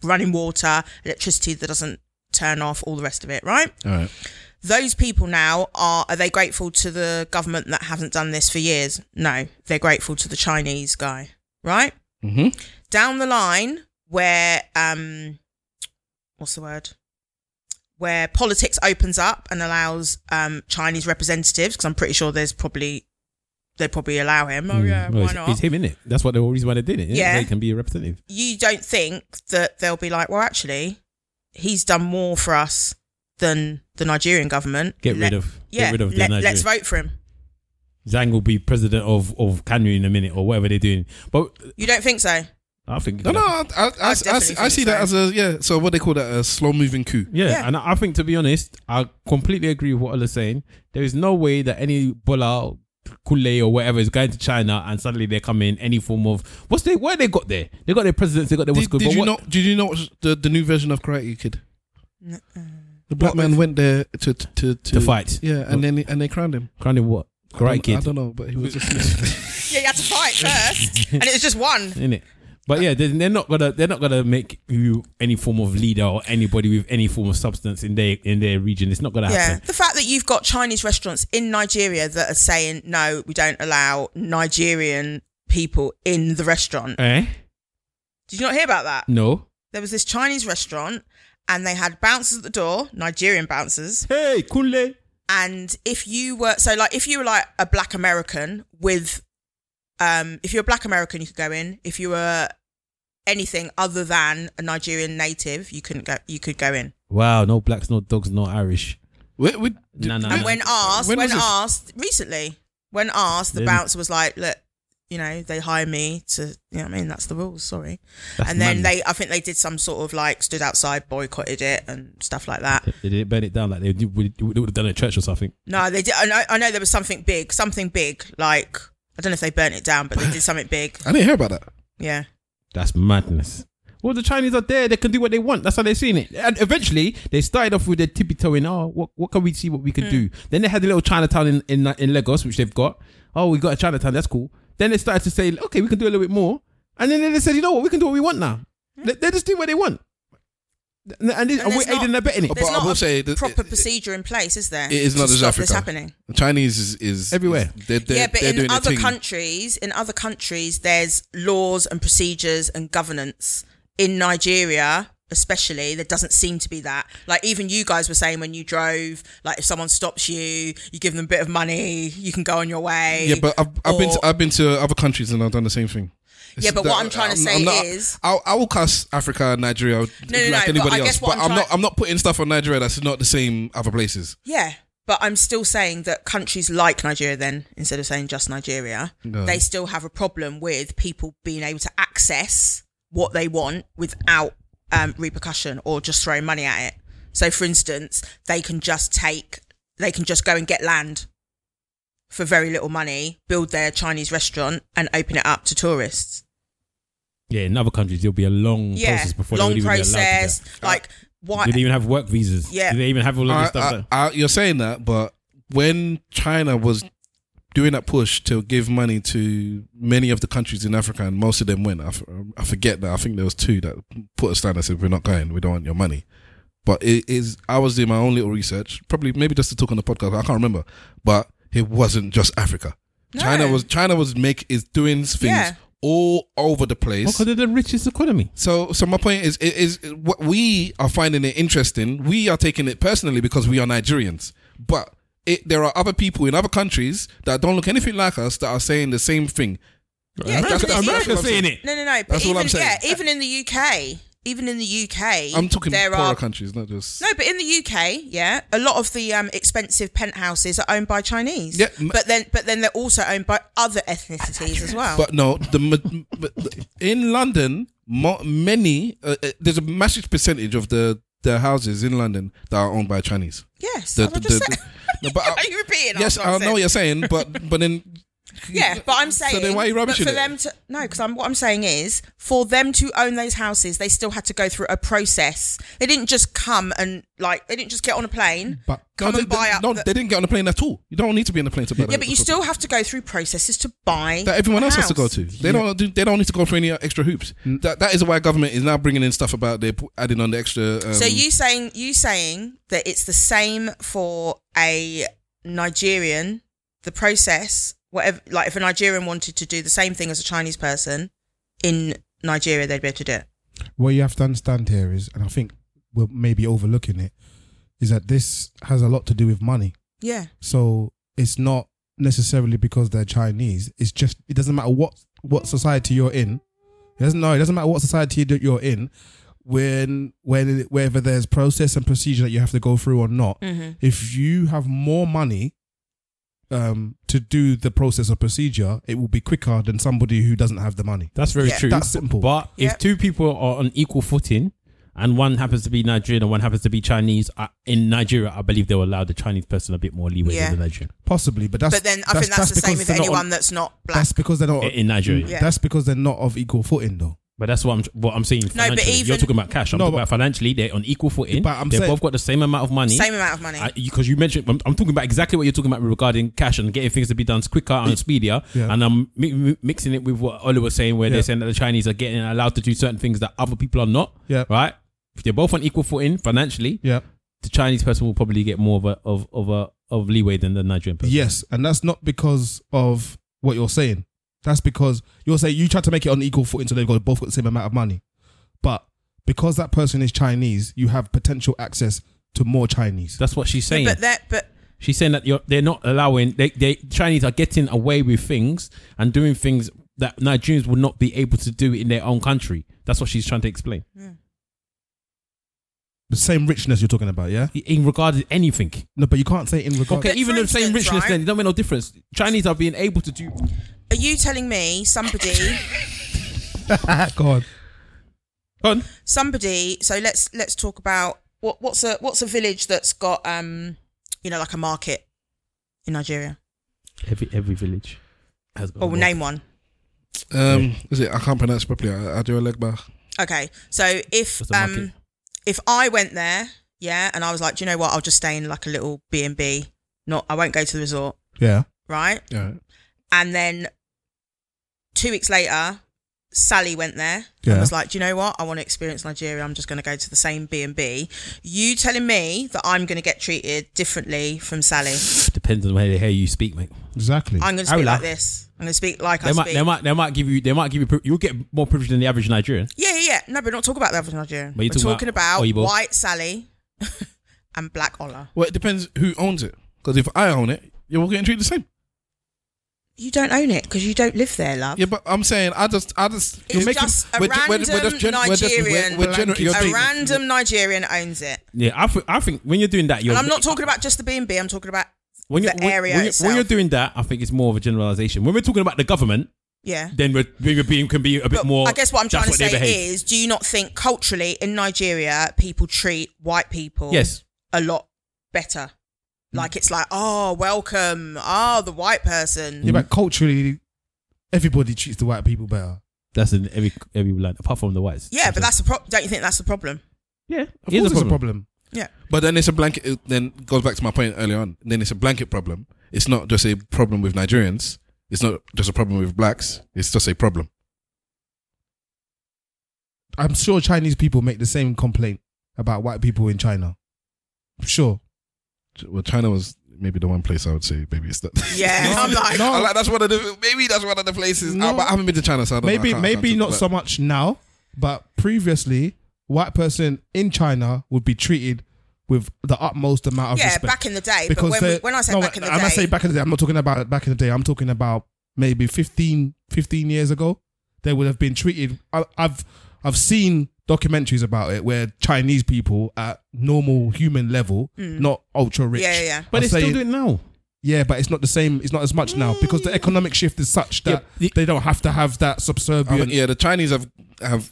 running water, electricity that doesn't turn off, all the rest of it, right? All right. those people now are are they grateful to the government that hasn't done this for years? No, they're grateful to the Chinese guy, right? Mhm. Down the line, where um, what's the word? Where politics opens up and allows um Chinese representatives, because I'm pretty sure there's probably they probably allow him. Oh yeah, Mm, Well, why it's, not? it's him, innit? That's what the whole reason why they did it. innit? Yeah. They can be a representative. you don't think that they'll be like, well, actually, he's done more for us than the Nigerian government. Get rid of- get yeah, rid of the let, Nigerian. let's vote for him. Zhang will be president of, of Kanu in a minute or whatever they're doing. But You don't think so? I think. No, no, I, I, I, I, definitely see, think I see that as a, yeah, so what they call that, a slow moving coup. Yeah, Yeah. and I think to be honest, I completely agree with what Ola's saying. There is no way that any Bola, Kule or whatever is going to China and suddenly they come in any form of what's they where they got there? They got their presidents, they got their what's Did, good. did but you what- not? Did you not watch the, the new version of Karate Kid? The black man went there to to to, To fight. Yeah, and then and they crowned him. Crowned in what? I don't- Karate I kid, don't know, but he was just. Yeah, you had to fight first, and it was just one. in it. But yeah, they're, they're not gonna they're not gonna make you any form of leader or anybody with any form of substance in their in their region. It's not gonna Yeah, happen. the fact that you've got Chinese restaurants in Nigeria that are saying no, we don't allow Nigerian people in the restaurant. Eh? Did you not hear about that? No. There was this Chinese restaurant, and they had bouncers at the door, Nigerian bouncers, Hey, Kule. and if you were so like if you were like a black american with um if you're a black american you could go in if you were anything other than a nigerian native you couldn't go you could go in Wow, no blacks, no dogs, no Irish. Wait, wait, No, no, and no. when asked when when, was this? asked recently when asked the Then- bouncer was like look you know they hire me to you know what i mean that's the rules sorry That's and then madness. they i think they did some sort of like stood outside boycotted it and stuff like that They didn't burn it down like they, did- would- they would have done a church or something. No, they did. I know, I know there was something big, something big. Like I don't know if they burnt it down, but they did something big. I didn't hear about that. Yeah, That's madness. Well, the Chinese are there; they can do what they want. That's how they're seeing it. And eventually, they started off with their tippy toe in. Oh, what, what can we see? What we Hmm. can do? Then they had the little Chinatown in, in in Lagos, which they've got. Oh, we got a Chinatown. That's cool. Then they started to say, okay, we can do a little bit more. And then they said, you know what? We can do what we want now. They, they just do what they want. And, and, Hmm. And we're there's not- aiding and abetting it. But there's I not will a say that proper it- it- procedure in place, is there? It is to not as stop Africa. This happening. The Chinese is, is Everywhere. is- they're, they're, yeah, but they're in doing other their thing. countries, in other countries, there's laws and procedures and governance. In Nigeria, especially, there doesn't seem to be that. Like even you guys were saying when you drove, like if someone stops you, you give them a bit of money, you can go on your way. Yeah, but I've, I've been Or- to, I've been to other countries and I've done the same thing. It's Yeah, but what that- I'm trying to say is- I, I will cuss Africa and Nigeria no, like no, but anybody I else, guess what but I'm I'm, not trying- I'm not putting stuff on Nigeria that's not the same other places. Yeah, but I'm still saying that countries like Nigeria, then instead of saying just Nigeria, they still have a problem with people being able to access what they want without um, repercussion or just throwing money at it. So, for instance, they can just take, they can just go and get land for very little money, build their Chinese restaurant, and open it up to tourists. yeah, in other countries, there'll be a long Yeah, process before they long would even process. Be allowed to do that. Like, why? Do they even have work visas? Yeah. Do they even have all of I- this stuff? I- that- I- you're saying that, but when China was doing that push to give money to many of the countries in Africa, and most of them went. I, f- I forget that. I think there was two that put a stand and said, "We're not going. We don't want your money." But it is. I was doing my own little research, probably maybe just to talk on the podcast. I can't remember, but it wasn't just Africa. China was China was make is doing things Yeah. all over the place. because they're the richest economy. So, so my point is, is, is what we are finding it interesting. We are taking it personally because we are Nigerians, but it, there are other people in other countries that don't look anything like us that are saying the same thing. Yeah, That's- even- that's even- America saying it. No, no, no. But That's all even, I'm saying. Yeah, even in the UK, even in the UK, I'm talking there poorer are countries, not just. no, but in the UK, yeah, a lot of the um, expensive penthouses are owned by Chinese. Yeah, m- but then but then they're also owned by other ethnicities as well. But no, the ma- but the- in London mo- many uh, uh, there's a massive percentage of the the houses in London that are owned by Chinese. Yes, The- I'm not the- just the- saying. No, but I- Are you repeating? yes, what I'm I know what saying? you're saying, but but then Yeah, but I'm So saying. then why are you rubbishing but for it? them to no, because I'm what I'm saying is for them to own those houses, they still had to go through a process. They didn't just come and like they didn't just get on a plane. But come no, and they, buy they- up. no, the- they didn't get on the plane at all. You don't need to be on the plane to buy. yeah, but you still have to go through processes to buy that everyone a else has to go house. Mm. to. They don't. do- They don't need to go for any extra hoops. That that is why government is now bringing in stuff about they pu- adding on the extra. Um, So you saying you saying that it's the same for a Nigerian, the process, whatever like if a Nigerian wanted to do the same thing as a Chinese person in Nigeria, they'd be able to do it. what you have to understand here is, and I think we're maybe overlooking it, is that this has a lot to do with money. Yeah. So it's not necessarily because they're Chinese. It's just it doesn't matter what what society you're in. It doesn't no. It doesn't matter what society that you're in. When when whether there's process and procedure that you have to go through or not, Mm-hmm. if you have more money um, to do the process or procedure, it will be quicker than somebody who doesn't have the money. That's very Yeah. true. That's simple. But Yeah. if two people are on equal footing and one happens to be Nigerian and one happens to be Chinese, I, in Nigeria, I believe they'll allow the Chinese person a bit more leeway Yeah. than the Nigerian. Possibly, but that's But then I think that's, the same because with they're not on- anyone that's not black. That's because they're not In- in Nigeria. Yeah. That's because they're not of equal footing, though. But that's what I'm what I'm saying. but Financially. You're even- talking about cash. I'm No, talking but- about financially. They're on equal footing. But I'm They've saying- both got the same amount of money. Same amount of money. Because you mentioned, I'm, I'm talking about exactly what you're talking about regarding cash and getting things to be done quicker and speedier. Yeah. And I'm mi- mi- mixing it with what Ollie was saying, where Yeah. they're saying that the Chinese are getting allowed to do certain things that other people are not. Yeah. Right. If they're both on equal footing financially, Yeah. the Chinese person will probably get more of a of of a of leeway than the Nigerian person. Yes, and that's not because of what you're saying. That's because you're saying you tried to make it on equal footing, so they've got both got the same amount of money. But because that person is Chinese, you have potential access to more Chinese. That's what she's saying. but that but she's saying that you're, they're not allowing they they Chinese are getting away with things and doing things that Nigerians would not be able to do in their own country. That's what she's trying to explain. The same richness you're talking about, yeah. In regard to anything, No, but you can't say in regard. okay, But even for the same instance, richness, right? then it don't make no difference. Chinese are being able to do. are you telling me somebody Go on. Go on. somebody so let's let's talk about what what's a what's a village that's got um you know like a market in Nigeria? Every every village has got Or we'll Oh, name one. um, is it? I can't pronounce it properly. uh, I, I do a leg bar. Okay. So if What's the um market? if I went there, yeah, and I was like, do you know what? I'll just stay in like a little B and B. Not I won't go to the resort, Yeah. right? Yeah. And then two weeks later, Sally went there Yeah. and was like, do you know what? I want to experience Nigeria. I'm just going to go to the same B and B. You telling me that I'm going to get treated differently from Sally? Depends on how they hear you speak, mate. Exactly. I'm going to speak Hola. like this. I'm going to speak like I They might, speak. they might, they might give you, they might give you. pri- You'll get more privilege than the average Nigerian. Yeah, yeah, yeah. No, but we're not talking about the average Nigerian. But you're We're talking talking about about, Oyibo. white Sally and black Ola. Well, it depends who owns it. Because if I own it, you're all getting treated the same. You don't own it because you don't live there, love. Yeah, but I'm saying I just, I just. It's just a random Nigerian. you're a taking- random Nigerian owns it. Yeah, I, th- I think when you're doing that, you're. And I'm not talking about just the B&B. I'm talking about, when the you're, when- area when, you're, when itself. you're doing that, I think it's more of a generalization. When we're talking about the government, yeah. then we're, we're being can be a bit But more. I guess what I'm that's trying to they say behave. is, do you not think culturally in Nigeria people treat white people yes, a lot better? Like it's like, oh, welcome, ah, the white person. yeah, but culturally, everybody treats the white people better. that's in every every land apart from the whites. Yeah, but that's the problem. Don't you think that's the problem? yeah, Of course, it's a problem. Yeah. But then it's a blanket. It then goes back to my point earlier on. Then it's a blanket problem. It's not just a problem with Nigerians. It's not just a problem with blacks. It's just a problem. I'm sure Chinese people make the same complaint about white people in China. Sure. Well, China was maybe the one place I would say maybe it's that. Yeah, I'm like, I like that's one of the maybe that's one of the places. No. I, but I haven't been to China, so I don't know. I maybe can't- I can't maybe talk not about- so much now, but previously, white person in China would be treated with the utmost amount of yeah, respect. back in the day. But when, we, they're- when I say no, back in the and day, I say back in the day, I'm not talking about back in the day. I'm talking about maybe 15, 15 years ago. They would have been treated. I, I've I've seen documentaries about it where Chinese people at normal human level, not ultra rich. Mm. Yeah, yeah, yeah. But are they still saying- do it now. yeah, but it's not the same. It's not as much now because the economic shift is such that Yeah, the- they don't have to have that I subservient. mean, yeah, the Chinese have have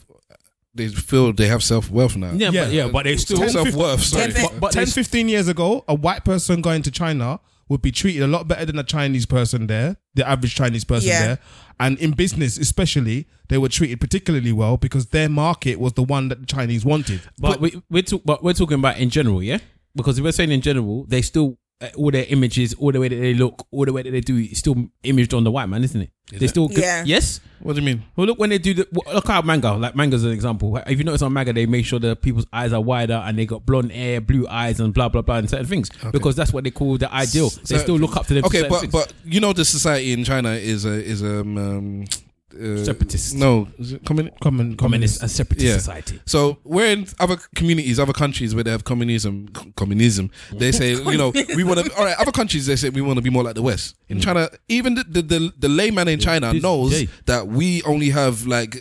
they feel they have self worth now. Yeah, but, yeah, but they still. self worth. Sorry, Ten- But, but they 10, 15 years ago, a white person going to China would be treated a lot better than a Chinese person there, the average Chinese person Yeah. there. And in business, especially, they were treated particularly well because their market was the one that the Chinese wanted. But, we, we're talk, but we're talking about in general, yeah. Because if we're saying in general, they still uh, all their images, all the way that they look, all the way that they do, it's still imaged on the white man, isn't it? they still, Yeah. yes. what do you mean? Well, look when they do the well, look how manga, like manga's an example. If you notice on manga, they make sure that people's eyes are wider and they got blonde hair, blue eyes, and blah blah blah, and certain things because that's what they call the ideal. they So- still look up to them. for Okay, certain but things. but you know the society in China is a is a um, um, uh, Separatist. No, is it communi- Common, communist and separatist Yeah. society. So we're in other communities, other countries where they have communism. c- Communism. They say, you know, we want to. All right, other countries they say we want to be more like the West. In China, even the the, the, the layman in China this- knows Hmm. yeah. that we only have like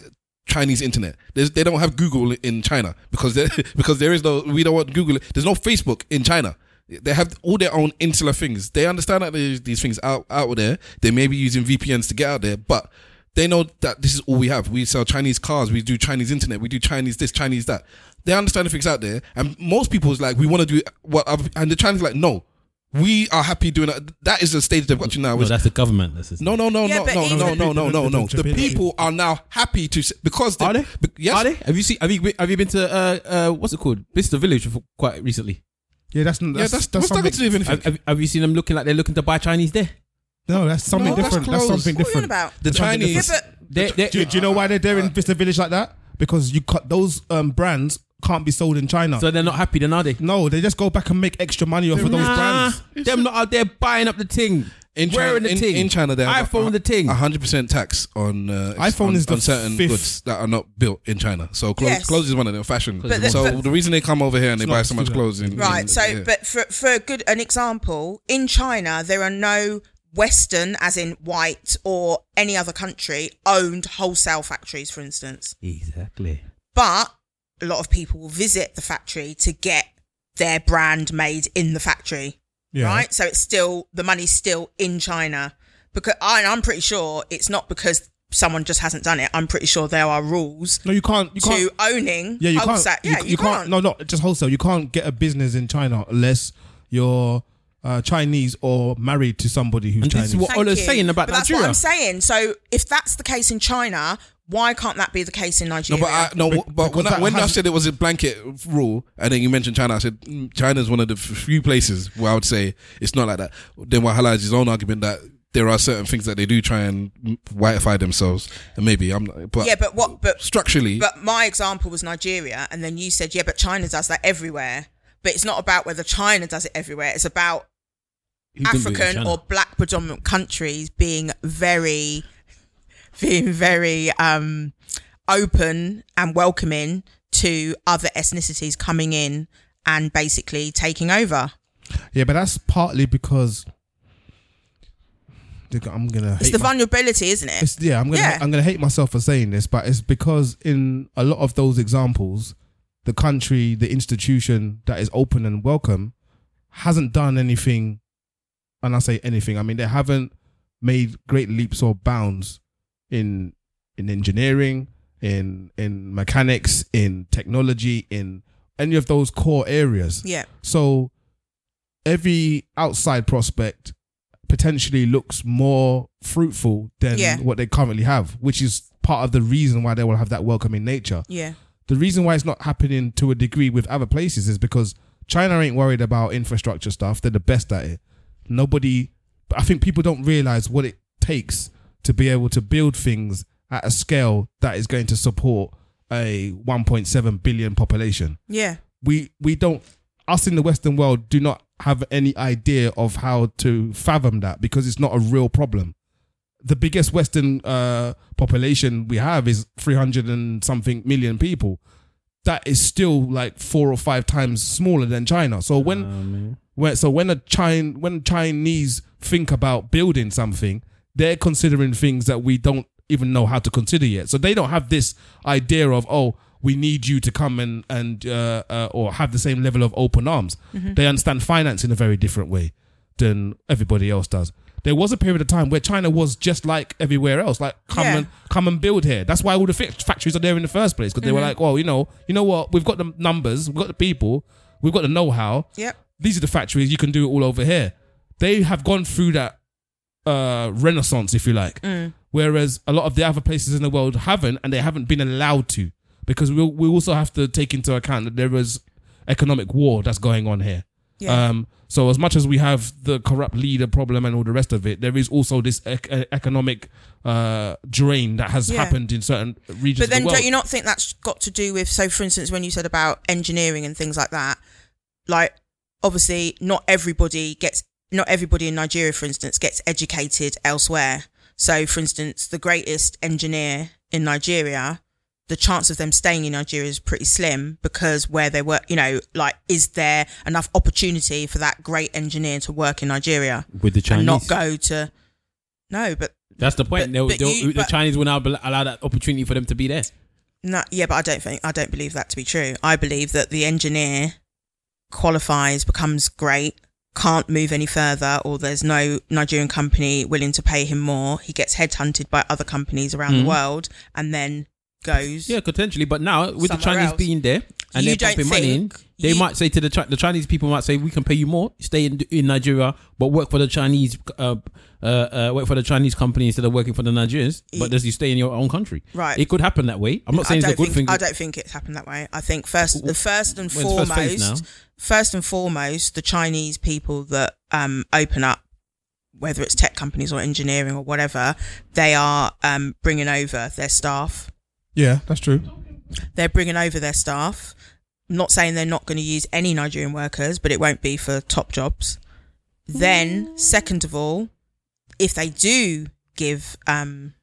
Chinese internet. There's, they don't have Google in China because there because there is no we don't want Google. There's no Facebook in China. They have all their own insular things. They understand that there's these things out out there. They may be using VPNs to get out there, but they know that this is all we have. We sell Chinese cars, we do Chinese internet, we do Chinese this, Chinese that. They understand the things out there, and most people is like, we want to do what, other, and the Chinese are like, no, we are happy doing that. That is the stage they've got to now. No, is- that's the government. That's the- no, no, no, Yeah, no, but no, even- no, no, no, no, no. The people are now happy to s- because Are they? be- Yes, Are they? Have you seen? Have you been- have you been to uh, uh, what's it called? Bicester Village for quite recently. Yeah, that's that's, Yeah, that's, that's, what's that something. got to do with anything? Have, have, have you seen them looking like they're looking to buy Chinese there? no, that's something No, that's different. That's, closed. something What are you on different. about? the Yeah, Chinese. but They, they, Do, do you know why they're there in Vista Village like that? Because you cut those um, brands can't be sold in China. so they're not happy then, are they? no, they just go back and make extra money off of those brands. Them not out there buying up the thing, In China, wearing the in, thing. in China, they have iPhone a- the thing. a hundred percent tax on uh, iPhone on, is the on certain fifth- goods that are not built in China. So clothes, Yes. clothes is one of them. Fashion. But the- so but- the reason they come over here and they not buy so much true. clothes in in- Right. So, yeah. but for for a good an example, in China there are no Western, as in white, or any other country owned wholesale factories, for instance. Exactly. But a lot of people will visit the factory to get their brand made in the factory, Yeah. right? So it's still the money's still in China because I, I'm pretty sure it's not because someone just hasn't done it. I'm pretty sure there are rules No, you can't. You to can't. owning Yeah, you can't. wholesale. yeah, you, can't, No, no, just wholesale. You can't get a business in China unless you're uh, Chinese or married to somebody who's And this Chinese. is what- Thank Ola's you. saying about but Nigeria. That's what I'm saying. So if that's the case in China, why can't that be the case in No, Nigeria? but I, no, but when, I, that when I has- said it was a blanket rule, and then you mentioned China, I said mm, China is one of the f- few places where I would say it's not like that. Then what highlights his own argument that there are certain things that they do try and mm, whiteify themselves, and maybe I'm, not, but yeah, but what? But structurally, but my example was Nigeria, and then you said, yeah, but China does that everywhere. But it's not about whether China does it everywhere. It's about African or black predominant countries being very, being very um, open and welcoming to other ethnicities coming in and basically taking over. yeah, but that's partly because Look, I'm gonna. It's hate the my- vulnerability, isn't it? It's, yeah, I'm gonna Yeah. I'm gonna hate myself for saying this, but it's because in a lot of those examples, the country, the institution that is open and welcome, hasn't done anything, and I say anything. I mean they haven't made great leaps or bounds in in engineering, in in mechanics, in technology, in any of those core areas. yeah. So every outside prospect potentially looks more fruitful than Yeah. what they currently have, which is part of the reason why they will have that welcoming nature. Yeah. The reason why it's not happening to a degree with other places is because China ain't worried about infrastructure stuff. They're the best at it. Nobody, but I think people don't realize what it takes to be able to build things at a scale that is going to support a 1.7 billion population Yeah. we we don't us in the western world do not have any idea of how to fathom that because it's not a real problem the biggest western uh population we have is 300 and something million people that is still like four or five times smaller than china so when when so when a Chin when Chinese think about building something, they're considering things that we don't even know how to consider yet. So they don't have this idea of oh, we need you to come and and uh, uh, or have the same level of open arms. They understand finance in a very different way than everybody else does. there was a period of time where China was just like everywhere else, like come Yeah. and come and build here. That's why all the fa- factories are there in the first place because they were Mm-hmm. like, well, you know, you know what, we've got the numbers, we've got the people, we've got the know-how. Yep. These are the factories. You can do it all over here. They have gone through that uh, renaissance, if you like, Mm. whereas a lot of the other places in the world haven't, and they haven't been allowed to because we we also have to take into account that there is economic war that's going on here. Yeah. Um, so as much as we have the corrupt leader problem and all the rest of it, there is also this ec- uh, economic uh, drain that has Yeah. happened in certain regions. But then, of the world. don't you not think that's got to do with? So, for instance, when you said about engineering and things like that, like obviously, not everybody gets, not everybody in Nigeria, for instance, gets educated elsewhere. So, for instance, the greatest engineer in Nigeria, the chance of them staying in Nigeria is pretty slim because where they work, you know, like, is there enough opportunity for that great engineer to work in Nigeria with the and Chinese. not go to? No, but That's the point. But- They'll- but they'll- you- the but- Chinese will now be- allow that opportunity for them to be there. No, yeah, but I don't think I don't believe that to be true. I believe that the engineer qualifies, becomes great, can't move any further, or there's no Nigerian company willing to pay him more. He gets headhunted by other companies around the world, and then goes. Hmm. Yeah, potentially. But now with the Somewhere Chinese else. being there and You they're don't pumping money in, think they you- might say to the Chi- the Chinese people might say we can pay you more, stay in, in Nigeria, but work for the Chinese. Uh, uh, uh, work for the Chinese company instead of working for the Nigerians, but does you stay in your own country? Right. It could happen that way. I'm not I saying it's don't a good think thing. I don't think it's happened that way. I think first, the first and Well, it's first phase foremost, now. first and foremost, the Chinese people that um, open up, whether it's tech companies or engineering or whatever, they are um, bringing over their staff. yeah, that's true. they're bringing over their staff. Not saying they're not going to use any Nigerian workers, but it won't be for top jobs. Then, second of all, if they do give um,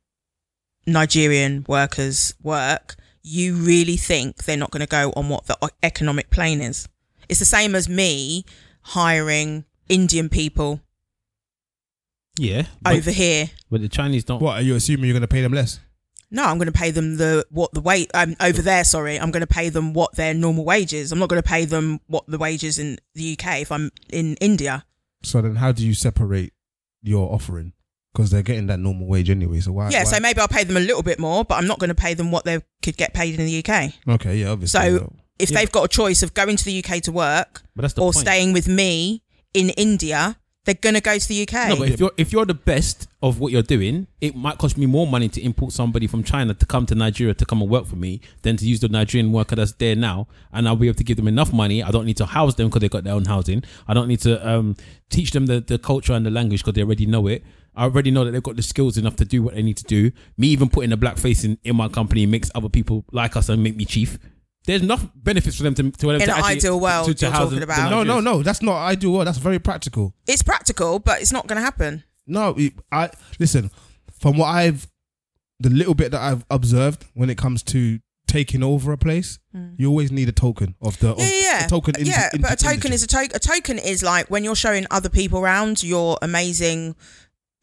Nigerian workers work, you really think they're not going to go on what the o- economic plane is? It's the same as me hiring Indian people yeah, but, over here. but the Chinese don't. What are you assuming you're going to pay them less? No, I'm going to pay them the what the wage um, over there. Sorry, I'm going to pay them what their normal wages. I'm not going to pay them what the wages in the UK if I'm in India. So then, how do you separate your offering? Because they're getting that normal wage anyway. So why? yeah, why? so maybe I'll pay them a little bit more, but I'm not going to pay them what they could get paid in the UK. okay, yeah, obviously. So if Yeah. they've got a choice of going to the UK to work But that's the or point. staying with me in India, they're going to go to the UK. No, but if you're if you're the best of what you're doing, it might cost me more money to import somebody from China to come to Nigeria to come and work for me than to use the Nigerian worker that's there now, and I'll be able to give them enough money. I don't need to house them because they got their own housing. I don't need to um, teach them the, the culture and the language because they already know it. I already know that they've got the skills enough to do what they need to do. Me even putting a black face in, in my company makes other people like us and make me chief. There's enough benefits for them to, to in an ideal world you're talking about. no, no, no. That's not ideal. Well, that's very practical. it's practical, but it's not going to happen. No, it- I listen. From what I've, the little bit that I've observed when it comes to taking over a place, you always need a token of the of Mm. Yeah, yeah, yeah. A token. indi- yeah, but a indi- token is a token. A token is like when you're showing other people around your amazing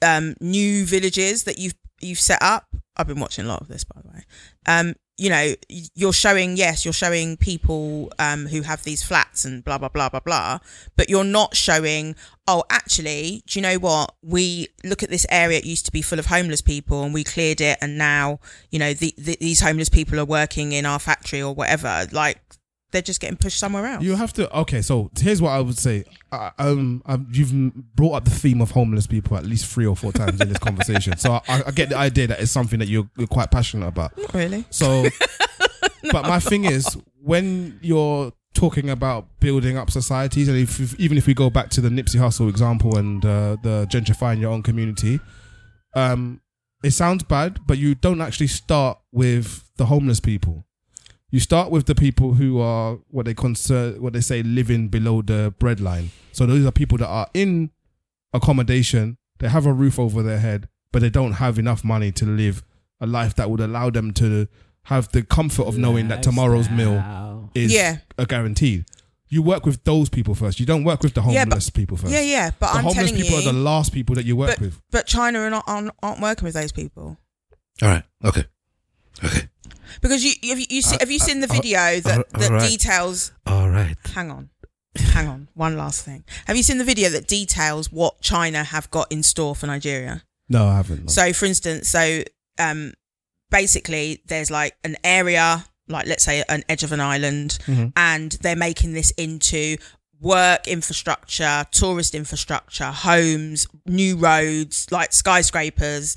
um, new villages that you've you've set up. I've been watching a lot of this, by the way. Um, you know, y- you're showing yes, you're showing people um, who have these flats and blah blah blah blah blah, but you're not showing. Oh, actually, do you know what? We look at this area. It used to be full of homeless people, and we cleared it, and now you know the, the, these homeless people are working in our factory or whatever. Like they're just getting pushed somewhere else. You have to. Okay, so here's what I would say. I, um, i you've brought up the theme of homeless people at least three or four times in this conversation, so I, I get the idea that it's something that you're, you're quite passionate about. Not really. So, but my thing is, when you're talking about building up societies, and if, if- even if we go back to the Nipsey Hussle example and uh, the gentrifying your own community, um, it sounds bad, but you don't actually start with the homeless people. You start with the people who are what they concern, what they say, living below the breadline. So those are people that are in accommodation. They have a roof over their head, but they don't have enough money to live a life that would allow them to have the comfort of knowing that tomorrow's meal is Yeah. a guaranteed. You work with those people first. You don't work with the Yeah, homeless but- people first. Yeah, yeah. But The I'm homeless telling people you, are the last people that you work but, with. but China are not, aren't, aren't working with those people All right. Okay. Okay. because you have you, you see, have you seen the video that, uh, that alright. details? All right. Hang on. Hang on, one last thing. Have you seen the video that details what China have got in store for Nigeria? No, I haven't. no. So, for instance, so um, basically, there's like an area, like let's say an edge of an island, and they're making this into work infrastructure, tourist infrastructure, homes, new roads, like skyscrapers,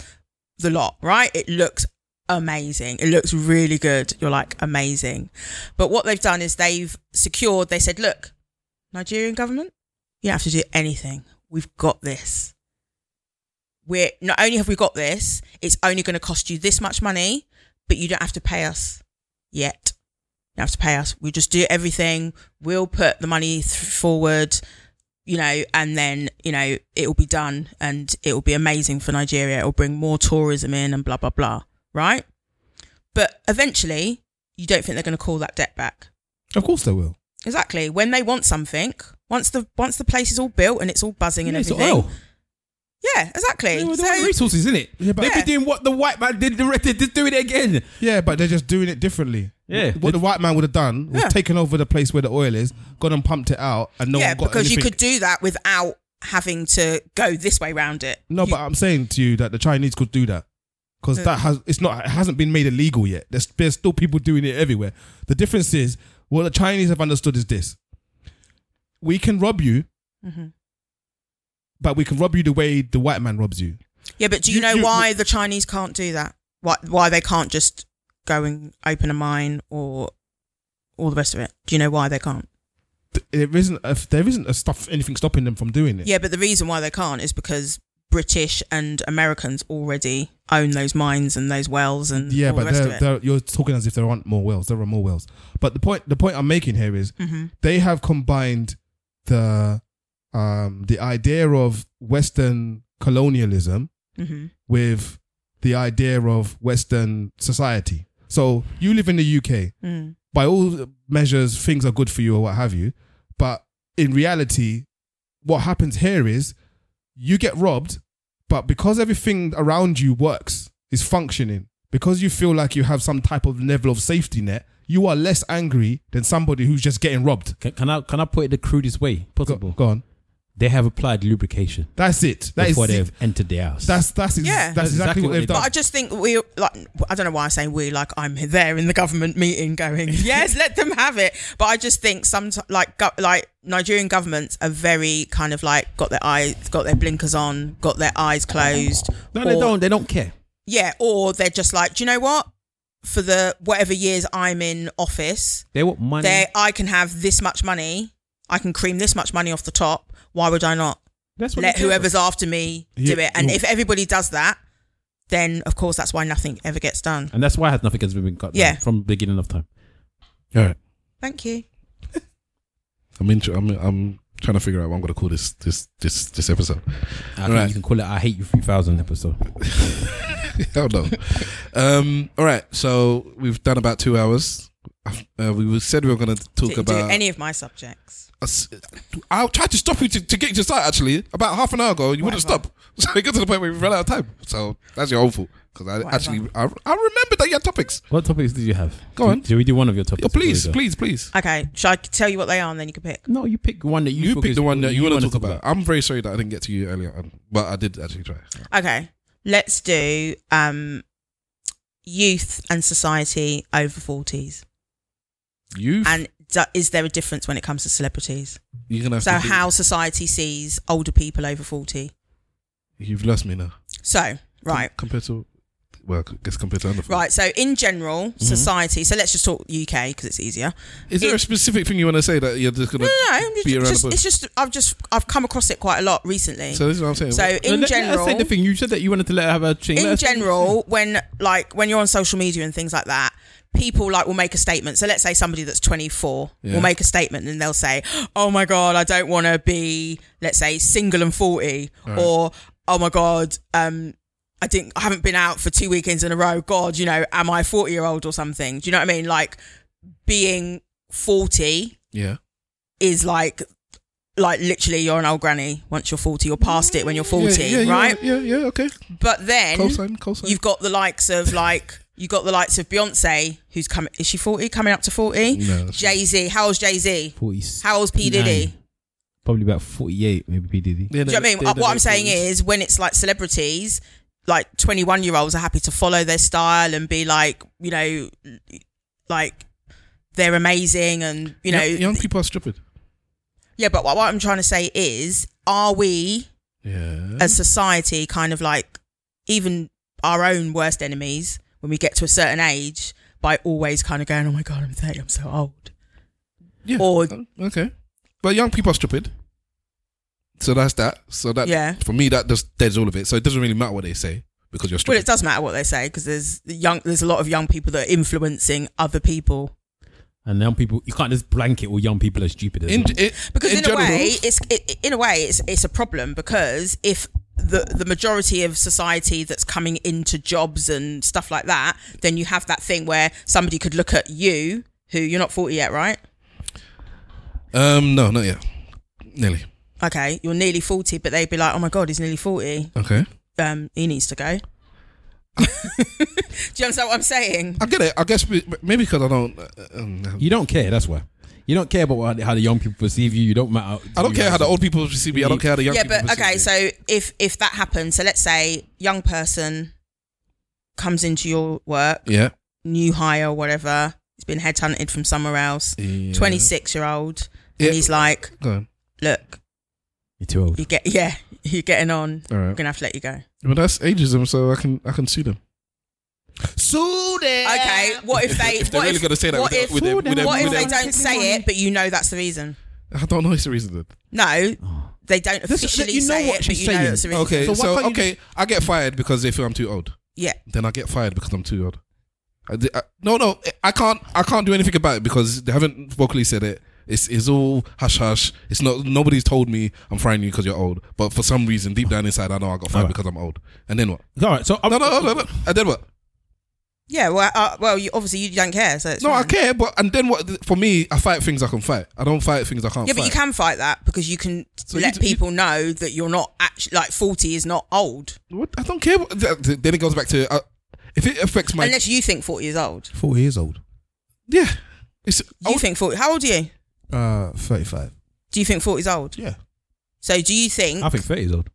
the lot, right? It looks amazing. It looks really good. You're like, amazing. But what they've done is they've secured, they said, look, Nigerian government, you don't have to do anything. We've got this we're not only have we got this, it's only going to cost you this much money, but you don't have to pay us yet. You don't have to pay us. We just do everything. We'll put the money th- forward, you know, and then, you know, it'll be done and it'll be amazing for Nigeria. It'll bring more tourism in and blah, blah, blah. Right. But eventually, you don't think they're going to call that debt back. Of course they will. Exactly. When they want something, once the once the place is all built and it's all buzzing and Yeah, it's everything. oil. Yeah, exactly. They were the So- one resources, isn't it? Yeah, but- They've been doing what the white man did. The red did, just doing it again. Yeah, but they're just doing it differently. Yeah. What the white man would have done was Yeah. taken over the place where the oil is, gone and pumped it out, and no yeah, one got because anything. you could do that without having to go this way round it. no, but I'm saying to you that the Chinese could do that because that has it's not it hasn't been made illegal yet. There's there's still people doing it everywhere. The difference is what the Chinese have understood is this: we can rob you, Mm-hmm. but we can rob you the way the white man robs you. Yeah, but do you, You- know you- why the Chinese can't do that? Why why they can't just go and open a mine or all the rest of it? Do you know why they can't? Th- There isn't a, there isn't a stuff anything stopping them from doing it. Yeah, but the reason why they can't is because British and Americans already own those mines and those wells and Yeah, all the but rest they're, of it. they're, you're talking as if there aren't more wells. There are more wells. But the point the point I'm making here is Mm-hmm, they have combined the um, the idea of Western colonialism mm-hmm, with the idea of Western society. So you live in the UK. mm. By all measures, things are good for you or what have you. But in reality, what happens here is you get robbed, but because everything around you works, is functioning, because you feel like you have some type of level of safety net, you are less angry than somebody who's just getting robbed. Can, can I can I put it the crudest way Go, possible? go on. They have applied lubrication That's it. That is before it. they've entered the house. That's that's ex- Yeah. that's exactly, what they've did. done. But I just think we like I don't know why I say we like I'm there in the government meeting going yes let them have it but I just think some like go, like Nigerian governments are very kind of like got their eyes got their blinkers on got their eyes closed no, they or- don't. They don't care. yeah or they're just like do you know what for the whatever years I'm in office They want money. there I can have this much money I can cream this much money off the top why would I not That's what let they care about. whoever's after me do Yeah. it. And Mm. if everybody does that, then of course that's why nothing ever gets done. And that's why has nothing has been cut. down Yeah. from beginning of time. All right. Thank you. I'm into, I'm I'm trying to figure out what I'm gonna call this this this this episode. I Right. think you can call it "I Hate You" three thousand episode. Hell no. um. All right. So we've done about two hours. Uh, we were- said we were gonna talk Didn't about. do any of my subjects. us- I tried to stop you to, to get your site actually about half an hour ago. You wouldn't stop. So it got to the point where we ran out of time. So that's your own fault because I Whatever. actually I, I remembered that you had topics. What topics did you have? Go Do- on. Do we do one of your topics? Oh, please, before we go? please, please. Okay, shall I tell you what they are and then you can pick? No, you pick one that you. You feel picked is- the one that you, want wanna to talk about. I'm very sorry that I didn't get to you earlier, on, but I did actually try. Okay, let's do um, youth and society over 40s. You, And d- is there a difference when it comes to celebrities? you're gonna have So, to do- how society sees older people over 40. You've lost me now. So, right. Compared to, well, I guess compared to under. Right, so in general, Mm-hmm. society. So let's just talk UK because it's easier. Is there a It- specific thing you want to say that you're just gonna No, no, no. It's be around just, the it's bush? just I've just I've come across it quite a lot recently. So So, this is what I'm saying. No, in let- let her general, say the thing you said that you wanted to let her have a change. in general, when like when you're on social media and things like that, people like will make a statement. So let's say somebody that's 24 Yeah. will make a statement and they'll say, "Oh my god, I don't want to be let's say single and 40," or "Oh my god, um." I didn't. I haven't been out for two weekends in a row. God, you know, am I forty year old or something? Do you know what I mean? Like being forty yeah. is like like literally you're an old granny once you're 40 you're past it when you're 40 yeah, yeah, right Yeah, yeah, okay. but then Cosign, cosign. you've got the likes of like You got the likes of Beyonce, who's coming. Is she forty? Coming up to forty. No, that's- Jay Z. How old's Jay Z? 40, How old's P Diddy? Probably about 48, maybe P. Diddy. Yeah, Do you know what I mean? Uh, What I'm saying is, when it's like celebrities, like 21 year olds are happy to follow their style and be like, you know, like they're amazing and, you know, young, young people are stupid. yeah. But what, what I'm trying to say is, are we Yeah. as society kind of like even our own worst enemies when we get to a certain age by always kind of going, oh my God, I'm 30, I'm so old? Yeah. Or- okay, but young people are stupid. So that's that. So that Yeah. for me that just deads all of it. So it doesn't really matter what they say because you're Well, it stupid. does matter what they say because there's young, there's a lot of young people that are influencing other people And young people, you can't just blanket all young people are stupid. As in, well. it, because in, general, a way it's it, in a way it's it's a problem because if the the majority of society that's coming into jobs and stuff like that then you have that thing where somebody could look at you who you're not 40 yet right um, no, not yet. Nearly. okay you're nearly 40 but they'd be like oh my god he's nearly 40 Okay. um he needs to go do you understand what i'm saying I get it. I guess we- maybe because I don't. uh, Um, You don't care, that's why. You don't care about what- how the young people perceive you. You don't matter. I don't care how the old people perceive me. I don't care how the young yeah people but perceive okay me. so if if that happens so let's say young person comes into your work yeah. new hire or whatever. He's been headhunted from somewhere else. Yeah. 26 year old. And Yeah. he's like, Go on. look, You're too old. you get, yeah, you're getting on. All I'm right. going to have to let you go. Well, that's ageism, so I can I can sue them. Sue them. Okay. What if they, If they're what really if, going to say that what with, their- if, with, their- with, their- what if with they their- don't say it, but you know that's the reason? I don't know. It's the reason. Then. No, Oh. they don't This- officially you know say what it, but she's you know saying. it's the reason. Okay, so, So why can't you okay, I get fired because they feel I'm too old. Yeah. Then I get fired because I'm too old. I, di- I- no, no, I can't. I can't do anything about it because they haven't vocally said it. It's it's all hush hush. It's not. Nobody's told me I'm firing you because you're old. But for some reason, deep down inside, I know I got fired Alright. Um, because I'm old. And then what? All right, so I'm, No, no, no, no. And then what? Yeah. Well, uh, well, you, obviously you don't care. So it's No, I fine. care, but and then what? For me, I fight things I can fight. I don't fight things I can't. Yeah, fight. but you can fight that because you can So you let d- you- people know that you're not actually like 40 is not old What? I don't care. What, th- th- then it goes back to uh, if it affects my unless you think 40 is old. Forty years old. yeah. It's You think 40? How old are you? Uh, thirty-five. Do you think 40 is old? Yeah. So do you think? I think 30 is old.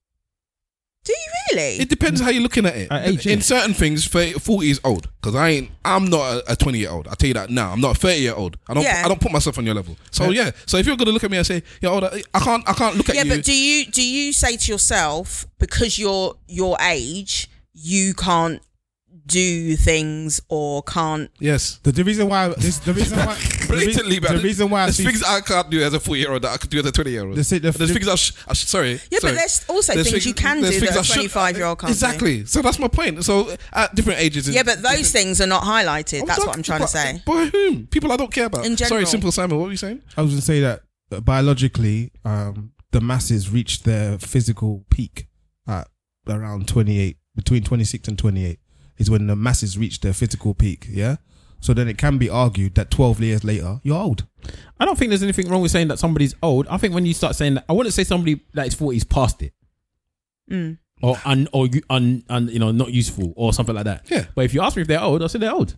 do you really? It depends how you're looking at it. At age, In yeah. certain things, 30, 40 is old because I ain't. I'm not a, a 20 year old. I tell you that now. I'm not a 30 year old. I don't. Yeah. I don't put myself on your level. So yeah. So if you're gonna look at me and say you're older, I can't. I can't look at yeah, you. but do you do you say to yourself because you're your age you can't do things or can't? yes. The, the reason why this, the reason why the, re- Blatantly, but the reason why I there's see things I can't do as a 40 year old that I could do as a 20 year old. There's it- the- there's the- things I, sh- I sh- sorry. Yeah, sorry. but there's also There's things you can there's do things that a I should- 25 year old can't do. Exactly. So that's my point. So at different ages. is- Yeah, but those things are not highlighted. That's what I'm trying to But- say. By whom? People I don't care about. In Sorry, general. Simple Simon, what were you saying? I was going to say that uh, biologically, um, the masses reach their physical peak at around 28, between 26 and 28 is when the masses reach their physical peak. Yeah. So then it can be argued that 12 years later, you're old. I don't think there's anything wrong with saying that somebody's old. I think when you start saying that, I wouldn't say somebody that is 40 is past it. Or un, or you- un, un, you know, not useful or something like that. Yeah. But if you ask me if they're old, I say they're old.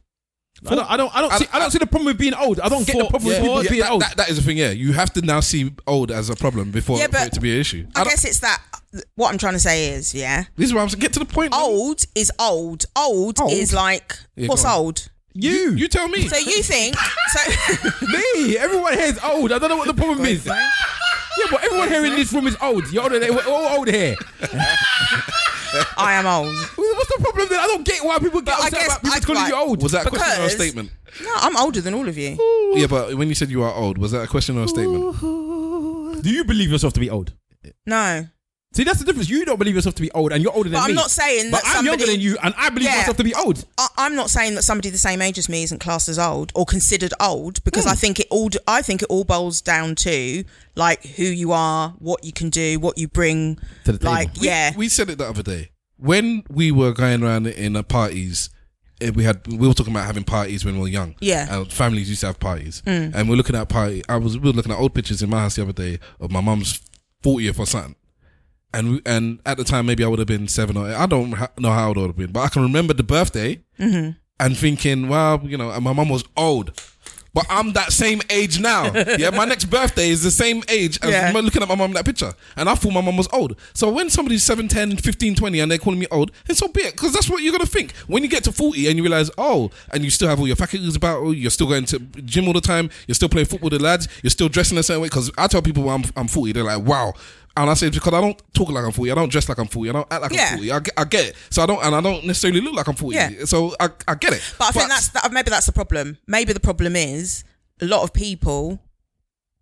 I don't, I don't, I don't, see, I don't see the problem with being old. I don't get the For- problem yeah, with people yeah, being that, old. that- that is the thing, yeah. You have to now see old as a problem before Yeah, for but it to be an issue. I don't- guess it's that. What I'm trying to say is, yeah, this is why I'm saying get to the point. Oh. man. old is old. Old, Old? is like Yeah, go what's on. old. you, You tell me. So you think? So me, everyone here is old. I don't know what the problem is. Yeah, but everyone here in this room is old. You're older. than- We're all old here. I am old. What's the problem? Then I don't get why people get But I upset guess about people I'd calling like- you old. was that a question or a Because- statement? No, I'm older than all of you. Yeah, but when you said you are old, was that a question or a statement? Do you believe yourself to be old? No. See, that's the difference. You don't believe yourself to be old, and you're older than But I'm me. not saying But that I'm younger somebody- than you, and I believe Yeah. myself to be old. I, I'm not saying that somebody the same age as me isn't classed as old or considered old because Hmm. I think it all I think it all boils down to like who you are, what you can do, what you bring To the table. Like yeah, We said it the other day. When we were going around in uh, parties, eh, we had we were talking about having parties when we were young. Yeah. Hmm. And families used to have parties. And we're looking at party I was we were looking at old pictures in my house the other day of my mum's fortieth or something. And we, Mm-hmm. and at the time maybe I would have been seven or eight. I don't ha- know how old I would have been, but I can remember the birthday and thinking, well, you know, and my mum was old. But I'm that same age now. Yeah, my next birthday is the same age as Yeah. my- looking at my mum in that picture. And I thought my mum was old. So when somebody's 7, 10, 15, 20 and they're calling me old, then so be it. Because that's what you're going to think. When you get to 40 and you realize, oh, and you still have all your faculties about, oh, you're still going to gym all the time, you're still playing football with the lads, you're still dressing the same way. Because I tell people when I'm, I'm 40, they're like, wow. And I say, because I don't talk like I'm 40, I don't dress like I'm 40, I don't act like Yeah. I'm 40. I, get- I get it. So I don't, and I don't necessarily look like I'm 40. Yeah. So I, I get it. But I think that's that, maybe that's the problem. Maybe the problem is a lot of people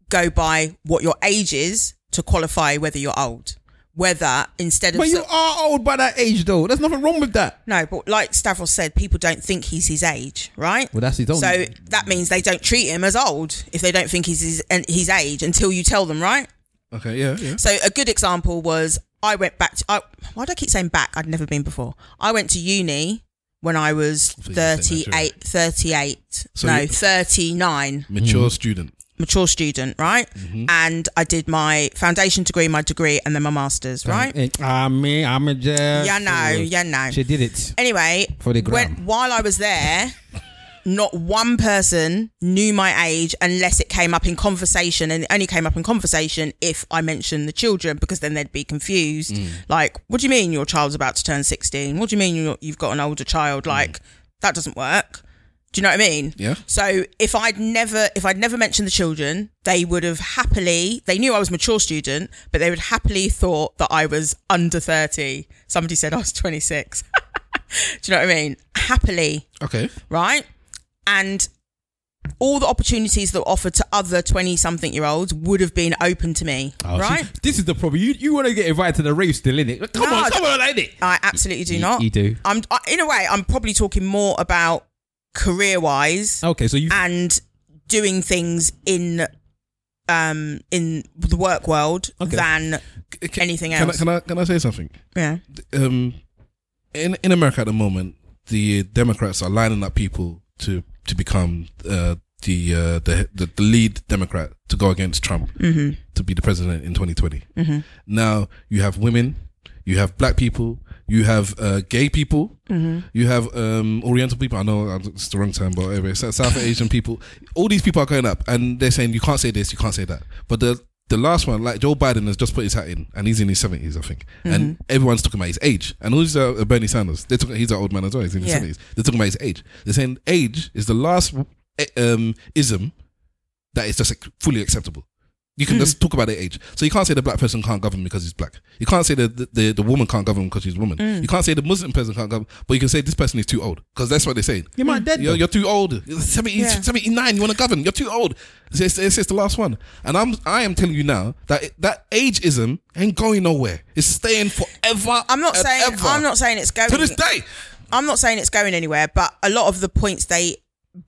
go by what your age is to qualify whether you're old. Whether instead of But you so- are old by that age, though. There's nothing wrong with that. no, but like Stavros said, people don't think he's his age, right? Well, that's his own- So that means they don't treat him as old if they don't think he's his, and his age until you tell them, right? Okay, yeah, yeah. So a good example was I went back to. I, why do I keep saying back? I'd never been before. I went to uni when I was you were saying 38, 38 So no, you- 39, Mature student. mature student, right? Mm-hmm. And I did my foundation degree, my degree, and then my master's, right? Eh, I mean, I'm a jazz. Yeah, no, yeah, Eh, no. She did it. Anyway, For the gram. when, while I was there, not one person knew my age unless it came up in conversation, and it only came up in conversation if I mentioned the children because then they'd be confused. Mm. Like, what do you mean your child's about to turn sixteen? What do you mean you're, you've got an older child? Mm. Like, that doesn't work. Do you know what I mean? Yeah. So if I'd never if I'd never mentioned the children, they would have happily they knew I was a mature student, but they would happily thought that I was under thirty. Somebody said I was twenty six. Do you know what I mean? Happily, Okay. right? And all the opportunities that were offered to other twenty something year olds would have been open to me. Oh, right? See, this is the problem. You you want to get invited to the rave still in it? Come No, on, come on, like it. I absolutely do You- not. you do. I'm I, in a way, I'm probably talking more about career wise Okay, so you and doing things in um in the work world than Can- anything Can I, else. can I can I say something? yeah. Um, in in America at the moment, the Democrats are lining up people to to become uh, the, uh, the the the lead Democrat to go against Trump Mm-hmm. to be the president in 2020. Now you have women, you have black people, you have uh, gay people, you have um, Oriental people. I know uh, it's the wrong term, but anyway, South South Asian people. All these people are going up, and they're saying you can't say this, you can't say that. But the the last one, like Joe Biden, has just put his hat in, and he's in his seventies, I think, and everyone's talking about his age. And all these are uh, Bernie Sanders. They're talking, he's an old man as well. He's in his Yeah. seventies. They're talking about his age. They're saying age is the last eh, um, ism that is just like, fully acceptable. You can just talk about their age. So you can't say the black person can't govern because he's black. You can't say the the, the, the woman can't govern because she's a woman. Mm. You can't say the Muslim person can't govern, but you can say this person is too old because that's what they're saying. You're my dad, You're, though. you're too old. You're 70, Yeah. 79, You want to govern? You're too old. It's, it's, it's just the last one. And I'm I am telling you now that it- that ageism ain't going nowhere. It's staying forever. I'm not and saying ever. I'm not saying it's going to this day. I'm not saying it's going anywhere, but a lot of the points they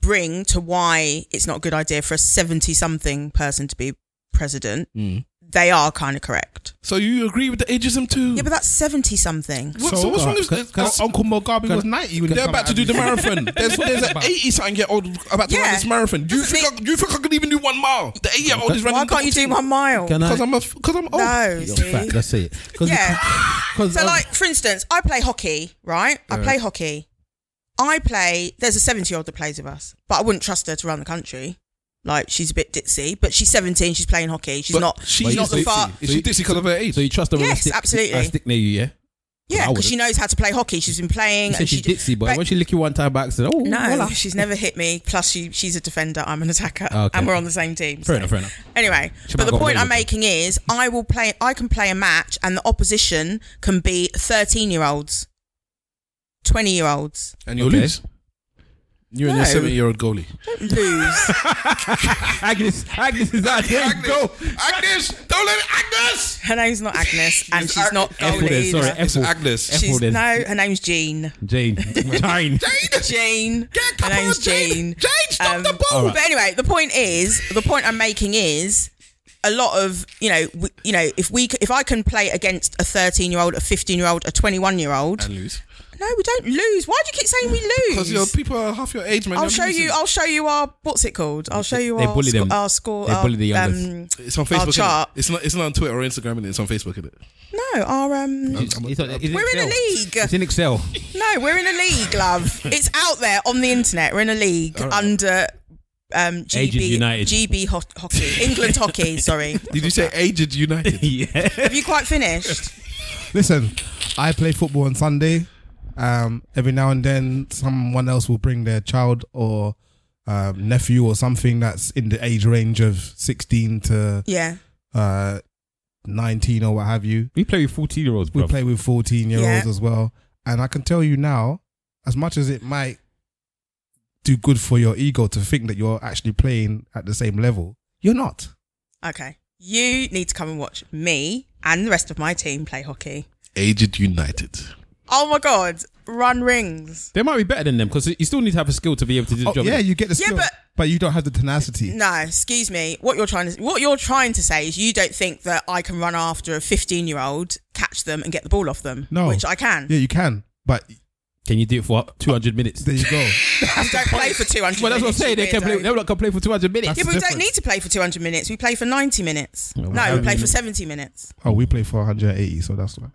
bring to why it's not a good idea for a 70 something person to be president, they are kind of correct. So you agree with the ageism too? Yeah, but that's 70 something. What- so what's wrong with Because Uncle Mugabe was 90 when he They're come about to out do the of his- marathon. There's, there's an 80 something year old about to Yeah. run this marathon. Do you, Doesn't think I, mean- do you think I could even do one mile? The 80 year old is running. Why can't you do one mile? Can I- Because I'm, a f- 'cause I'm old. No, You're see? fat, That's it. Cause Yeah. Cause um, So, of- like, for instance, I play hockey, right? I play hockey. I play, there's a 70 year old that plays with us, but I wouldn't trust her to run the country. Like, she's a bit ditzy, but she's 17, she's playing hockey. She's But not, she's is not the ditzy. far. Is she ditzy because of her age? so you trust her? when I Yes, stick- absolutely. I stick near you, yeah. Yeah, I because she knows how to play hockey. She's been playing. You said she's ditzy, but but- when she lick you one time back, said, "Oh, No, voila." Ah, she's never hit me. Plus, she, she's a defender. I'm an attacker, Okay. and we're on the same team. Fair so- enough, fair enough. Anyway, She might but the got point away I'm with it. making is, I will play. I can play a match, and the opposition can be 13 year olds, 20 year olds. and you'll Okay. lose. You and your No. 70 year old goalie. Lose. Agnes, Agnes is out there. Go. Agnes! Don't let it. Agnes! her name's not Agnes, and It's she's Ag- not F word, goalie. sorry, either. F It's word. Agnes. F She's word. no. Her name's Jean. Jane, Jane. Jane. Get Her up on name's Um, Jane. Jane. Jane, stop the ball. All right. But anyway, the point is, the point I'm making is, a lot of you know we, you know if we c- if I can play against a 13 year old, a 15 year old, a 21 year old, And lose. no, we don't lose. Why do you keep saying we Because your lose? people are half your age, man. I'll You're show you. losing. I'll show you our what's it called? I'll show you They our bully sco- them. our score. They our, bully the youngest. Um, It's on I'll Facebook. Innit? chart. It's not. It's not on Twitter or Instagram. Innit? It's on Facebook. Innit? no, our um. It's on- it's We're in a Excel. league. It's in Excel. No, we're in a league, love. it's out there on the internet. We're in a league under um, GB, Aged United. GB ho- hockey, England hockey. Sorry, Did you say Aged United? yeah. have you quite finished? Listen, I play football on Sunday. Um, every now and then, someone else will bring their child or um, nephew or something that's in the age range of 16 to Yeah, uh, 19 or what have you. We play with 14 year olds, We bro. play with 14 year olds Yeah. as well. And I can tell you now, as much as it might do good for your ego to think that you're actually playing at the same level, you're not. okay. You need to come and watch me and the rest of my team play hockey. Aged United. Oh my god, run rings. They might be better than them because you still need to have a skill to be able to do the Oh, job. yeah, you get the Yeah, skill, but- but, you don't have the tenacity. No, excuse me. What you're trying to what you're trying to say is you don't think that I can run after a 15 year old, catch them, and get the ball off them. No. which I can. Yeah, you can, but Can you do it for 200 minutes? there you go. I don't play for 200. Well, that's what I'm minutes, saying. They you can play. weirdo. They're not gonna play for 200 minutes. Yeah, but we don't difference. need to play for 200 minutes. We play for 90 minutes. No, we well, play um, for 70 minutes. Oh, we play for 180, so that's why.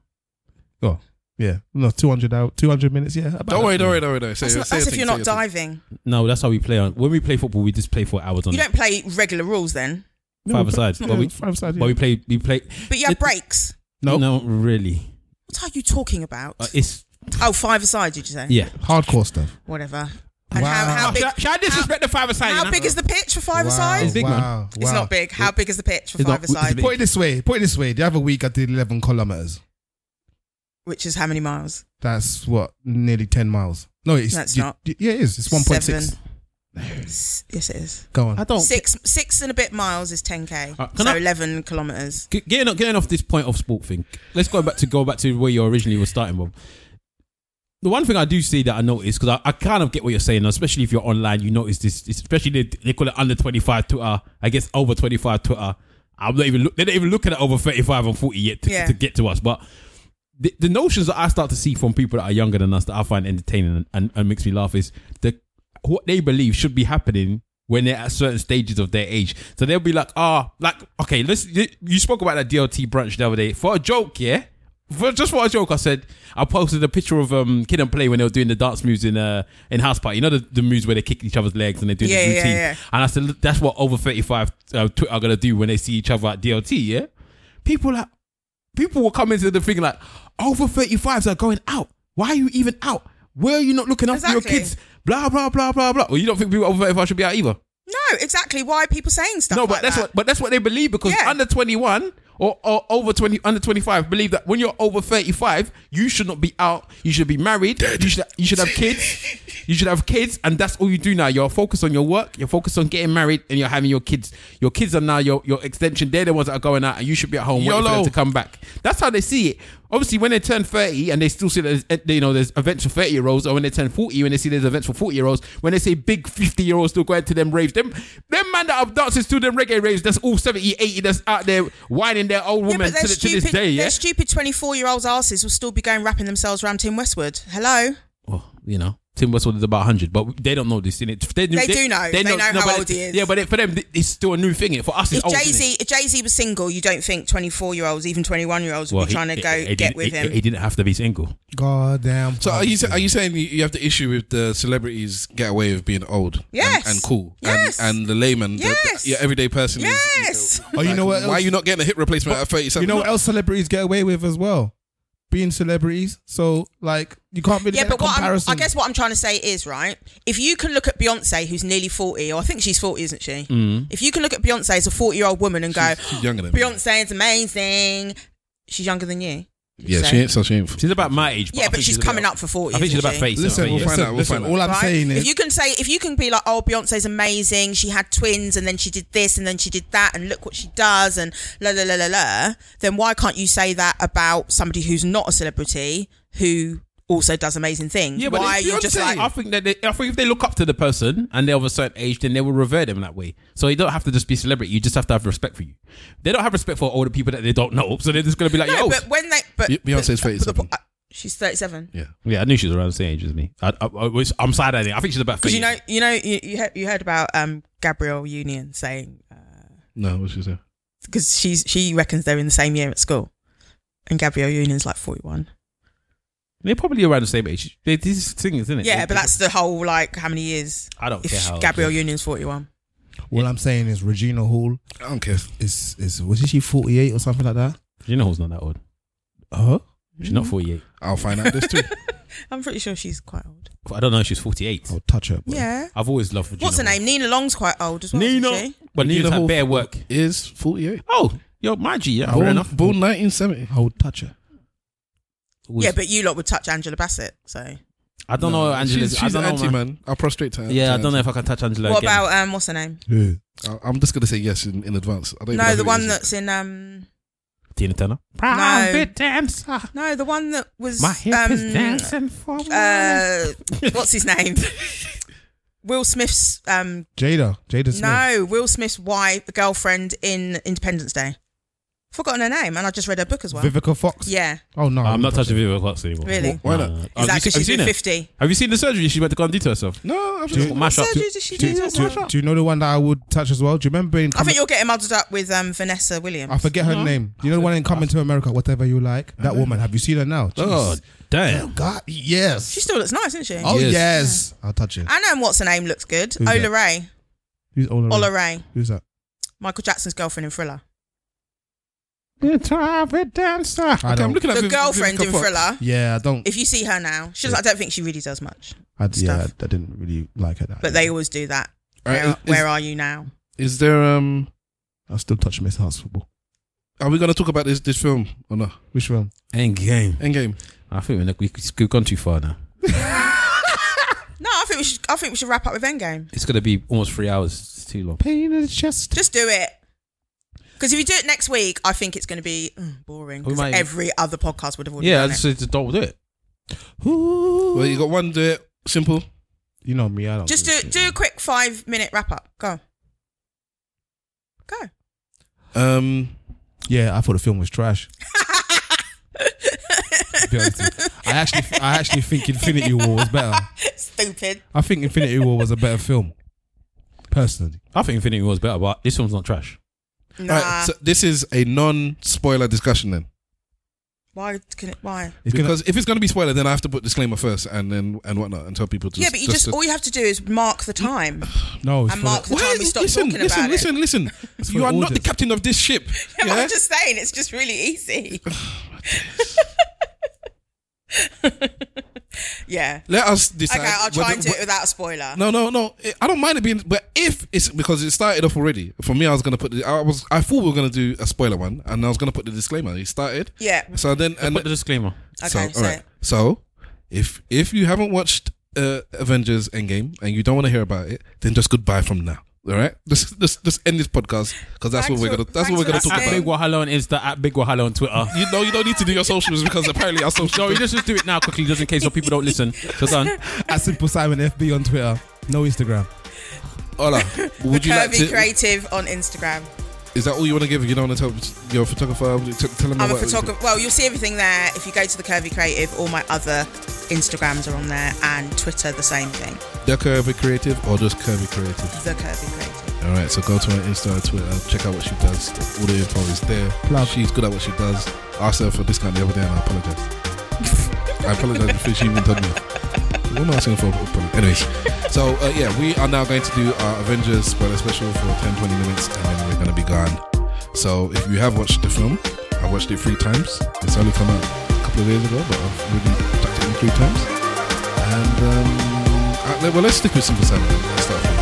Oh, yeah. No, 200 out, 200 minutes, yeah. About Don't that. worry. Don't worry. Don't worry. Don't worry. Say, That's, not, say that's your if thing, you're say not your thing. diving. No, that's how we play. On when we play football, we just play for hours on You Mm-hmm. don't play regular rules then, No, five we play- sides. But we, yeah, five side, but yeah. we play. We play. but you have It- breaks. No. no, really. What are you talking about? Uh, it's oh, five aside, did you say? yeah. Hardcore stuff. Whatever. And Wow. how, how big, I disrespect the five aside? how big is the pitch for five aside? It's big, wow, man. Wow. It's not big. How big is the pitch for It's not- five aside? it's big. Put it this way. Put it this way. The other week I did 11 kilometers. Which is how many miles? That's what nearly 10 miles. No, it's That's you- not. Yeah, it is. It's 1.6. Seven. S- Yes, it is. Go on. I don't. Six, six and a bit miles is 10k. Oh, Uh, can so I- 11 kilometers. G- Getting off, getting off this point of sport thing, let's go back to go back to where you originally were starting from. The one thing I do see that I notice because I, I kind of get what you're saying, especially if you're online, you notice this. Especially they, they call it under 25 Twitter, I guess over 25 Twitter. I'm not even look, they're not even looking at over 35 and 40 yet to, Yeah. to get to us, but. The, the notions that I start to see from people that are younger than us that I find entertaining and, and, and makes me laugh is the what they believe should be happening when they're at certain stages of their age. So they'll be like, ah, like, okay, let's, you, you spoke about that DLT brunch the other day for a joke, yeah? For, just for a joke, I said, I posted a picture of um, Kid and Play when they were doing the dance moves in uh, in House Party. You know the, the moves where they kick each other's legs and they do Yeah, the yeah, routine? yeah. And I said, look, that's what over 35 uh, Twitter are going to do when they see each other at DLT, yeah? People like, people will come into the thing like, over 35s are going out. Why are you even out? Where are you not looking after Exactly. your kids? Blah, blah, blah, blah, blah. Well, you don't think people over 35 should be out either? No, exactly. Why are people saying stuff no, like but that's that? what but that's what they believe because Yeah. under 21 or, or over 20 under 25 believe that when you're over 35 you should not be out you should be married you should you should have kids you should have kids and that's all you do now you're focused on your work you're focused on getting married and you're having your kids your kids are now your, your extension they're the ones that are going out and you should be at home waiting for YOLO. them to come back that's how they see it obviously when they turn 30 and they still see that there's, eh, you know there's events for 30 year olds or when they turn 40 when they see there's events for 40 year olds when they say big 50 year olds still going to them raves them them man that are dancing to them reggae raves that's all 70 80 that's out there whining their old Yeah, woman but their to, the- to stupid, this day yeah their stupid twenty-four-year-old asses will still be going wrapping themselves around Tim Westwood. Hello, well, you know, Tim Westwood is about 100, but they don't know this, innit? They, They do know. They know how but old he is. Yeah, but it, for them, it's still a new thing. innit? For us, it's if old, Jay innit? Z, if Jay Z was single, you don't think twenty-four-year-olds, even twenty-one-year-olds, would Well, be trying to he- go he- he get didn't- with he- him? He didn't have to be single. God damn. So are you sa- are you saying you- you have the issue with the celebrities get away with being old? and- Yes. And, cool. Yes. And, and the layman, the- the, Yes. your everyday person. is- yes. Oh, you know what? Why are else- you not getting a hip replacement at 37? You know what else celebrities get away with as well? Being celebrities. So like you can't really yeah, get a but what I'm, comparison. I guess what I'm trying to say is right. If you can look at Beyonce, who's nearly forty, or I think she's forty, isn't she? Mm. If you can look at Beyonce as a forty-year-old woman and go, She's younger than me. Beyonce is amazing. She's younger than you. Yeah, So- she ain't. So she ain't. She's about my age. But Yeah, I but think she's about- coming up for forty. I think she's isn't about she? 30. Listen, we'll yeah. find Listen, out. we'll We'll listen. find out. All I'm right? saying if is, you can say if you can be like, oh, Beyonce's amazing. She had twins, and then she did this, and then she did that, and look what she does, and la la la la la. Then why can't you say that about somebody who's not a celebrity who also does amazing things. Yeah, but Why are it's you just Beyonce. like I think that they, I think if they look up to the person and they're of a certain age, then they will revere them that way. So you don't have to just be celebrity; you just have to have respect for you. They don't have respect for older people that they don't know, so they're just gonna be like, no, "Yo, but when they but Be- Beyonce's but- but the po- 37. uh, She's thirty-seven. Yeah. yeah, I knew she was around the same age as me." I, I, I was, I'm sad at it. I think she's about Because thirty. you know, you know, you you heard, you heard about um, Gabrielle Union saying No, what's she say? because she's she reckons they're in the same year at school, and Gabrielle Union's like forty-one. they're probably around the same age. They, this is things, isn't it? Yeah, They- but that's the whole like how many years? I don't If care how old Gabrielle she Union's forty-one, All I'm saying is Regina Hall I don't care. is is wasn't she 48 or something like that? You know who's not that old? Uh-huh. Huh? She's Hmm? not 48. I'll find out this too. I'm pretty sure she's quite old. I don't know. She's 48. I'll touch her. boy. Yeah. I've always loved Regina. What's her Hall. name? Nina Long's quite old as well. isn't Nina. she? But Nina's Regina had Hall. bare work. Is 48. Oh, yo, my G. Yeah, fair Born, enough. born 1970. I would touch her. Was- Yeah, but you lot would touch Angela Bassett. So I don't know Angela's. She's, I she's don't know, an auntie, man. man. I'll prostrate to her. Yeah, I to don't know her. if I can touch Angela. what again. about um, what's her name? Yeah. I- I'm just going to say yes in, in advance. I don't even know No, who the it one is. that's in um, Tina Turner? Private dancer. no, the one that was um, for uh, what's his name? Will Smith's um Jada. Jada Smith. no, Will Smith's wife, girlfriend in Independence Day. Forgotten her name, and I just read her book as well. Vivica Fox. yeah, Oh no. I I'm wouldn't not touch touching Vivica Fox anymore. Really? Why not? Nah. Is Have is that you because seen- she's have you been seen it? fifty? Have you seen the surgery she went to go and do to herself? No, I've Do- just. Mash up. Surgery did she Do, do? do- do you know the one that I would touch as well? Do you remember in I Coming- think you're getting muddled up with um, Vanessa Williams. I forget her name. Do you know the one in Coming to America, whatever you like? Uh-huh. That woman. Have you seen her now? Oh, Jeez. damn. God, yes. she still looks nice, isn't she? oh Yes. yes. I'll touch it. Anna and what's her name looks good. Who's Ola that? Mm. Ray, Who's Ola? Ray? Ola Ray, Who's that? Michael Jackson's girlfriend in Thriller, dancer. I Okay, I'm don't. looking at the Viv- girlfriend Vivica in Fox. Thriller. Yeah, I don't. If you see her now, she's I don't think she really does much, I, yeah, stuff. I, I didn't really like her. That but they always do that. All right, where, is- where are you now? Is there um? I still touch Miss House football. Are we gonna talk about this this film or not? Which one? End game. Endgame. I think we're- we- we've gone too far now. No, I think we should. I think we should wrap up with Endgame. It's going to be almost three hours. It's too long. Pain in the chest. Just do it. Because if you do it next week, I think it's going to be mm, boring. We Because might- every other podcast would have already Yeah, I done just it. said just don't do it. Well, you got one there. Simple. You know me. I don't. Just give a do shit. do a quick five minute wrap up. Go. Go. Um, Yeah, I thought the film was trash. To be honest with you. I actually, I actually think Infinity War was better. Stupid. I think Infinity War was a better film, personally. I think Infinity War was better, but this one's not trash. Nah. all right, so this is a non-spoiler discussion then, why? Can it, why? It's gonna- because if it's gonna be spoiler, then I have to put disclaimer first and then and whatnot and tell people to. yeah, but you just, all you have to do is mark the time. no, it's And for the- Mark- the time we stop listen, talking listen, about it. listen, listen, for You the are not the audience. captain of this ship. Yeah, but yeah? Oh, I'm just saying, it's just really easy. yeah. Let us decide. Okay, I'll try whether- and do it without a spoiler. No, no, no. I- I don't mind it being, but if it's because it started off already. For me, I was gonna put. The, I was. I thought we were gonna do a spoiler one, and I was gonna put the disclaimer. It started. Yeah. So then, and Put the Uh, disclaimer. so, Okay, all so right. So, if if you haven't watched uh, Avengers Endgame and you don't want to hear about it, then just goodbye from now. All right, let's let's, let's end this podcast because that's what Thanks we're for- gonna that's what thanks we're gonna for talk At Big about. listening. Wahala on Insta, at Big Wahala on Twitter. You know, you don't need to do your socials because apparently our socials. No, you just, just do it now quickly, just in case so people don't listen. So done. at Simple Simon FB on Twitter. No Instagram. Ola, would you like Curvy to? Creative on Instagram. Is that all you want to give? You don't want to tell your photographer. T- tell them I'm a about- photographer. Well, you'll see everything there. If you go to the Curvy Creative, all my other Instagrams are on there and Twitter, the same thing. The Curvy Creative or just Curvy Creative. The Curvy Creative. All right, so go to her Insta and Twitter, check out what she does. All the info is there. Plug. She's good at what she does. I asked her for a discount the other day and I apologize. I apologize before she even told me. We're not asking for apology. Anyways, so uh, yeah, we are now going to do our Avengers spoiler special for 10 20 minutes and then we're going to be gone. So if you have watched the film, I watched it three times. It's only come out a couple of days ago, but I've really tucked it in three times. And um, uh, well, let's stick with Simple Simon. Let's start from